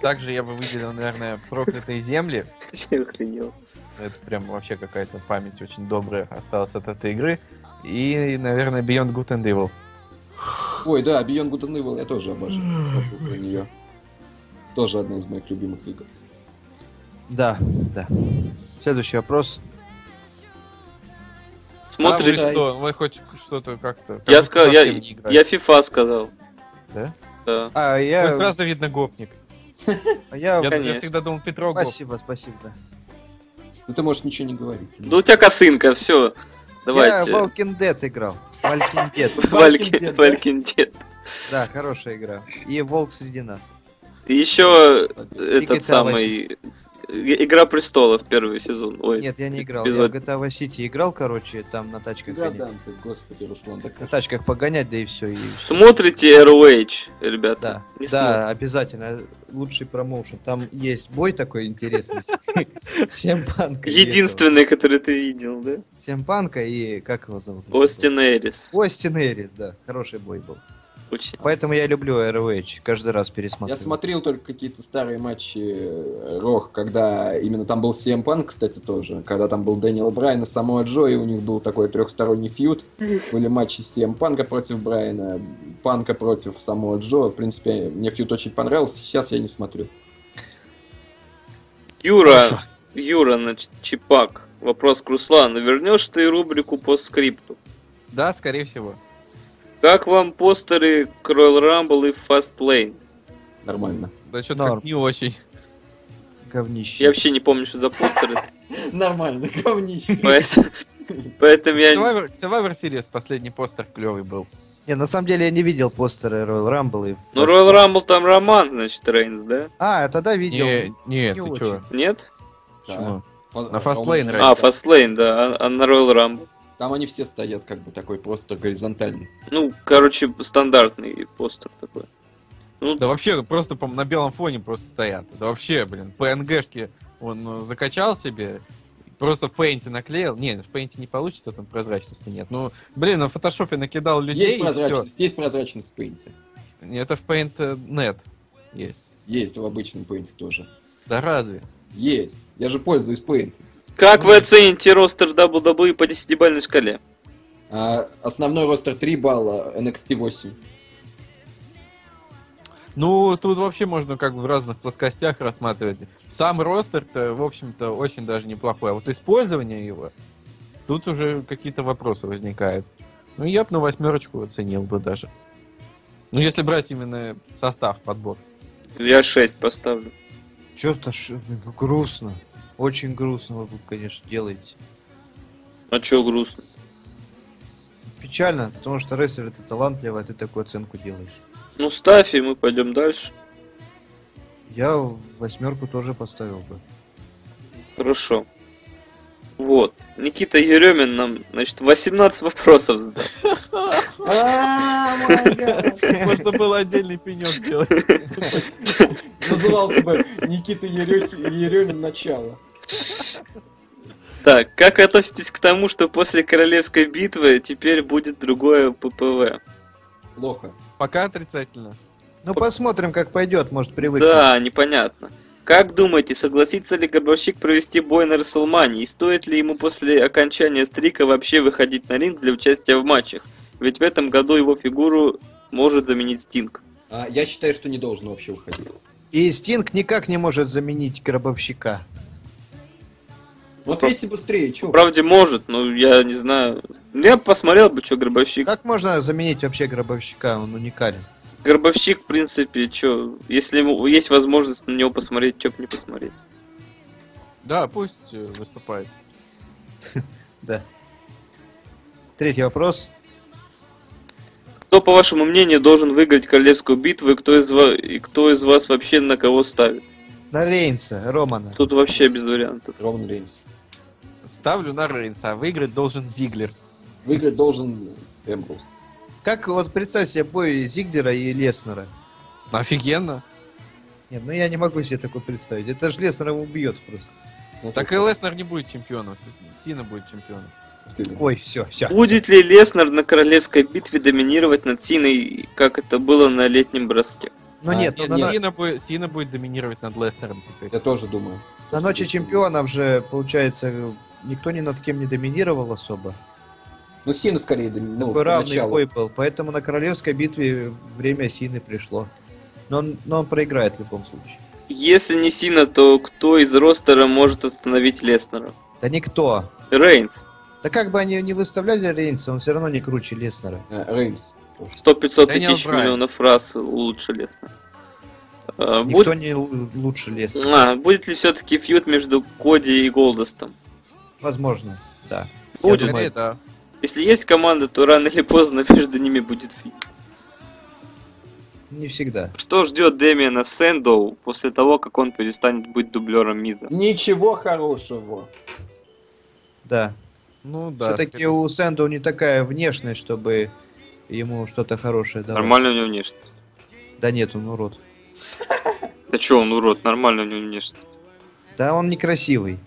[SPEAKER 4] также я бы выделил, наверное, проклятые земли.
[SPEAKER 3] Вообще охренел.
[SPEAKER 4] Это прям вообще какая-то память очень добрая осталась от этой игры. И, наверное, Beyond Good and Evil.
[SPEAKER 2] Ой, да, Beyond Good and Evil я тоже обожаю. Забыл про неё. Тоже одна из моих любимых игр.
[SPEAKER 1] Да, да. Следующий вопрос.
[SPEAKER 4] А вы
[SPEAKER 3] Смотрит.
[SPEAKER 4] что, вы хоть что-то как-то... как
[SPEAKER 3] Я
[SPEAKER 4] будто
[SPEAKER 3] сказал, я,
[SPEAKER 4] совсем не играете.
[SPEAKER 3] я FIFA сказал.
[SPEAKER 4] Да?
[SPEAKER 3] Да.
[SPEAKER 1] А,
[SPEAKER 4] Ну,
[SPEAKER 1] я...
[SPEAKER 4] сразу видно гопник.
[SPEAKER 1] я...
[SPEAKER 4] Я,
[SPEAKER 3] Конечно.
[SPEAKER 4] я всегда думал, Петро гоп.
[SPEAKER 1] Спасибо, спасибо, да.
[SPEAKER 2] Ну ты можешь ничего не говорить.
[SPEAKER 3] Да Ну, у тебя косынка, все. Давайте. <laughs>
[SPEAKER 1] Я Walking Dead играл. Walking Dead.
[SPEAKER 5] Валькин дед,
[SPEAKER 3] Валькин-
[SPEAKER 5] да?
[SPEAKER 3] Валькин дед.
[SPEAKER 1] Да, хорошая игра. И Волк среди нас.
[SPEAKER 3] И еще
[SPEAKER 1] GTA
[SPEAKER 3] этот самый... И- Игра престолов первый сезон. Ой,
[SPEAKER 1] Нет, я не играл.
[SPEAKER 3] эпизод.
[SPEAKER 1] Я в GTA Vice City играл, короче, там на тачках
[SPEAKER 2] Да,
[SPEAKER 1] гонять.
[SPEAKER 2] да, ты, господи, Руслан, так
[SPEAKER 1] На тачках погонять, да и все. И...
[SPEAKER 3] Смотрите ROH, ребята.
[SPEAKER 1] Да,
[SPEAKER 3] Не
[SPEAKER 1] да, обязательно. Лучший промоушен. Там есть бой такой интересный. <laughs> Всем панка. и этого.
[SPEAKER 3] Единственный, который ты видел, да?
[SPEAKER 1] Всем панка и как его зовут?
[SPEAKER 3] Остин Эрис.
[SPEAKER 1] Остин Эрис, да. Хороший бой был.
[SPEAKER 3] Очень.
[SPEAKER 1] Поэтому я люблю ROH. Каждый раз
[SPEAKER 2] Я
[SPEAKER 1] пересматриваю.
[SPEAKER 2] смотрел только какие-то старые матчи э, Рох, когда именно там был CM Punk, кстати, тоже, когда там был Дэниел Брайан и Самоа Джо, и у них был такой трехсторонний фьюд. Были матчи CM Панка против Брайана, Панка против Самоа Джо. В принципе, мне фьюд очень понравился, сейчас я не смотрю.
[SPEAKER 3] Юра, Юра, значит, Чипак. Вопрос к Руслану. Вернешь ты рубрику по скрипту?
[SPEAKER 4] Да, скорее всего.
[SPEAKER 3] Как вам постеры к Royal Rumble и Fastlane?
[SPEAKER 2] Нормально.
[SPEAKER 4] Да что-то
[SPEAKER 1] Норм.
[SPEAKER 4] как не очень.
[SPEAKER 1] Говнище.
[SPEAKER 3] Я вообще не помню, что за постеры,
[SPEAKER 5] Нормально, говнище.
[SPEAKER 3] поэтому, поэтому я... не-
[SPEAKER 4] Survivor, Survivor Series последний постер клевый был.
[SPEAKER 1] Не, на самом деле я не видел постеры Royal Rumble. И...
[SPEAKER 3] Ну, Royal Rumble там роман, значит, Рейнс, да?
[SPEAKER 1] А, тогда видел.
[SPEAKER 4] Не, нет,
[SPEAKER 1] Не
[SPEAKER 4] ты
[SPEAKER 1] очень.
[SPEAKER 4] чё?
[SPEAKER 3] Нет?
[SPEAKER 4] Почему?
[SPEAKER 2] На
[SPEAKER 4] На Fastlane
[SPEAKER 3] А,
[SPEAKER 4] Рейнса.
[SPEAKER 3] Fastlane, да, а, а на Royal Rumble.
[SPEAKER 2] Там они все стоят как бы такой просто горизонтальный.
[SPEAKER 3] Ну, короче, стандартный постер такой. Ну,
[SPEAKER 4] Да вообще, просто по- на белом фоне просто стоят. Да вообще, блин, ПНГшки он ну, закачал себе, просто в пейнте наклеил. Не, в пейнте не получится, там прозрачности нет. Ну, блин, на фотошопе накидал
[SPEAKER 2] Есть
[SPEAKER 4] людей. и всё.
[SPEAKER 2] прозрачность, есть прозрачность в Paint.
[SPEAKER 4] Это в Paint.net есть.
[SPEAKER 2] Есть в обычном Paint тоже.
[SPEAKER 4] Да разве?
[SPEAKER 2] Есть. Я же пользуюсь Paint.
[SPEAKER 3] Как вы оцените ростер WWE по 10-бальной шкале?
[SPEAKER 2] А основной ростер 3 балла, NXT 8.
[SPEAKER 4] Ну, тут вообще можно как бы в разных плоскостях рассматривать. Сам ростер-то, в общем-то, очень даже неплохой. А вот использование его, тут уже какие-то вопросы возникают. Ну, я бы на восьмерочку оценил бы даже. Ну, если брать именно состав, подбор.
[SPEAKER 3] Я 6 поставлю.
[SPEAKER 1] Что-то грустно. Очень грустно вы тут, конечно, делаете.
[SPEAKER 3] А чё грустно?
[SPEAKER 1] Печально, потому что рестлер ты талантливый, а ты такую оценку делаешь.
[SPEAKER 3] Ну ставь, и мы пойдем дальше.
[SPEAKER 1] Я восьмерку тоже поставил бы.
[SPEAKER 3] Хорошо. Вот. Никита Еремин нам, значит, 18 вопросов задал.
[SPEAKER 5] А, май гад.
[SPEAKER 4] Можно было отдельный пенек делать.
[SPEAKER 5] Назывался бы Никита Ерё- Еремин начало.
[SPEAKER 3] Так, как относитесь к тому, что после королевской битвы теперь будет другое ППВ?
[SPEAKER 2] Плохо.
[SPEAKER 4] Пока отрицательно.
[SPEAKER 1] Ну, посмотрим, как пойдет, может, привыкнет.
[SPEAKER 3] Да, непонятно. Как думаете, согласится ли Гробовщик провести бой на Расселмане? И стоит ли ему после окончания стрика вообще выходить на ринг для участия в матчах? Ведь в этом году его фигуру может заменить Стинг.
[SPEAKER 2] А, я считаю, что не должен вообще уходить.
[SPEAKER 1] И Стинг никак не может заменить гробовщика.
[SPEAKER 2] Ну, ответьте быстрее, чего?
[SPEAKER 3] Правде может, но я не знаю. Я посмотрел бы, что Гробовщик.
[SPEAKER 1] Как можно заменить вообще гробовщика? Он уникален.
[SPEAKER 3] Гробовщик, в принципе, что, если ему есть возможность на него посмотреть, чё б не посмотреть.
[SPEAKER 4] Да, пусть э, выступает.
[SPEAKER 1] Да. Третий вопрос.
[SPEAKER 3] Кто, по вашему мнению, должен выиграть королевскую битву и кто из, ва- и кто из вас вообще на кого ставит?
[SPEAKER 1] На Рейнса, Романа.
[SPEAKER 3] Тут вообще без вариантов.
[SPEAKER 2] Роман Рейнс.
[SPEAKER 4] Ставлю на Рейнса, а выиграть должен Зиглер.
[SPEAKER 2] Выиграть должен Эмбрус.
[SPEAKER 1] Как вот представь себе бой Зиглера и Леснера.
[SPEAKER 4] Офигенно.
[SPEAKER 1] Нет, ну я не могу себе такое представить. Это же Леснера убьет просто.
[SPEAKER 2] Ну,
[SPEAKER 4] Так и
[SPEAKER 2] как
[SPEAKER 4] Леснер не будет чемпионом. в смысле, Сина будет чемпионом.
[SPEAKER 2] ты?
[SPEAKER 1] Ой, все, все.
[SPEAKER 3] Будет ли Леснер на королевской битве доминировать над Синой, как это было на летнем броске?
[SPEAKER 1] Ну
[SPEAKER 2] А,
[SPEAKER 1] нет,
[SPEAKER 4] Нет,
[SPEAKER 1] ну на,
[SPEAKER 4] Сина, будет, Сина будет доминировать над Лестером теперь.
[SPEAKER 2] Я тоже думаю.
[SPEAKER 1] на ночи чемпионов же, получается, никто ни над кем не доминировал особо.
[SPEAKER 2] Ну, Сина скорее, дом- ну,
[SPEAKER 1] Такой равный
[SPEAKER 2] начало.
[SPEAKER 1] бой был. Поэтому на королевской битве время Сины пришло. Но он, но он проиграет в любом случае.
[SPEAKER 3] Если не Сина, то кто из ростера может остановить Леснера?
[SPEAKER 1] Да никто.
[SPEAKER 3] Рейнс.
[SPEAKER 1] Да как бы они не выставляли Рейнса, он все равно не круче Леснера.
[SPEAKER 2] А, Рейнс.
[SPEAKER 3] 100-500
[SPEAKER 4] Дэниел
[SPEAKER 3] тысяч
[SPEAKER 4] Брайан.
[SPEAKER 3] миллионов раз лучше Леснера. А,
[SPEAKER 1] Никто
[SPEAKER 3] будет-
[SPEAKER 1] не лу- лучше Леснера.
[SPEAKER 3] а, будет ли все-таки фьют между Коди и Голдостом?
[SPEAKER 1] Возможно, да.
[SPEAKER 3] Будет.
[SPEAKER 1] Я
[SPEAKER 4] Скорее,
[SPEAKER 1] думаю,
[SPEAKER 4] да.
[SPEAKER 3] Если есть команда, то рано или поздно между ними будет фит.
[SPEAKER 1] не всегда.
[SPEAKER 3] Что ждет Дэмиана Сэндоу после того, как он перестанет быть дублером Миза?
[SPEAKER 2] Ничего хорошего.
[SPEAKER 1] Да.
[SPEAKER 4] Ну да.
[SPEAKER 1] Все-таки у Сэнду не такая внешность, чтобы ему что-то хорошее давать.
[SPEAKER 3] Нормально у него внешность.
[SPEAKER 1] Да нет, он урод.
[SPEAKER 3] Да чё он урод, нормально у него внешность.
[SPEAKER 1] Да он некрасивый.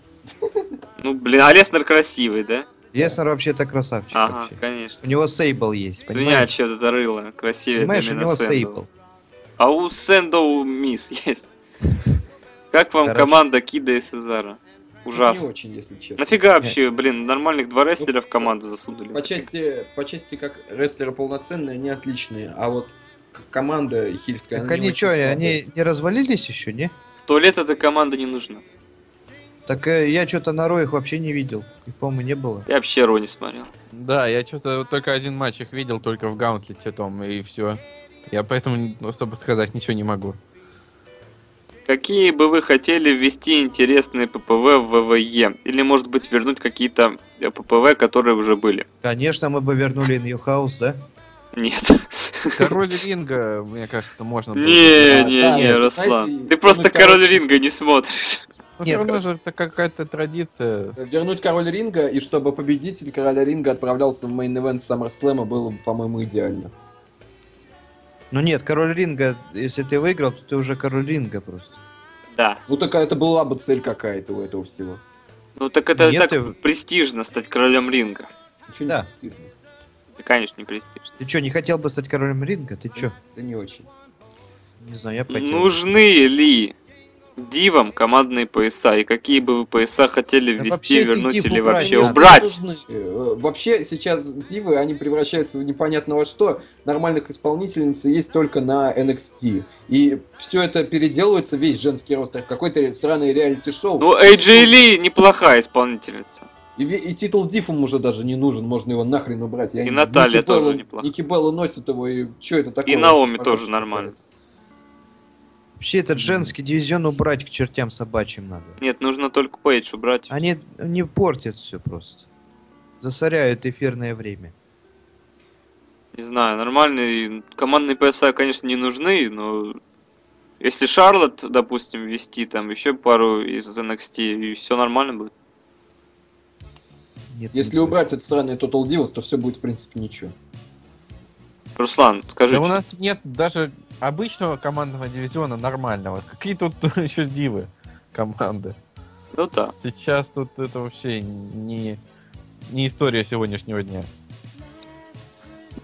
[SPEAKER 3] Ну блин, а Леснер красивый, да?
[SPEAKER 1] Леснер вообще-то красавчик
[SPEAKER 3] Ага,
[SPEAKER 1] вообще. У
[SPEAKER 3] конечно.
[SPEAKER 1] него сейбл есть, понимаешь?
[SPEAKER 3] Свинячье вот это рыло, красивее
[SPEAKER 1] Понимаешь, у
[SPEAKER 3] Дэмиана
[SPEAKER 1] него
[SPEAKER 3] Сэндоу.
[SPEAKER 1] сейбл.
[SPEAKER 3] А у Сэндоу Мисс <laughs>
[SPEAKER 1] <laughs>
[SPEAKER 3] есть. Как вам
[SPEAKER 1] Хорошо.
[SPEAKER 3] команда Кида и Сезара?
[SPEAKER 2] Не
[SPEAKER 3] Ужасно.
[SPEAKER 2] очень, если честно.
[SPEAKER 3] Нафига вообще, блин, нормальных два рестлера в команду засунули?
[SPEAKER 2] Ну, По части, по части как рестлеры полноценные, они отличные, а вот к- команда хильская,
[SPEAKER 1] Так
[SPEAKER 2] она не
[SPEAKER 1] они
[SPEAKER 2] очень
[SPEAKER 1] что,
[SPEAKER 2] слабая.
[SPEAKER 1] они не развалились еще, не?
[SPEAKER 3] Сто лет эта команда не нужна.
[SPEAKER 1] Так э, я что-то на Ро их вообще не видел. Их, по-моему, не было.
[SPEAKER 3] Я вообще Ро не смотрел.
[SPEAKER 4] Да, я что-то только один матч их видел, только в Гаунтлете том, и все. Я поэтому ну, особо сказать ничего не могу.
[SPEAKER 3] Какие бы вы хотели ввести интересные ППВ в ВВЕ? Или, может быть, вернуть какие-то э, ППВ, которые уже были?
[SPEAKER 1] Конечно, мы бы вернули Ньюхаус, да?
[SPEAKER 3] Нет.
[SPEAKER 4] Король ринга, мне кажется, можно было.
[SPEAKER 3] <laughs> Не,
[SPEAKER 2] Ну, да,
[SPEAKER 3] не, не,
[SPEAKER 2] нет,
[SPEAKER 3] Руслан.
[SPEAKER 2] знаете, ну,
[SPEAKER 3] Ты просто
[SPEAKER 2] мы, короче-
[SPEAKER 3] король ринга не смотришь. <laughs>
[SPEAKER 4] Ну,
[SPEAKER 1] Нет,
[SPEAKER 4] всё равно же это какая-то традиция.
[SPEAKER 2] Вернуть король ринга, и чтобы победитель короля ринга отправлялся в мейн-эвент Саммерслэма, было бы, по-моему, идеально.
[SPEAKER 1] Ну нет, король ринга, если ты выиграл, то ты уже король ринга просто.
[SPEAKER 3] Да.
[SPEAKER 2] Ну такая это была бы цель какая-то у этого всего.
[SPEAKER 3] Ну так это
[SPEAKER 1] Нет,
[SPEAKER 3] так
[SPEAKER 1] ты-
[SPEAKER 3] престижно стать королем ринга.
[SPEAKER 2] Ничего не
[SPEAKER 1] Да.
[SPEAKER 2] престижно.
[SPEAKER 3] Да, конечно, не престижно.
[SPEAKER 1] Ты что, не хотел бы стать королем ринга? Ты что?
[SPEAKER 2] Да не очень.
[SPEAKER 1] Не знаю, я бы хотел.
[SPEAKER 3] Ну Нужны ли дивам командные пояса? И какие бы вы пояса
[SPEAKER 1] Да
[SPEAKER 3] хотели ввести,
[SPEAKER 1] вообще этих
[SPEAKER 3] вернуть
[SPEAKER 1] див
[SPEAKER 3] или
[SPEAKER 1] убрать
[SPEAKER 3] вообще
[SPEAKER 1] надо.
[SPEAKER 3] убрать?
[SPEAKER 2] Э, Вообще сейчас дивы, они превращаются в непонятно во что. Нормальных исполнительниц есть только на NXT. И все это переделывается, весь женский ростер, в какой-то сраный реалити-шоу.
[SPEAKER 3] Ну, AJ Ли неплохая исполнительница.
[SPEAKER 2] И, ве- и титул Диф ему уже даже не нужен, можно его нахрен убрать. Я
[SPEAKER 3] И
[SPEAKER 2] не-
[SPEAKER 3] Наталья
[SPEAKER 2] Ники Белла-
[SPEAKER 3] тоже неплохо.
[SPEAKER 2] Ники Белла носит его, и что это такое?
[SPEAKER 3] И Наоми
[SPEAKER 2] Пожалуйста,
[SPEAKER 3] тоже нормально.
[SPEAKER 1] Вообще этот женский дивизион убрать к чертям собачьим надо.
[SPEAKER 3] Нет, нужно только Пейдж убрать.
[SPEAKER 1] Они не портят все просто. Засоряют эфирное время.
[SPEAKER 3] Не знаю, нормальные командные пояса, конечно, не нужны, но если Шарлот, допустим, вести там еще пару из NXT, и все нормально будет.
[SPEAKER 1] Нет,
[SPEAKER 2] Если
[SPEAKER 1] не
[SPEAKER 2] убрать этот сраный Total Divas, то все будет, в принципе, ничего.
[SPEAKER 3] Руслан, скажи,
[SPEAKER 4] Да у
[SPEAKER 3] чё-
[SPEAKER 4] нас нет даже обычного командного дивизиона нормального. Какие тут <laughs> еще дивы команды?
[SPEAKER 3] ну да.
[SPEAKER 4] Сейчас тут это вообще не, не история сегодняшнего дня.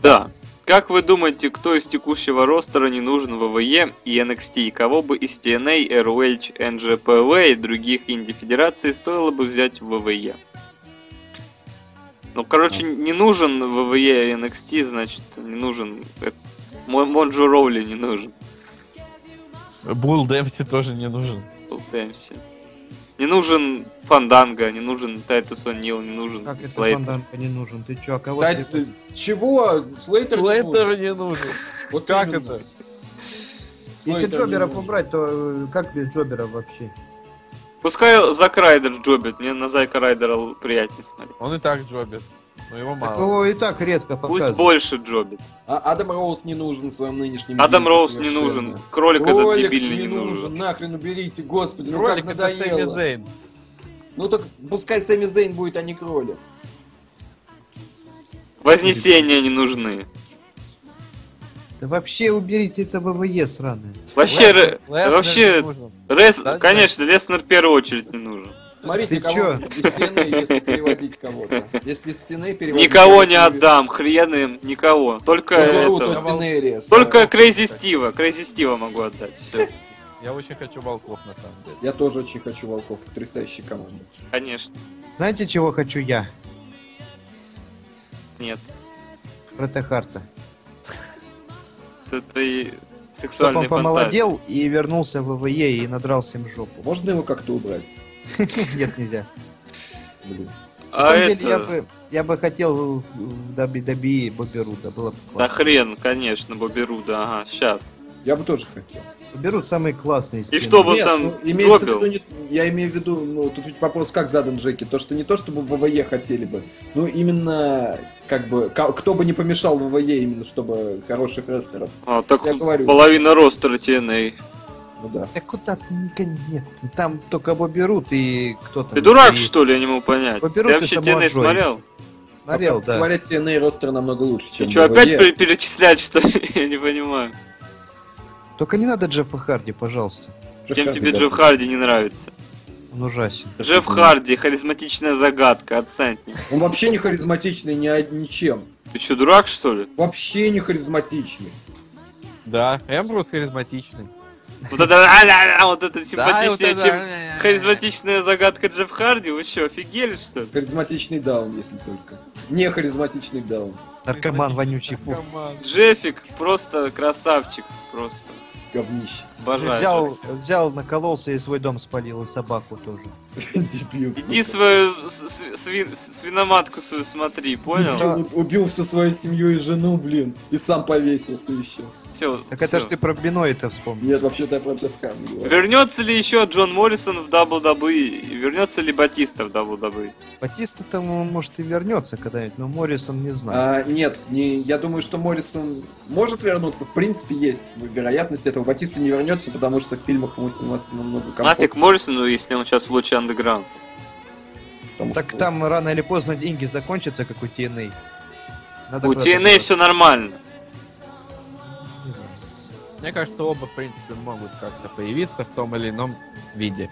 [SPEAKER 3] Да. Как вы думаете, кто из текущего ростера не нужен в ВВЕ и NXT, и кого бы из А, TNA, ROH, NJPW и других инди-федераций стоило бы взять в ВВЕ? Ну, короче, не нужен ВВЕ и NXT, значит, не нужен... э, Мон- Монджо Роули не нужен.
[SPEAKER 4] Брул Дэмси тоже не нужен.
[SPEAKER 3] Пол Дэмси. Не нужен Фанданга, не нужен Тайтус О'Нил, не нужен
[SPEAKER 1] Как это
[SPEAKER 3] Слейтер.
[SPEAKER 1] Фонданка не нужен? Ты чё, а кого
[SPEAKER 2] Да,
[SPEAKER 1] ты-
[SPEAKER 2] э, чего? Слейтер? не
[SPEAKER 4] Слейтер
[SPEAKER 2] нужен?
[SPEAKER 4] не нужен.
[SPEAKER 2] Вот
[SPEAKER 4] Как
[SPEAKER 2] именно.
[SPEAKER 4] это?
[SPEAKER 1] Если
[SPEAKER 3] Ну,
[SPEAKER 2] Слейтер не
[SPEAKER 1] Джоберов
[SPEAKER 2] нужен.
[SPEAKER 1] убрать, то э, как без Джоберов вообще?
[SPEAKER 3] Пускай Зак Райдер джобит, мне на Зака Райдера л- приятнее смотреть.
[SPEAKER 4] Он и так джобит, но его мало.
[SPEAKER 1] Так его и так редко
[SPEAKER 3] Пусть
[SPEAKER 1] показывают.
[SPEAKER 3] больше джобит.
[SPEAKER 2] А Адам Роуз не нужен в своем нынешнем
[SPEAKER 3] Адам
[SPEAKER 2] виде
[SPEAKER 3] Роуз не
[SPEAKER 2] совершенно.
[SPEAKER 3] нужен, кролик, этот
[SPEAKER 2] Кролик
[SPEAKER 3] дебильный не нужен.
[SPEAKER 2] Нахрен уберите, господи, ну
[SPEAKER 4] Кролик
[SPEAKER 2] как
[SPEAKER 4] это Сэмми
[SPEAKER 2] надоело.
[SPEAKER 4] Зейн.
[SPEAKER 2] Ну так пускай Сэмми Зейн будет, а не кролик.
[SPEAKER 3] Вознесения не нужны.
[SPEAKER 1] Да вообще уберите это ВВЕ сраное.
[SPEAKER 3] Вообще,
[SPEAKER 4] Леснер-
[SPEAKER 3] ре-
[SPEAKER 4] Леснер не
[SPEAKER 3] вообще,
[SPEAKER 4] нужен.
[SPEAKER 3] рес-
[SPEAKER 4] Да, да.
[SPEAKER 3] конечно, Леснер в первую очередь не нужен.
[SPEAKER 2] Смотрите,
[SPEAKER 1] Ты
[SPEAKER 2] кого
[SPEAKER 1] чё?
[SPEAKER 2] из стены, если переводить кого-то. Если из стены переводить...
[SPEAKER 3] Никого не
[SPEAKER 2] отдам.
[SPEAKER 3] отдам, хрен им, никого. Только
[SPEAKER 2] Наруто,
[SPEAKER 3] этого.
[SPEAKER 2] Стенериас.
[SPEAKER 3] Только
[SPEAKER 2] Да.
[SPEAKER 3] Крейзи Стива, Крейзи Стива могу отдать, все,
[SPEAKER 4] Я очень хочу волков на самом деле.
[SPEAKER 2] Я тоже очень хочу волков, потрясающая команда.
[SPEAKER 3] конечно.
[SPEAKER 1] Знаете, чего хочу я?
[SPEAKER 3] Нет,
[SPEAKER 1] Протехарта.
[SPEAKER 3] это ты
[SPEAKER 1] Чтоб
[SPEAKER 3] сексуальный
[SPEAKER 1] он
[SPEAKER 3] фантазии.
[SPEAKER 1] помолодел и вернулся в ВВЕ и надрался им жопу.
[SPEAKER 2] Можно его как-то убрать?
[SPEAKER 1] Нет, нельзя.
[SPEAKER 2] Блин.
[SPEAKER 1] На
[SPEAKER 3] А
[SPEAKER 1] самом деле, я,
[SPEAKER 3] это...
[SPEAKER 1] бы, я бы хотел э, в WWE Бобби Руда, было бы
[SPEAKER 3] Да
[SPEAKER 1] классно.
[SPEAKER 3] хрен, конечно, Боберуда, ага, сейчас.
[SPEAKER 2] Я бы тоже хотел.
[SPEAKER 1] Берут самые классные
[SPEAKER 3] И
[SPEAKER 1] стены.
[SPEAKER 3] что бы он
[SPEAKER 2] Нет,
[SPEAKER 3] там
[SPEAKER 2] ну, имеется в
[SPEAKER 3] дробил?
[SPEAKER 2] виду, не- я имею в виду, ну, тут ведь вопрос как задан Джеки, то, что не то, чтобы ВВЕ хотели бы, но именно, как бы, ка- кто бы не помешал ВВЕ, именно, чтобы хороших рестлеров.
[SPEAKER 3] А, так
[SPEAKER 2] Я говорю.
[SPEAKER 3] половина ростера А. TNA.
[SPEAKER 2] Ну да.
[SPEAKER 1] Да куда ты? никогда- Нет, там только Бобби Руд и кто там.
[SPEAKER 3] Ты дурак,
[SPEAKER 1] И-
[SPEAKER 3] что ли, я не могу понять?
[SPEAKER 1] Во-первых,
[SPEAKER 3] я
[SPEAKER 1] ты
[SPEAKER 3] вообще
[SPEAKER 1] самоотжой.
[SPEAKER 3] TNA смотрел.
[SPEAKER 1] Смотрел, да.
[SPEAKER 2] Говорят, TNA ростер намного лучше, чем
[SPEAKER 3] И что, опять
[SPEAKER 2] VVE.
[SPEAKER 3] пере- перечислять, что ли? <laughs> Я не понимаю.
[SPEAKER 1] Только не надо Джеффа Харди, пожалуйста.
[SPEAKER 2] Джефф
[SPEAKER 3] Чем
[SPEAKER 2] Харди,
[SPEAKER 3] тебе
[SPEAKER 2] да.
[SPEAKER 3] Джефф Харди не нравится?
[SPEAKER 1] Он ужасен.
[SPEAKER 3] Джефф Харди, харизматичная загадка, отстань от него.
[SPEAKER 2] Он вообще не харизматичный ни од- ничем.
[SPEAKER 3] Ты что, дурак, что ли?
[SPEAKER 2] Вообще не харизматичный.
[SPEAKER 4] Да, Эмбрус харизматичный.
[SPEAKER 3] Вот это, а-ля-ля, вот это симпатичная,
[SPEAKER 4] Да, вот
[SPEAKER 3] Типа чем
[SPEAKER 1] а,
[SPEAKER 4] это-
[SPEAKER 3] харизматичная загадка Джефф Харди? Вы что, офигели, что ли?
[SPEAKER 2] Харизматичный даун, если только. Не харизматичный даун.
[SPEAKER 1] Наркоман вонючий пух.
[SPEAKER 4] Наркоман.
[SPEAKER 3] Джеффик просто красавчик, просто.
[SPEAKER 2] Говнище. <laughs>
[SPEAKER 3] Обожаю.
[SPEAKER 1] Взял,
[SPEAKER 3] Джеффика.
[SPEAKER 1] взял, накололся и свой дом спалил, и собаку тоже.
[SPEAKER 2] Дебил.
[SPEAKER 3] Иди
[SPEAKER 2] сука.
[SPEAKER 3] свою с- с- свин- свиноматку свою смотри, понял?
[SPEAKER 2] Дебил, у- убил всю свою семью и жену, блин. И сам повесился еще.
[SPEAKER 3] Все.
[SPEAKER 1] Так это ж ты про бино это вспомнил.
[SPEAKER 2] Нет, вообще-то я про Джефф Харди говорю.
[SPEAKER 3] Вернется ли еще Джон Моррисон в WWE? И Вернется ли Батиста в WWE?
[SPEAKER 1] Батиста там, он, может, и вернется когда-нибудь, но Моррисон не знаю.
[SPEAKER 2] А, нет, не, я думаю, что Моррисон может вернуться. В принципе, есть вероятность этого. Батиста не вернется, потому что в фильмах ему сниматься намного комфортнее.
[SPEAKER 3] Нафиг Моррисону, если он сейчас в луче андеграунд.
[SPEAKER 2] потому
[SPEAKER 1] так
[SPEAKER 2] что-
[SPEAKER 1] там рано или поздно деньги закончатся, как у TNA. Надо
[SPEAKER 3] У А
[SPEAKER 1] куда-то
[SPEAKER 3] TNA все нормально.
[SPEAKER 1] брать. Не знаю.
[SPEAKER 4] Мне кажется, оба, в принципе, могут как-то появиться в том или ином виде.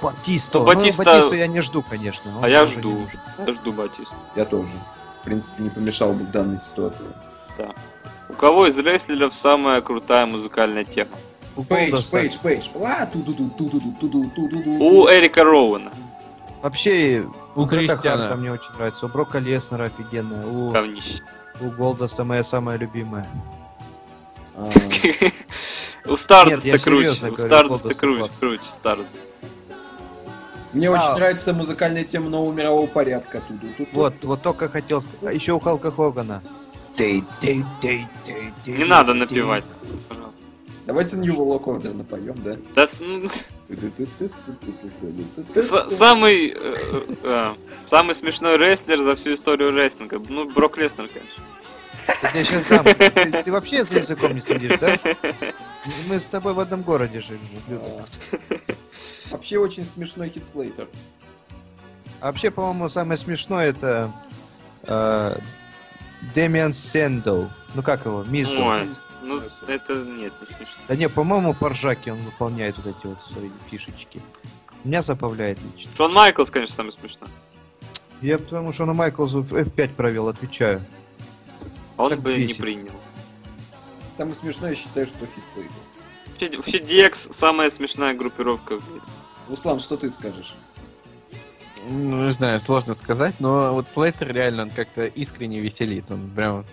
[SPEAKER 1] Батисту.
[SPEAKER 3] Ну,
[SPEAKER 1] Ну,
[SPEAKER 3] Батиста-
[SPEAKER 1] Батисту... я не жду, конечно. но
[SPEAKER 3] А я
[SPEAKER 1] он тоже
[SPEAKER 3] жду.
[SPEAKER 1] не нужен.
[SPEAKER 3] Я жду Батиста.
[SPEAKER 2] Я тоже. В принципе, не помешал бы в данной ситуации.
[SPEAKER 3] У кого из рестлеров самая крутая музыкальная тема?
[SPEAKER 1] У
[SPEAKER 5] Пейдж,
[SPEAKER 1] Голдоста.
[SPEAKER 5] пейдж, пейдж. Ла, ту-ду-ду, ту-ду-ду, ту-ду, ту-ду-ду.
[SPEAKER 3] У э, Эрика Роуэна.
[SPEAKER 1] Вообще,
[SPEAKER 4] У
[SPEAKER 1] Брэда
[SPEAKER 4] Кристиана.
[SPEAKER 1] Харта мне очень нравится. У Брока Леснера офигенная. У,
[SPEAKER 3] Говнище. <laughs>
[SPEAKER 1] у Голдоста моя самая любимая.
[SPEAKER 2] А,
[SPEAKER 3] У Стардоста
[SPEAKER 1] Нет, я
[SPEAKER 3] круче.
[SPEAKER 1] серьезно
[SPEAKER 3] У
[SPEAKER 1] говорю,
[SPEAKER 3] Стардоста
[SPEAKER 1] Голдост
[SPEAKER 3] круче.
[SPEAKER 1] класс.
[SPEAKER 3] Круче Стардост.
[SPEAKER 2] Мне
[SPEAKER 1] А.
[SPEAKER 2] очень нравится музыкальная тема нового мирового порядка. Ту-ду-ду-ду.
[SPEAKER 1] Вот, вот только хотел сказать. А еще у Халка Хогана.
[SPEAKER 3] Не надо напевать.
[SPEAKER 2] Давайте New World Order напоем, да?
[SPEAKER 3] Да с- ну, <laughs> с-
[SPEAKER 2] Ту-ду-ду-ду-ду-ду-ду-ду-ду.
[SPEAKER 3] самый, э, э, самый смешной рестлер за всю историю рестлинга. Ну, Брок Леснер, конечно.
[SPEAKER 1] Я тебе сейчас дам. Ты, ты вообще за языком не следишь, да? Мы с тобой в одном городе жили. ублюдок.
[SPEAKER 2] Вообще очень смешной хит Слейтер.
[SPEAKER 1] А вообще, по-моему, самое смешное это э, Дэмиан Сэндоу. Ну как его? Миздоу.
[SPEAKER 3] Ой, ну, это нет, не смешно.
[SPEAKER 1] Да не, по-моему, по ржаке он выполняет вот эти вот свои фишечки. Меня забавляет лично.
[SPEAKER 3] Шон Майклс, конечно, самый смешной.
[SPEAKER 1] Я потому что на Майклзу F5 провел, отвечаю.
[SPEAKER 3] А Он
[SPEAKER 1] Так
[SPEAKER 3] бы
[SPEAKER 1] бесит.
[SPEAKER 3] не принял.
[SPEAKER 2] Самое смешное, я считаю, что хит Слейтер.
[SPEAKER 3] Вообще, вообще DX самая смешная группировка. в мире.
[SPEAKER 2] Руслан, что ты скажешь?
[SPEAKER 4] Ну, не знаю, сложно сказать, но вот Слейтер реально он как-то искренне веселит. Он прям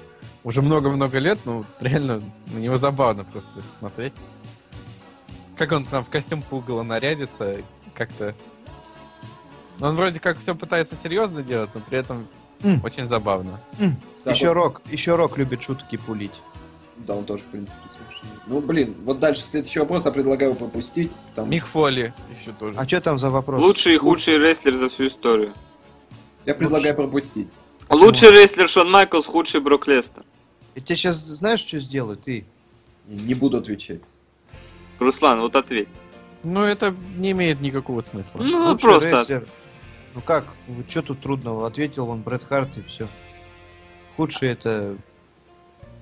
[SPEAKER 4] уже много-много лет, ну, вот реально на него забавно просто смотреть. Как он там в костюм пугала нарядится, как-то... Ну, Он вроде как все пытается серьезно делать, но при этом
[SPEAKER 1] М.
[SPEAKER 4] очень забавно.
[SPEAKER 2] Да,
[SPEAKER 1] еще
[SPEAKER 2] вот-
[SPEAKER 1] Рок, еще Рок любит шутки пулить.
[SPEAKER 2] Да, он тоже, в принципе, смешный. Ну, блин, вот дальше следующий вопрос, я предлагаю пропустить. Потому...
[SPEAKER 4] Мик Фоли еще тоже.
[SPEAKER 1] А что там за вопрос?
[SPEAKER 3] Лучший и худший рестлер за всю историю.
[SPEAKER 2] что- Я предлагаю пропустить.
[SPEAKER 3] Лучший рестлер Шон Майклс, худший Брок Леснер.
[SPEAKER 1] Я тебе сейчас знаешь, что сделаю? Ты
[SPEAKER 2] Не буду отвечать.
[SPEAKER 3] Руслан, вот ответь.
[SPEAKER 4] Ну, это не имеет никакого смысла.
[SPEAKER 3] Ну,
[SPEAKER 1] лучший
[SPEAKER 3] просто
[SPEAKER 1] рестлер. Ну как? Что тут трудного? Ответил он Брэд Харт и все. Худший это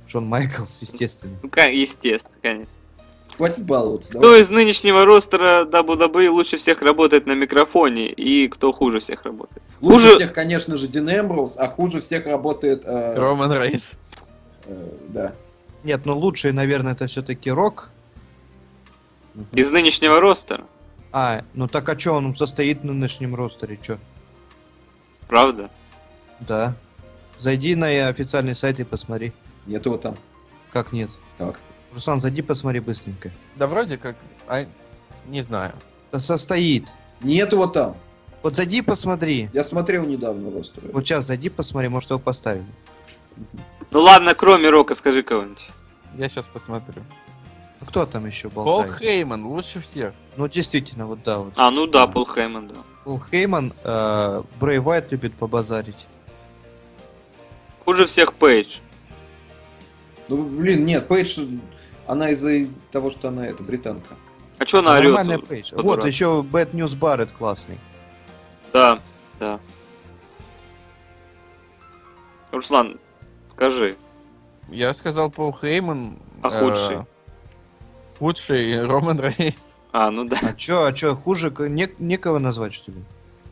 [SPEAKER 1] Шон Майклс, естественно.
[SPEAKER 3] Ну, ка- естественно, конечно.
[SPEAKER 2] Хватит баловаться,
[SPEAKER 3] Кто
[SPEAKER 2] давай.
[SPEAKER 3] из нынешнего ростера WWE лучше всех работает на микрофоне и кто хуже всех работает?
[SPEAKER 2] Лучше
[SPEAKER 3] Хуже-
[SPEAKER 2] всех, конечно же, Дин Эмброуз, а хуже всех работает... э,
[SPEAKER 4] Роман Рейнс.
[SPEAKER 2] э, да.
[SPEAKER 1] Нет, ну лучший, наверное, это все-таки Рок.
[SPEAKER 3] Из нынешнего ростера,
[SPEAKER 1] А, ну так а что, он состоит на нынешнем ростере, что?
[SPEAKER 3] правда?
[SPEAKER 1] Да. Зайди на официальный сайт и посмотри.
[SPEAKER 2] Нет его там.
[SPEAKER 1] Как нет?
[SPEAKER 2] Так.
[SPEAKER 1] Руслан, зайди посмотри быстренько.
[SPEAKER 4] Да вроде как... а, Не знаю.
[SPEAKER 1] Да состоит.
[SPEAKER 2] Нет его там.
[SPEAKER 1] Вот зайди посмотри.
[SPEAKER 2] Я смотрел недавно ростер.
[SPEAKER 1] Вот сейчас зайди посмотри, может его поставили.
[SPEAKER 3] Ну ладно, кроме Рока, скажи кого-нибудь.
[SPEAKER 4] Я сейчас посмотрю.
[SPEAKER 1] Ну, Кто там еще
[SPEAKER 4] Пол
[SPEAKER 1] болтает?
[SPEAKER 4] Хейман лучше всех.
[SPEAKER 1] Ну действительно, вот да, вот.
[SPEAKER 3] А, ну да, Пол Хейман, да.
[SPEAKER 1] Пол Хейман, э, Брэй Уайт любит побазарить.
[SPEAKER 3] Хуже всех Пейдж.
[SPEAKER 2] Ну, блин, нет, Пейдж, она из-за того, что она, это, британка.
[SPEAKER 3] А чё она
[SPEAKER 1] А
[SPEAKER 3] орёт?
[SPEAKER 1] Нормальная пейдж.
[SPEAKER 3] по
[SPEAKER 1] Вот
[SPEAKER 3] дурак?
[SPEAKER 1] еще Bad News Barrett классный.
[SPEAKER 3] Да, да. Руслан, скажи.
[SPEAKER 4] Я сказал Пол Хейман.
[SPEAKER 3] А худший?
[SPEAKER 4] э, Худший Роман Рейнс.
[SPEAKER 3] А, ну да.
[SPEAKER 1] А чё, а чё, хуже к- не- некого назвать, что ли?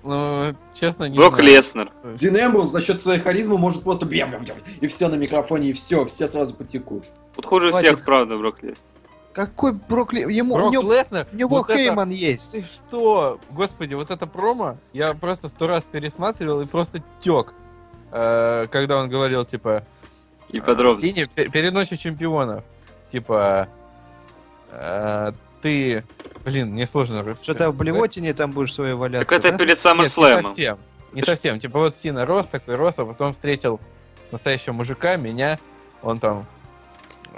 [SPEAKER 4] Ну, честно, не
[SPEAKER 3] Брок
[SPEAKER 4] знаю.
[SPEAKER 3] Леснер.
[SPEAKER 2] Дин Эмброуз за счет своей харизмы может просто... И все на микрофоне, и все, все сразу потекут.
[SPEAKER 3] Вот хуже
[SPEAKER 1] Хватит.
[SPEAKER 3] всех, правда, Брок Леснер.
[SPEAKER 1] Какой Брокли... Ему, у
[SPEAKER 4] Брок
[SPEAKER 1] него,
[SPEAKER 4] Леснер?
[SPEAKER 1] у него
[SPEAKER 4] Вот это-
[SPEAKER 1] Хейман есть.
[SPEAKER 4] Ты что? Господи, вот это промо я просто сто раз пересматривал и просто тек. э, когда он говорил, типа...
[SPEAKER 3] И
[SPEAKER 4] э,
[SPEAKER 3] подробности.
[SPEAKER 4] «Синий пе- перед ночью чемпионов. Типа... э, ты... Блин, мне сложно русский
[SPEAKER 1] Что-то в
[SPEAKER 4] сказать.
[SPEAKER 1] блевотине там будешь своей валяться,
[SPEAKER 3] Так это
[SPEAKER 1] да?
[SPEAKER 3] перед
[SPEAKER 4] Нет, не
[SPEAKER 3] Саммерслэмом.
[SPEAKER 4] совсем. Не совсем. Типа вот Сина рос, такой рос, а потом встретил настоящего мужика, меня, он там...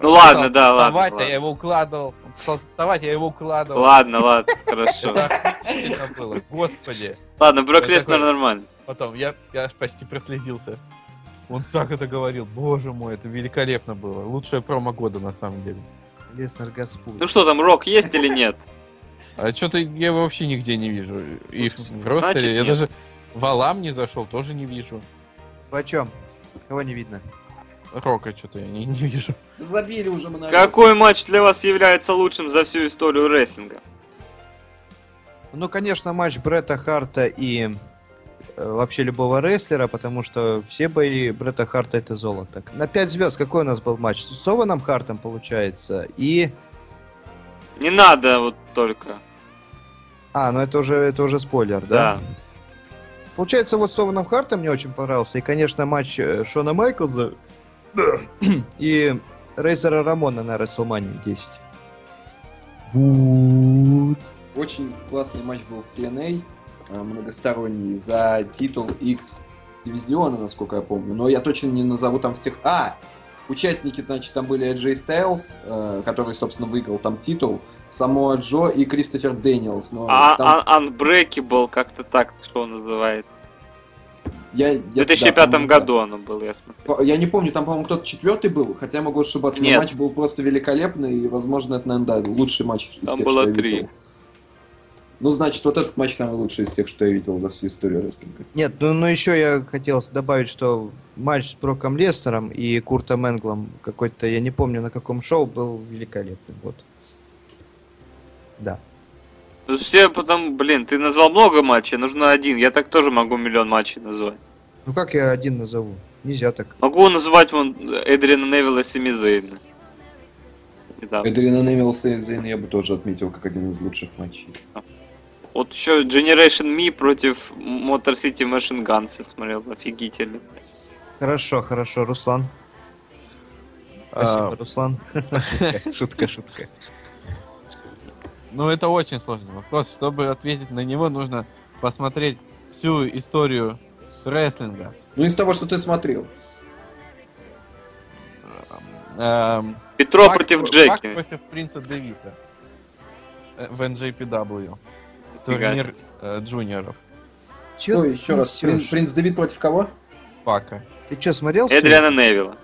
[SPEAKER 3] Ну
[SPEAKER 4] э,
[SPEAKER 3] ладно,
[SPEAKER 4] пытался
[SPEAKER 3] да, ладно,
[SPEAKER 4] вставать,
[SPEAKER 3] ладно.
[SPEAKER 4] а я его укладывал. Он пытался вставать, а я его укладывал.
[SPEAKER 3] Ладно,
[SPEAKER 4] <laughs>
[SPEAKER 3] ладно, хорошо.
[SPEAKER 4] Это охуительно было, господи.
[SPEAKER 3] Ладно, Брок
[SPEAKER 4] Я
[SPEAKER 3] Леснер
[SPEAKER 4] такой-
[SPEAKER 3] нормально.
[SPEAKER 4] Потом я, я аж почти прослезился. Он так это говорил, боже мой, это великолепно было. Лучшее промо года на самом деле.
[SPEAKER 1] Леснер Господь.
[SPEAKER 3] Ну что там, Рок есть или
[SPEAKER 4] <laughs>
[SPEAKER 3] нет?
[SPEAKER 4] А что-то я его вообще нигде не вижу. И в
[SPEAKER 1] Значит,
[SPEAKER 4] ростере я
[SPEAKER 3] нет.
[SPEAKER 4] даже в Алам не зашел, тоже не вижу.
[SPEAKER 1] О чем? Кого не видно?
[SPEAKER 4] Рока что-то я не, не вижу.
[SPEAKER 2] Да забили уже мы на...
[SPEAKER 3] Какой матч для вас является лучшим за всю историю рестлинга?
[SPEAKER 1] Ну, конечно, матч Бретта Харта и э, вообще любого рестлера, потому что все бои Бретта Харта это золото. На 5 звезд какой у нас был матч? С Ованом Хартом, получается, и...
[SPEAKER 3] Не надо вот только.
[SPEAKER 1] А, ну это уже, это уже спойлер, да?
[SPEAKER 3] Да.
[SPEAKER 1] Получается, вот с Ованом Хартом мне очень понравился. И, конечно, матч э, Шона Майклза <clears throat> и Рейзера Рамона на WrestleMania 10. Вот.
[SPEAKER 2] Очень классный матч был в TNA, э, многосторонний, за титул X дивизиона, насколько я помню. Но я точно не назову там всех... А! Участники, значит, там были Джей Стайлз, э, который, собственно, выиграл там титул, Самоа Джо и Кристофер Дэниелс. Но
[SPEAKER 3] А,
[SPEAKER 2] там-
[SPEAKER 3] а- Unbreakable, как-то так, что он называется.
[SPEAKER 2] я, я-
[SPEAKER 3] В
[SPEAKER 2] да,
[SPEAKER 3] 2005
[SPEAKER 2] по-моему, да.
[SPEAKER 3] году оно было, я смотрю.
[SPEAKER 2] По- Я не помню, там, по-моему, кто-то четвертый был, хотя я могу ошибаться, но
[SPEAKER 3] Нет.
[SPEAKER 2] матч был просто великолепный, и, возможно, это, наверное, да, лучший матч из
[SPEAKER 3] Там
[SPEAKER 2] всех,
[SPEAKER 3] было
[SPEAKER 2] что я
[SPEAKER 3] три.
[SPEAKER 2] видел. Ну, значит, вот этот матч самый лучший из всех, что я видел за всю историю рестлинга.
[SPEAKER 1] Нет, ну, ну еще я хотел добавить, что матч с Броком Лестером и Куртом Энглом какой-то, я не помню на каком шоу, был великолепный. Вот. Да.
[SPEAKER 3] Потому что Ну, Все потом, блин, ты назвал много матчей, нужно один. Я так тоже могу миллион матчей назвать.
[SPEAKER 1] Ну как я один назову? Нельзя так.
[SPEAKER 3] Могу называть вон Эдрина Невилла и Сами Зейна. И там.
[SPEAKER 2] Эдрина Невилса и Зейн я бы тоже отметил как один из лучших матчей.
[SPEAKER 3] Вот еще Generation Me против Motor City Machine Guns я смотрел, офигительно.
[SPEAKER 1] Хорошо, хорошо, Руслан. Спасибо,
[SPEAKER 4] А,
[SPEAKER 1] Руслан. Шутка, <laughs> Шутка, шутка.
[SPEAKER 4] Ну, это очень сложный вопрос. Чтобы ответить на него, нужно посмотреть всю историю рестлинга.
[SPEAKER 2] Ну, из того, что ты смотрел.
[SPEAKER 4] Эм,
[SPEAKER 3] Петро
[SPEAKER 4] Пак-
[SPEAKER 3] против
[SPEAKER 4] Пак
[SPEAKER 3] Джеки.
[SPEAKER 4] против принца Девита э, в NJPW.
[SPEAKER 3] Нифига себе.
[SPEAKER 4] Турнир э, джуниоров.
[SPEAKER 1] Чё
[SPEAKER 2] ну,
[SPEAKER 1] ты
[SPEAKER 2] еще раз, Прин-
[SPEAKER 1] несёшь?
[SPEAKER 2] Принц Давид против кого?
[SPEAKER 4] Пака.
[SPEAKER 1] Ты что, смотрел? всё?
[SPEAKER 3] Эдриана Невилла.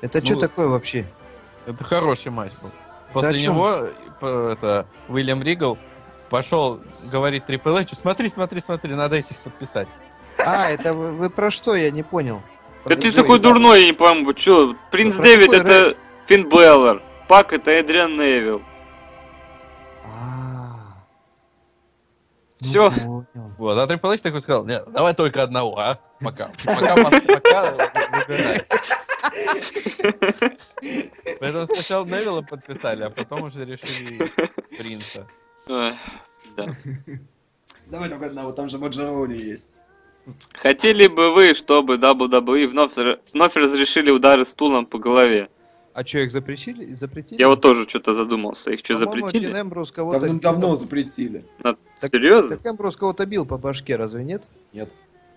[SPEAKER 1] Это что
[SPEAKER 4] Ну,
[SPEAKER 1] такое
[SPEAKER 4] <laughs>
[SPEAKER 1] вообще?
[SPEAKER 4] Это хороший матч был. После
[SPEAKER 1] о чём?
[SPEAKER 4] него э, п- это, Уильям Ригл пошел говорить Трипл Эйчу, смотри, смотри, смотри, надо этих подписать.
[SPEAKER 1] А, это вы вы про что? Я не понял.
[SPEAKER 3] Да ты
[SPEAKER 2] Джей,
[SPEAKER 3] такой
[SPEAKER 2] да.
[SPEAKER 3] дурной, я не пойму, чё? Принц
[SPEAKER 1] Да
[SPEAKER 3] Дэвид
[SPEAKER 1] какой
[SPEAKER 3] это Финн Беллар, Пак это Эдриан Невилл.
[SPEAKER 1] А. Ну,
[SPEAKER 3] Всё.
[SPEAKER 1] понял.
[SPEAKER 4] Вот, а Трипл Эйч такой сказал, нет, давай только одного, а? Пока. Пока, пока, выбирай. Поэтому сначала Невилла подписали, а потом уже решили принца.
[SPEAKER 3] Эх, Да.
[SPEAKER 2] Давай только одного, там же Боджа Роули есть.
[SPEAKER 3] Хотели бы вы, чтобы WWE вновь, зар- вновь разрешили удары стулом по голове?
[SPEAKER 1] А что, их запретили? запретили?
[SPEAKER 3] Я вот тоже что-то задумался. Их что,
[SPEAKER 1] По-моему,
[SPEAKER 3] запретили?
[SPEAKER 1] Дин Эмбрус кого-то
[SPEAKER 2] Давным-давно ну, запретили.
[SPEAKER 1] Так-
[SPEAKER 3] Серьезно?
[SPEAKER 1] Так Эмбрус кого-то бил по башке, разве
[SPEAKER 4] <laughs>
[SPEAKER 1] нет?
[SPEAKER 2] Нет.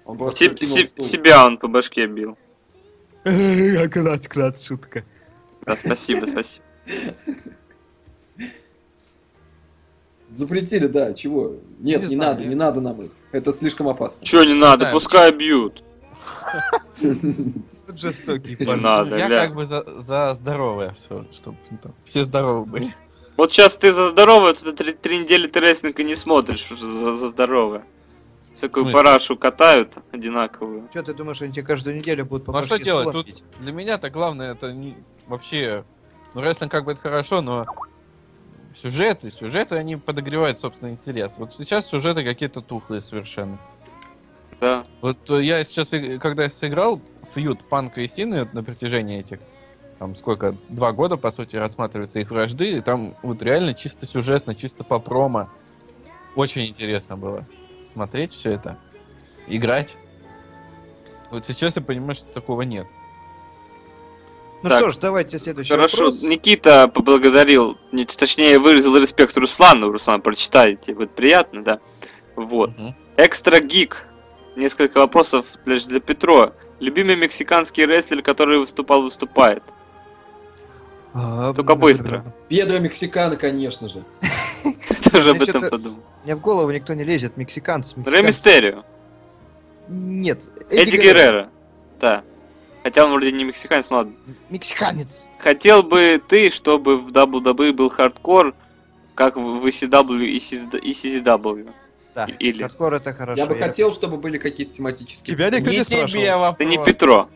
[SPEAKER 2] Он просто
[SPEAKER 3] Себ-
[SPEAKER 2] кинул
[SPEAKER 3] себ-
[SPEAKER 2] стул.
[SPEAKER 3] Себя он по башке бил.
[SPEAKER 1] Клац, клац, шутка.
[SPEAKER 3] Да, спасибо,
[SPEAKER 4] <laughs>
[SPEAKER 3] спасибо.
[SPEAKER 2] Запретили, да, чего? Нет,
[SPEAKER 1] Не
[SPEAKER 2] не,
[SPEAKER 1] знаю,
[SPEAKER 2] надо,
[SPEAKER 1] я-
[SPEAKER 2] не надо нам их. Это слишком опасно.
[SPEAKER 3] Че не надо,
[SPEAKER 4] Да.
[SPEAKER 3] пускай
[SPEAKER 4] <laughs>
[SPEAKER 3] бьют. <laughs>
[SPEAKER 1] Жестокий
[SPEAKER 3] Не
[SPEAKER 1] парень.
[SPEAKER 3] надо,
[SPEAKER 4] Ну, Я
[SPEAKER 3] ля.
[SPEAKER 4] как бы за, за здоровое все, чтобы все здоровы были.
[SPEAKER 3] Вот сейчас ты за здоровое, тут три, три недели ты рестлинга не смотришь уже за, за здоровое. Всякую
[SPEAKER 4] смысле?
[SPEAKER 3] парашу катают одинаковую.
[SPEAKER 1] Что ты думаешь, они тебе каждую неделю будут по
[SPEAKER 4] Ну а что
[SPEAKER 1] башке
[SPEAKER 4] делать?
[SPEAKER 1] стулом
[SPEAKER 4] Тут
[SPEAKER 1] бить?
[SPEAKER 4] для меня-то главное это не- вообще... Ну, рестлинг как бы это хорошо, но сюжеты, сюжеты, они подогревают, собственно, интерес. Вот сейчас сюжеты какие-то тухлые совершенно.
[SPEAKER 3] Да.
[SPEAKER 4] Вот э, я сейчас, и- когда я сыграл фьюд Панка и Сины вот на протяжении этих, там сколько, два года, по сути, рассматриваются их вражды, и там вот реально чисто сюжетно, чисто по промо. Очень интересно было смотреть все это, играть. Вот сейчас я понимаю, что такого нет.
[SPEAKER 1] Ну
[SPEAKER 3] Так.
[SPEAKER 1] что ж, давайте следующий
[SPEAKER 3] Хорошо,
[SPEAKER 1] вопрос.
[SPEAKER 3] Никита поблагодарил, не, точнее выразил респект Руслану. Руслан, прочитайте, будет приятно, да? Вот.
[SPEAKER 4] Мгм.
[SPEAKER 3] Экстра Гик. Несколько вопросов для, для Петро. Любимый мексиканский рестлер, который выступал, выступает. <laughs>
[SPEAKER 1] А,
[SPEAKER 3] Только быстро.
[SPEAKER 2] Педро Мексикана, конечно же.
[SPEAKER 3] Ты тоже об
[SPEAKER 1] Я
[SPEAKER 3] этом
[SPEAKER 1] чё-то-
[SPEAKER 3] подумал.
[SPEAKER 1] Мне в голову никто не лезет, мексиканцы.
[SPEAKER 3] Рэй
[SPEAKER 1] мексиканцы.
[SPEAKER 3] Мистерио.
[SPEAKER 1] Нет.
[SPEAKER 3] Эдди Геррера. Да. Хотя он вроде не мексиканец, но ладно.
[SPEAKER 1] Мексиканец.
[SPEAKER 3] Хотел бы ты, чтобы в WWE был хардкор, как в ECW и CZW.
[SPEAKER 1] Да,
[SPEAKER 3] Или-
[SPEAKER 1] хардкор это хорошо.
[SPEAKER 2] я бы хотел, чтобы были какие-то тематические...
[SPEAKER 1] Тебя никто не
[SPEAKER 4] тебе
[SPEAKER 1] спрашивал.
[SPEAKER 4] вопрос.
[SPEAKER 3] Ты не Петро.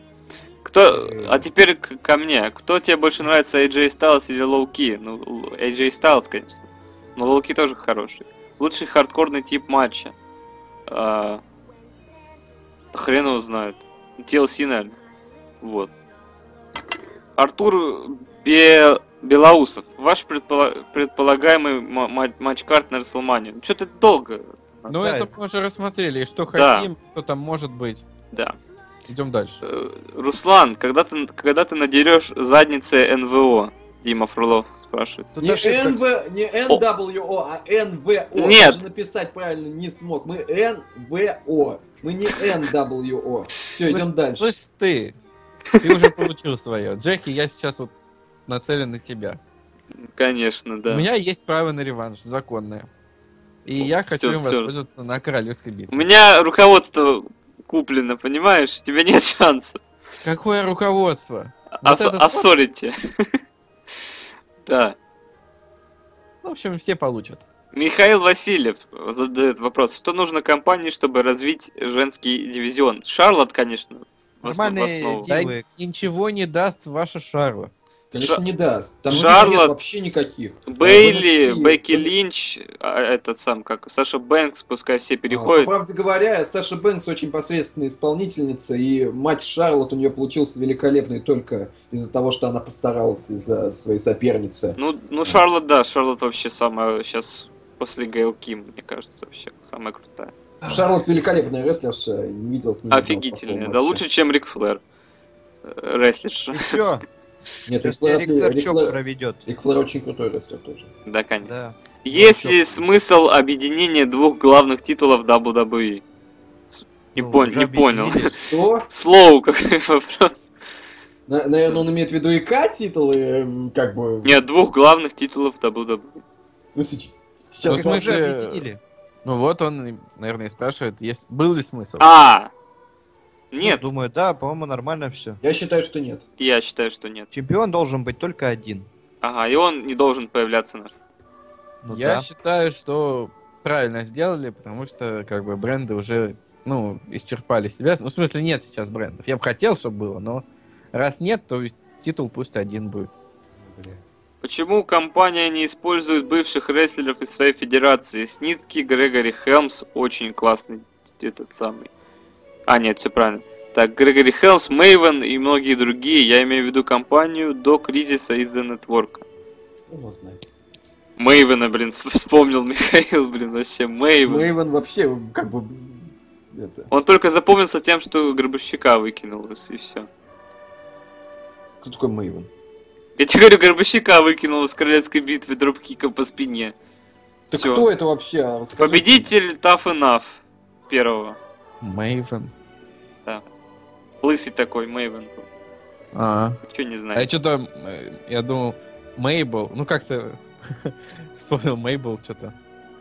[SPEAKER 3] Кто...
[SPEAKER 2] Э.
[SPEAKER 3] А теперь к- ко мне. Кто тебе больше э, нравится, AJ Styles или Лоуки? Ну, Л- AJ Styles, конечно. Но Лоуки тоже хороший. Лучший хардкорный тип матча. А, хрен его знает. TLC, наверное. Вот. Артур Бе- Белоусов. Ваш предпола- предполагаемый ма- ма- матч-карт на WrestleMania. Что-то долго.
[SPEAKER 4] Ну,
[SPEAKER 1] Да,
[SPEAKER 4] это
[SPEAKER 1] это-
[SPEAKER 4] мы уже рассмотрели, и что
[SPEAKER 3] Да.
[SPEAKER 4] хотим, что там может быть.
[SPEAKER 3] Да.
[SPEAKER 4] Идем дальше.
[SPEAKER 3] Э, Руслан, когда ты, когда ты надерешь задницы НВО? Дима Фролов спрашивает.
[SPEAKER 1] Тут
[SPEAKER 2] Не,
[SPEAKER 1] ошибка,
[SPEAKER 2] NV, не NWO, а NVO.
[SPEAKER 3] Нет.
[SPEAKER 2] Даже написать правильно не смог. Мы NVO. Мы не NWO.
[SPEAKER 1] Ну,
[SPEAKER 2] Все, идем дальше.
[SPEAKER 4] Слышь ты, ты уже получил свое. Джеки, я сейчас вот нацелен на тебя.
[SPEAKER 3] Конечно, да.
[SPEAKER 4] У меня есть право на реванш, законное. И
[SPEAKER 3] О,
[SPEAKER 4] я
[SPEAKER 3] всё,
[SPEAKER 4] хочу им
[SPEAKER 3] всё.
[SPEAKER 4] воспользоваться на королевской
[SPEAKER 3] У
[SPEAKER 4] битве.
[SPEAKER 3] меня руководство куплено, понимаешь? У тебя нет шанса.
[SPEAKER 4] Какое руководство?
[SPEAKER 3] Ос-
[SPEAKER 4] Вот этот
[SPEAKER 3] Оссорите. <laughs> Да.
[SPEAKER 4] Ну, В общем, все получат.
[SPEAKER 3] Михаил Васильев задает вопрос. Что нужно компании, чтобы развить женский дивизион? Шарлот, конечно. в основ- в
[SPEAKER 1] Нормальные
[SPEAKER 3] основу.
[SPEAKER 1] ди-
[SPEAKER 4] Да
[SPEAKER 1] Дивы.
[SPEAKER 4] ничего не даст ваша Шарла.
[SPEAKER 2] Конечно,
[SPEAKER 3] Жа-
[SPEAKER 2] не даст. Там
[SPEAKER 3] Шарлот-
[SPEAKER 2] нет вообще никаких.
[SPEAKER 3] Бейли,
[SPEAKER 2] NXT,
[SPEAKER 3] Бекки
[SPEAKER 2] ну,
[SPEAKER 3] Линч, а, этот сам как, Саша Бэнкс, пускай
[SPEAKER 2] А,
[SPEAKER 3] все
[SPEAKER 2] По
[SPEAKER 3] переходят.
[SPEAKER 2] правде говоря, Саша Бэнкс очень посредственная исполнительница, и матч Шарлот у нее получился великолепный только из-за того, что она постаралась из-за своей соперницы.
[SPEAKER 3] Ну, ну Шарлот, да, Шарлот вообще самая сейчас после Гейл Ким, мне кажется, вообще самая крутая.
[SPEAKER 2] Шарлот великолепная рестлерша, не видел с ней одного
[SPEAKER 3] Офигительная,
[SPEAKER 2] плохого
[SPEAKER 3] да,
[SPEAKER 2] матча.
[SPEAKER 3] лучше, чем Рик Флэр. э, Рестлерша. <laughs>
[SPEAKER 1] И все.
[SPEAKER 2] Нет, Рик
[SPEAKER 1] Сейчас тебя
[SPEAKER 2] Флэр,
[SPEAKER 1] Рик
[SPEAKER 2] Рик
[SPEAKER 1] Торчок
[SPEAKER 2] Флэр-
[SPEAKER 1] проведет.
[SPEAKER 2] Рик Флэр очень крутой рестлер тоже.
[SPEAKER 3] Да, конечно.
[SPEAKER 1] Да. Ну,
[SPEAKER 3] Есть
[SPEAKER 1] чё,
[SPEAKER 3] ли смысл объединения двух главных титулов WWE? С- Не,
[SPEAKER 1] Ну,
[SPEAKER 3] пон-
[SPEAKER 1] уже
[SPEAKER 3] не понял. <laughs>
[SPEAKER 1] объединились.
[SPEAKER 2] Что?
[SPEAKER 3] Слово какой <laughs> вопрос.
[SPEAKER 2] На- наверное, он имеет в виду ИК титулы, эм, как бы...
[SPEAKER 3] Нет, двух главных титулов WWE.
[SPEAKER 2] Ну, сейчас...
[SPEAKER 4] Ну,
[SPEAKER 2] сейчас
[SPEAKER 4] в
[SPEAKER 1] Их мы
[SPEAKER 4] смысле,
[SPEAKER 1] уже объединили.
[SPEAKER 4] Ну вот он, наверное, и спрашивает, есть, был ли смысл.
[SPEAKER 3] А! Нет,
[SPEAKER 1] Ну, думаю, да, по-моему, нормально все.
[SPEAKER 2] Я считаю, что нет.
[SPEAKER 3] я считаю, что нет.
[SPEAKER 1] Чемпион должен быть только один.
[SPEAKER 3] Ага, и он не должен появляться на...
[SPEAKER 1] Ну
[SPEAKER 4] я
[SPEAKER 1] да.
[SPEAKER 4] считаю, что правильно сделали, потому что как бы бренды уже, ну, исчерпали себя. Ну, в смысле, нет сейчас брендов. Я бы хотел, чтобы было, но раз нет, то титул пусть один будет.
[SPEAKER 3] Почему компания не использует бывших рестлеров из своей федерации? Сницкий, Грегори Хелмс очень классный этот самый. А, нет, все правильно. Так, Грегори Хелмс, Мейвен и многие другие. Я имею в виду компанию до кризиса из-за нетворка.
[SPEAKER 2] Ну, вот знает.
[SPEAKER 3] Мейвена, блин, <laughs> с- вспомнил Михаил, блин, вообще Мейвен.
[SPEAKER 2] Мэйвен вообще, как бы... Это...
[SPEAKER 3] Он только запомнился тем, что Гробовщика выкинул, из- и все.
[SPEAKER 2] Кто такой Мэйвен?
[SPEAKER 3] Я тебе говорю, Горбащика выкинул из королевской битвы дропкиком по спине.
[SPEAKER 2] Ты
[SPEAKER 3] Всё.
[SPEAKER 2] кто это вообще? А, расскажи.
[SPEAKER 3] Победитель Tough Enough первого.
[SPEAKER 4] Мейвен.
[SPEAKER 3] Лысый такой, Мейвен. был.
[SPEAKER 4] А,
[SPEAKER 3] Ничего не
[SPEAKER 4] а я
[SPEAKER 3] знаю.
[SPEAKER 4] что-то, я думал, Мейбл, ну как-то <laughs> вспомнил Мейбл что-то.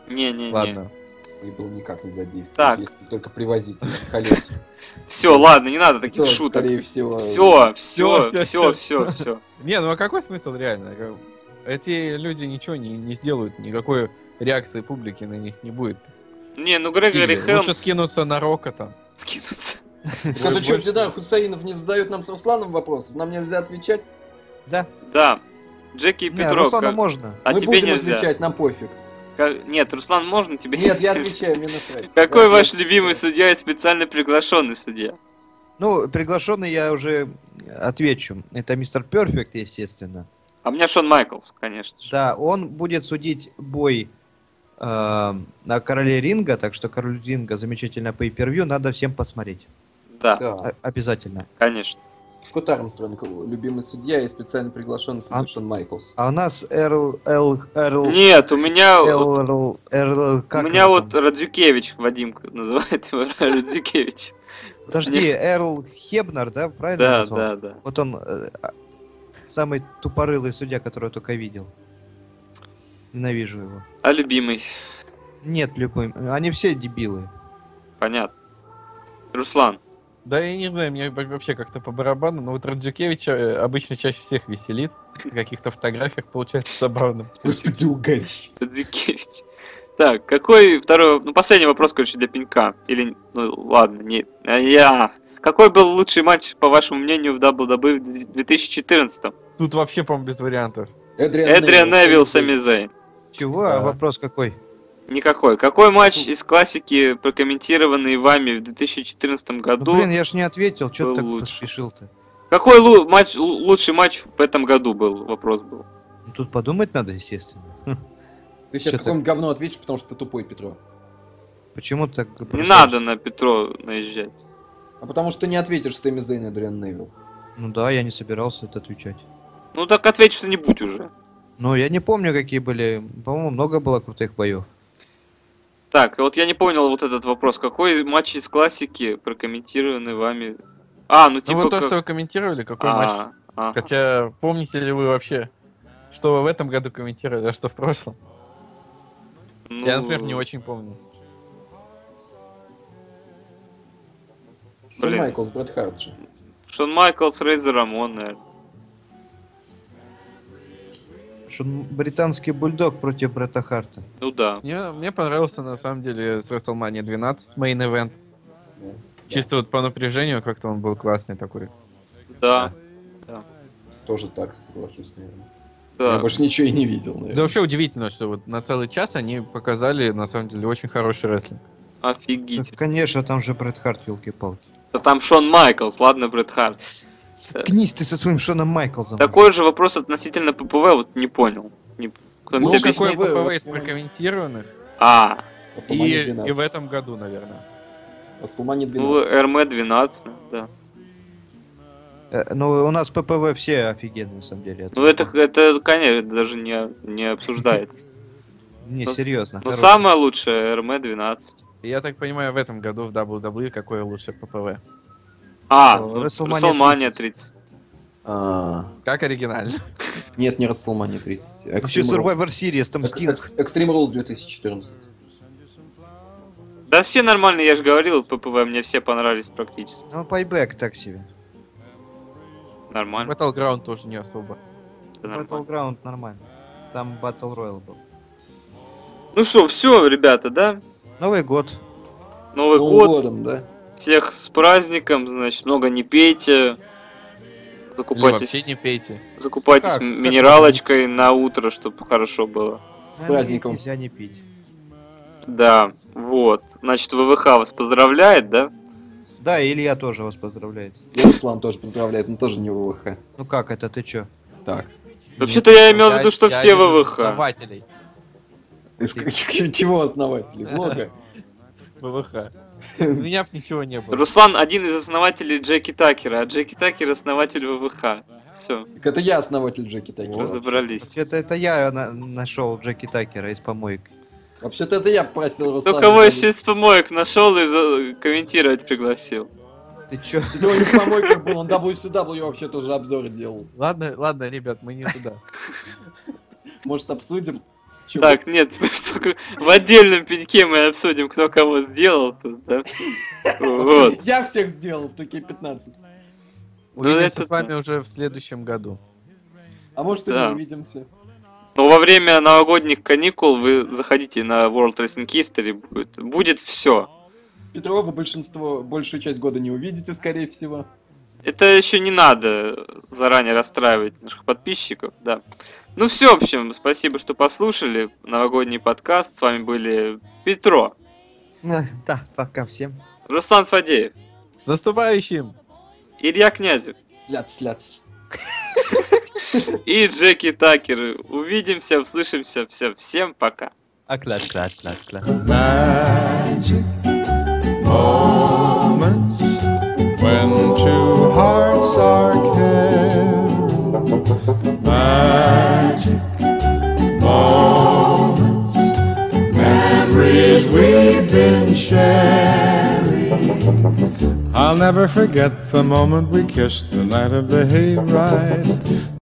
[SPEAKER 3] Не-не-не.
[SPEAKER 4] Ладно.
[SPEAKER 2] Мэйвен никак не задействован,
[SPEAKER 3] Так.
[SPEAKER 2] если только привозить колес.
[SPEAKER 3] Все, ладно, не надо таких
[SPEAKER 2] То,
[SPEAKER 3] шуток.
[SPEAKER 2] Скорее всего...
[SPEAKER 3] Все, все,
[SPEAKER 4] Всё, всё,
[SPEAKER 3] все, все, все.
[SPEAKER 4] Не, ну а какой смысл реально? Как- Эти люди ничего не, не сделают, никакой реакции публики на них не будет.
[SPEAKER 3] Не, ну Грегори
[SPEAKER 4] Или Лучше
[SPEAKER 3] Хелмс
[SPEAKER 4] скинуться на Рока там.
[SPEAKER 3] скинуться.
[SPEAKER 2] Скажи, что, Дидар Хусаинов не задает нам с Русланом вопросов? Нам нельзя отвечать?
[SPEAKER 3] Да. Джеки и
[SPEAKER 1] Не,
[SPEAKER 3] Петров.
[SPEAKER 1] Руслану
[SPEAKER 3] как-
[SPEAKER 1] можно.
[SPEAKER 3] А
[SPEAKER 2] Мы
[SPEAKER 3] тебе
[SPEAKER 2] будем
[SPEAKER 3] нельзя.
[SPEAKER 2] отвечать, нам пофиг.
[SPEAKER 3] Как- Нет, Руслан, можно тебе?
[SPEAKER 2] Нет, я отвечаю, мне насрать.
[SPEAKER 3] <laughs> Какой
[SPEAKER 2] Да,
[SPEAKER 3] ваш
[SPEAKER 2] я-
[SPEAKER 3] любимый судья и специально приглашенный судья?
[SPEAKER 1] Ну, приглашенный я уже отвечу. Это мистер Перфект, естественно.
[SPEAKER 3] А у меня Шон Майклс, конечно же.
[SPEAKER 1] Да, он будет судить бой э, на короле ринга, так что король ринга замечательно по ипервью, надо всем посмотреть.
[SPEAKER 5] А,
[SPEAKER 3] Да,
[SPEAKER 2] Да.
[SPEAKER 1] О- Обязательно.
[SPEAKER 3] конечно.
[SPEAKER 2] Скотт Армстронг, любимый судья и специально приглашенный судья
[SPEAKER 1] А?
[SPEAKER 2] Шон Майклс.
[SPEAKER 5] <laughs>
[SPEAKER 1] А у нас Эрл... Эрл... Эрл...
[SPEAKER 3] Нет, у меня... вот-
[SPEAKER 1] Эрл... Эрл...
[SPEAKER 3] У
[SPEAKER 1] как
[SPEAKER 3] меня
[SPEAKER 1] его
[SPEAKER 3] вот
[SPEAKER 1] там?
[SPEAKER 3] Радзюкевич, Вадим <laughs> называет его Радзюкевич.
[SPEAKER 1] Подожди, Эрл Хебнер, да? Правильно я
[SPEAKER 3] э, Да,
[SPEAKER 1] назвал?
[SPEAKER 3] да, да.
[SPEAKER 1] Вот он э, а- самый тупорылый судья, которого я только видел. Ненавижу его.
[SPEAKER 3] А любимый,
[SPEAKER 1] Нет, любой. Они все дебилы.
[SPEAKER 3] понятно. Руслан,
[SPEAKER 4] Да я не знаю, мне во- вообще как-то по барабану, но вот Радзюкевича э, обычно чаще всех веселит. На каких-то фотографиях получается забавным.
[SPEAKER 2] Господи, угорщик.
[SPEAKER 3] Радзюкевич. Так, какой второй... Ну, последний вопрос, короче, для пенька. Или, ну, ладно, не... а, Я... Какой был лучший матч, по вашему мнению, в WWE в 2014
[SPEAKER 4] Тут вообще, по-моему, без вариантов. Ну,
[SPEAKER 2] Эдриан,
[SPEAKER 3] Эдриан Невилл,
[SPEAKER 2] Сэмми
[SPEAKER 3] Сами Зейн.
[SPEAKER 1] Чего? А
[SPEAKER 4] Да.
[SPEAKER 1] вопрос какой?
[SPEAKER 3] Никакой. Какой матч из классики, прокомментированный вами в 2014
[SPEAKER 1] Ну,
[SPEAKER 3] году?
[SPEAKER 1] блин, я ж не ответил, что
[SPEAKER 3] был
[SPEAKER 1] ты так
[SPEAKER 3] лучше.
[SPEAKER 1] поспешил-то?
[SPEAKER 3] Какой лу- матч, лу- лучший матч в этом году был? Вопрос был.
[SPEAKER 1] Ну, Тут подумать надо, естественно. Хм,
[SPEAKER 5] Ты сейчас
[SPEAKER 1] Чё
[SPEAKER 5] какому говно ответишь, потому что ты тупой, Петро.
[SPEAKER 1] Почему ты так
[SPEAKER 3] Не
[SPEAKER 1] бросаешь?
[SPEAKER 3] надо на Петро наезжать.
[SPEAKER 5] А потому что ты не ответишь Сэмми Зейн и Адриан Невилл.
[SPEAKER 1] Ну да, я не собирался это отвечать.
[SPEAKER 3] Ну так ответь что-нибудь уже.
[SPEAKER 1] Ну, я не помню, какие были. По-моему, много было крутых боев.
[SPEAKER 3] Так, вот я не понял вот этот вопрос. Какой матч из классики прокомментированный вами? А, ну
[SPEAKER 4] Ну
[SPEAKER 3] типа
[SPEAKER 4] вот то,
[SPEAKER 3] как-
[SPEAKER 4] что вы комментировали, какой матч.
[SPEAKER 3] А, а.
[SPEAKER 4] Хотя, помните ли вы вообще, что вы в этом году комментировали, а что в прошлом?
[SPEAKER 3] Ну,
[SPEAKER 4] Я, например, не очень помню.
[SPEAKER 5] Шон
[SPEAKER 3] Блин.
[SPEAKER 5] Ну, Майклс, Брэд Харт же.
[SPEAKER 3] Шон Майклс, Рейзер Рамон, наверное.
[SPEAKER 1] Что британский бульдог против Бретта Харта.
[SPEAKER 3] Ну да.
[SPEAKER 4] Мне, мне понравился, на самом деле, с WrestleMania 12 мейн эвент. Чисто вот по напряжению как-то он был классный такой.
[SPEAKER 3] Да.
[SPEAKER 5] Тоже так, соглашусь, наверное. Я
[SPEAKER 3] Да.
[SPEAKER 5] больше ничего и не видел, наверное.
[SPEAKER 4] Да вообще удивительно, что вот на целый час они показали, на самом деле, очень хороший рестлинг.
[SPEAKER 1] Ну,
[SPEAKER 3] Офигительно.
[SPEAKER 1] конечно, там же Бретт Харт, елки-палки.
[SPEAKER 3] Да там Шон Майклс, ладно, Брэд Харт.
[SPEAKER 1] Ткнись ты со своим Шоном Майклзом.
[SPEAKER 3] Такой же вопрос относительно ППВ, вот не понял. Не...
[SPEAKER 4] Ну,
[SPEAKER 3] Кто-нибудь
[SPEAKER 5] тебе
[SPEAKER 4] какой
[SPEAKER 5] объяснит?
[SPEAKER 4] ППВ из прокомментированных.
[SPEAKER 3] А,
[SPEAKER 4] И,
[SPEAKER 5] Расселмания
[SPEAKER 4] и
[SPEAKER 5] 12.
[SPEAKER 4] в этом году, наверное.
[SPEAKER 5] Расселмания 12.
[SPEAKER 3] ну, РМ-12, да.
[SPEAKER 1] Э, Ну, у нас ППВ все офигенные, на самом деле.
[SPEAKER 3] Ну, это, это конечно, даже не, не обсуждается.
[SPEAKER 1] Не,
[SPEAKER 3] ну,
[SPEAKER 1] серьезно.
[SPEAKER 3] Но
[SPEAKER 1] хороший.
[SPEAKER 3] самое лучшее РМ-12.
[SPEAKER 4] Я так понимаю, в этом году в WWE какое лучше ППВ.
[SPEAKER 3] А,
[SPEAKER 1] Э,
[SPEAKER 3] ну,
[SPEAKER 1] WrestleMania
[SPEAKER 3] WrestleMania 30.
[SPEAKER 5] А,
[SPEAKER 4] Как оригинально.
[SPEAKER 5] Нет, не Расселмания 30.
[SPEAKER 1] Вообще
[SPEAKER 5] Extreme
[SPEAKER 1] Ну, Survivor
[SPEAKER 5] Rules.
[SPEAKER 1] Series, там
[SPEAKER 5] Экс-
[SPEAKER 1] Стинг.
[SPEAKER 5] экс- Extreme Rules 2014.
[SPEAKER 3] Да все нормальные, я же говорил, ППВ, мне все понравились практически.
[SPEAKER 1] Ну, пайбэк так себе.
[SPEAKER 3] Нормально.
[SPEAKER 4] Battleground тоже не особо.
[SPEAKER 3] всё нормально.
[SPEAKER 1] Battleground нормально. Там Battle Royale был.
[SPEAKER 3] Ну что, все, ребята, да?
[SPEAKER 1] Новый год.
[SPEAKER 3] Новый
[SPEAKER 5] С Новым
[SPEAKER 3] год,
[SPEAKER 5] годом, да?
[SPEAKER 3] всех с праздником, значит, много не пейте.
[SPEAKER 4] Или
[SPEAKER 3] Закупайтесь,
[SPEAKER 4] вообще не пейте.
[SPEAKER 3] закупайтесь
[SPEAKER 4] Как?
[SPEAKER 3] м- минералочкой на утро, чтобы хорошо было.
[SPEAKER 5] С
[SPEAKER 1] А,
[SPEAKER 5] праздником.
[SPEAKER 1] Нельзя не пить.
[SPEAKER 3] Да, вот. Значит, ВВХ вас поздравляет, да?
[SPEAKER 1] Да, и Илья тоже вас поздравляет.
[SPEAKER 5] И Руслан тоже поздравляет, но тоже не ВВХ.
[SPEAKER 1] Ну как это, ты чё?
[SPEAKER 5] Так.
[SPEAKER 3] Вообще-то я имел в виду,
[SPEAKER 4] Я-
[SPEAKER 3] что
[SPEAKER 4] я
[SPEAKER 3] все
[SPEAKER 4] один из
[SPEAKER 3] ВВХ.
[SPEAKER 4] основателей
[SPEAKER 5] Из каких- <laughs> чего основателей? Блога?
[SPEAKER 4] ВВХ. У меня б ничего не
[SPEAKER 3] <laughs>
[SPEAKER 4] было.
[SPEAKER 3] Руслан один из основателей Джеки Такера, а Джеки Такер основатель ВВХ. Все,
[SPEAKER 5] Так это я основатель Джеки Такера.
[SPEAKER 3] разобрались.
[SPEAKER 1] Вообще-то это я нашел Джеки Такера из помоек.
[SPEAKER 5] Вообще-то это я просил
[SPEAKER 3] Кто
[SPEAKER 5] Руслана.
[SPEAKER 3] кого еще из помоек нашел и за- комментировать пригласил.
[SPEAKER 1] Ты чё? <laughs>
[SPEAKER 5] Да у них помойках был, он WCW вообще тоже обзор делал.
[SPEAKER 4] Ладно, ладно, ребят, мы не туда.
[SPEAKER 5] Может, обсудим? Чё
[SPEAKER 3] Так, нет, <laughs> в отдельном пеньке мы обсудим, кто кого сделал. тут, да?
[SPEAKER 5] вы-
[SPEAKER 3] Вот.
[SPEAKER 5] <laughs>
[SPEAKER 3] Ну,
[SPEAKER 5] Я всех сделал в такие 15.
[SPEAKER 4] Увидимся
[SPEAKER 3] это
[SPEAKER 4] с вами уже в следующем году.
[SPEAKER 5] А может, и
[SPEAKER 3] Да.
[SPEAKER 5] не увидимся.
[SPEAKER 3] Но Ну, во время новогодних каникул вы заходите на World Wrestling History, будет, будет все.
[SPEAKER 5] Петрова большинство, большую часть года не увидите, скорее всего.
[SPEAKER 3] Это еще не надо заранее расстраивать наших подписчиков, да. Ну все, в общем, спасибо, что послушали новогодний подкаст. С вами были Петро,
[SPEAKER 1] Да, пока всем.
[SPEAKER 3] Руслан Фадеев,
[SPEAKER 4] С наступающим!
[SPEAKER 3] Илья Князев
[SPEAKER 5] Сляц, сляц.
[SPEAKER 3] и Джеки Такер. Увидимся, услышимся, все, всем пока.
[SPEAKER 1] А класс, класс, класс, класс.
[SPEAKER 6] magic moments when two hearts are caring. Magic moments, memories we've been sharing. I'll never forget the moment we kissed the night of the hayride.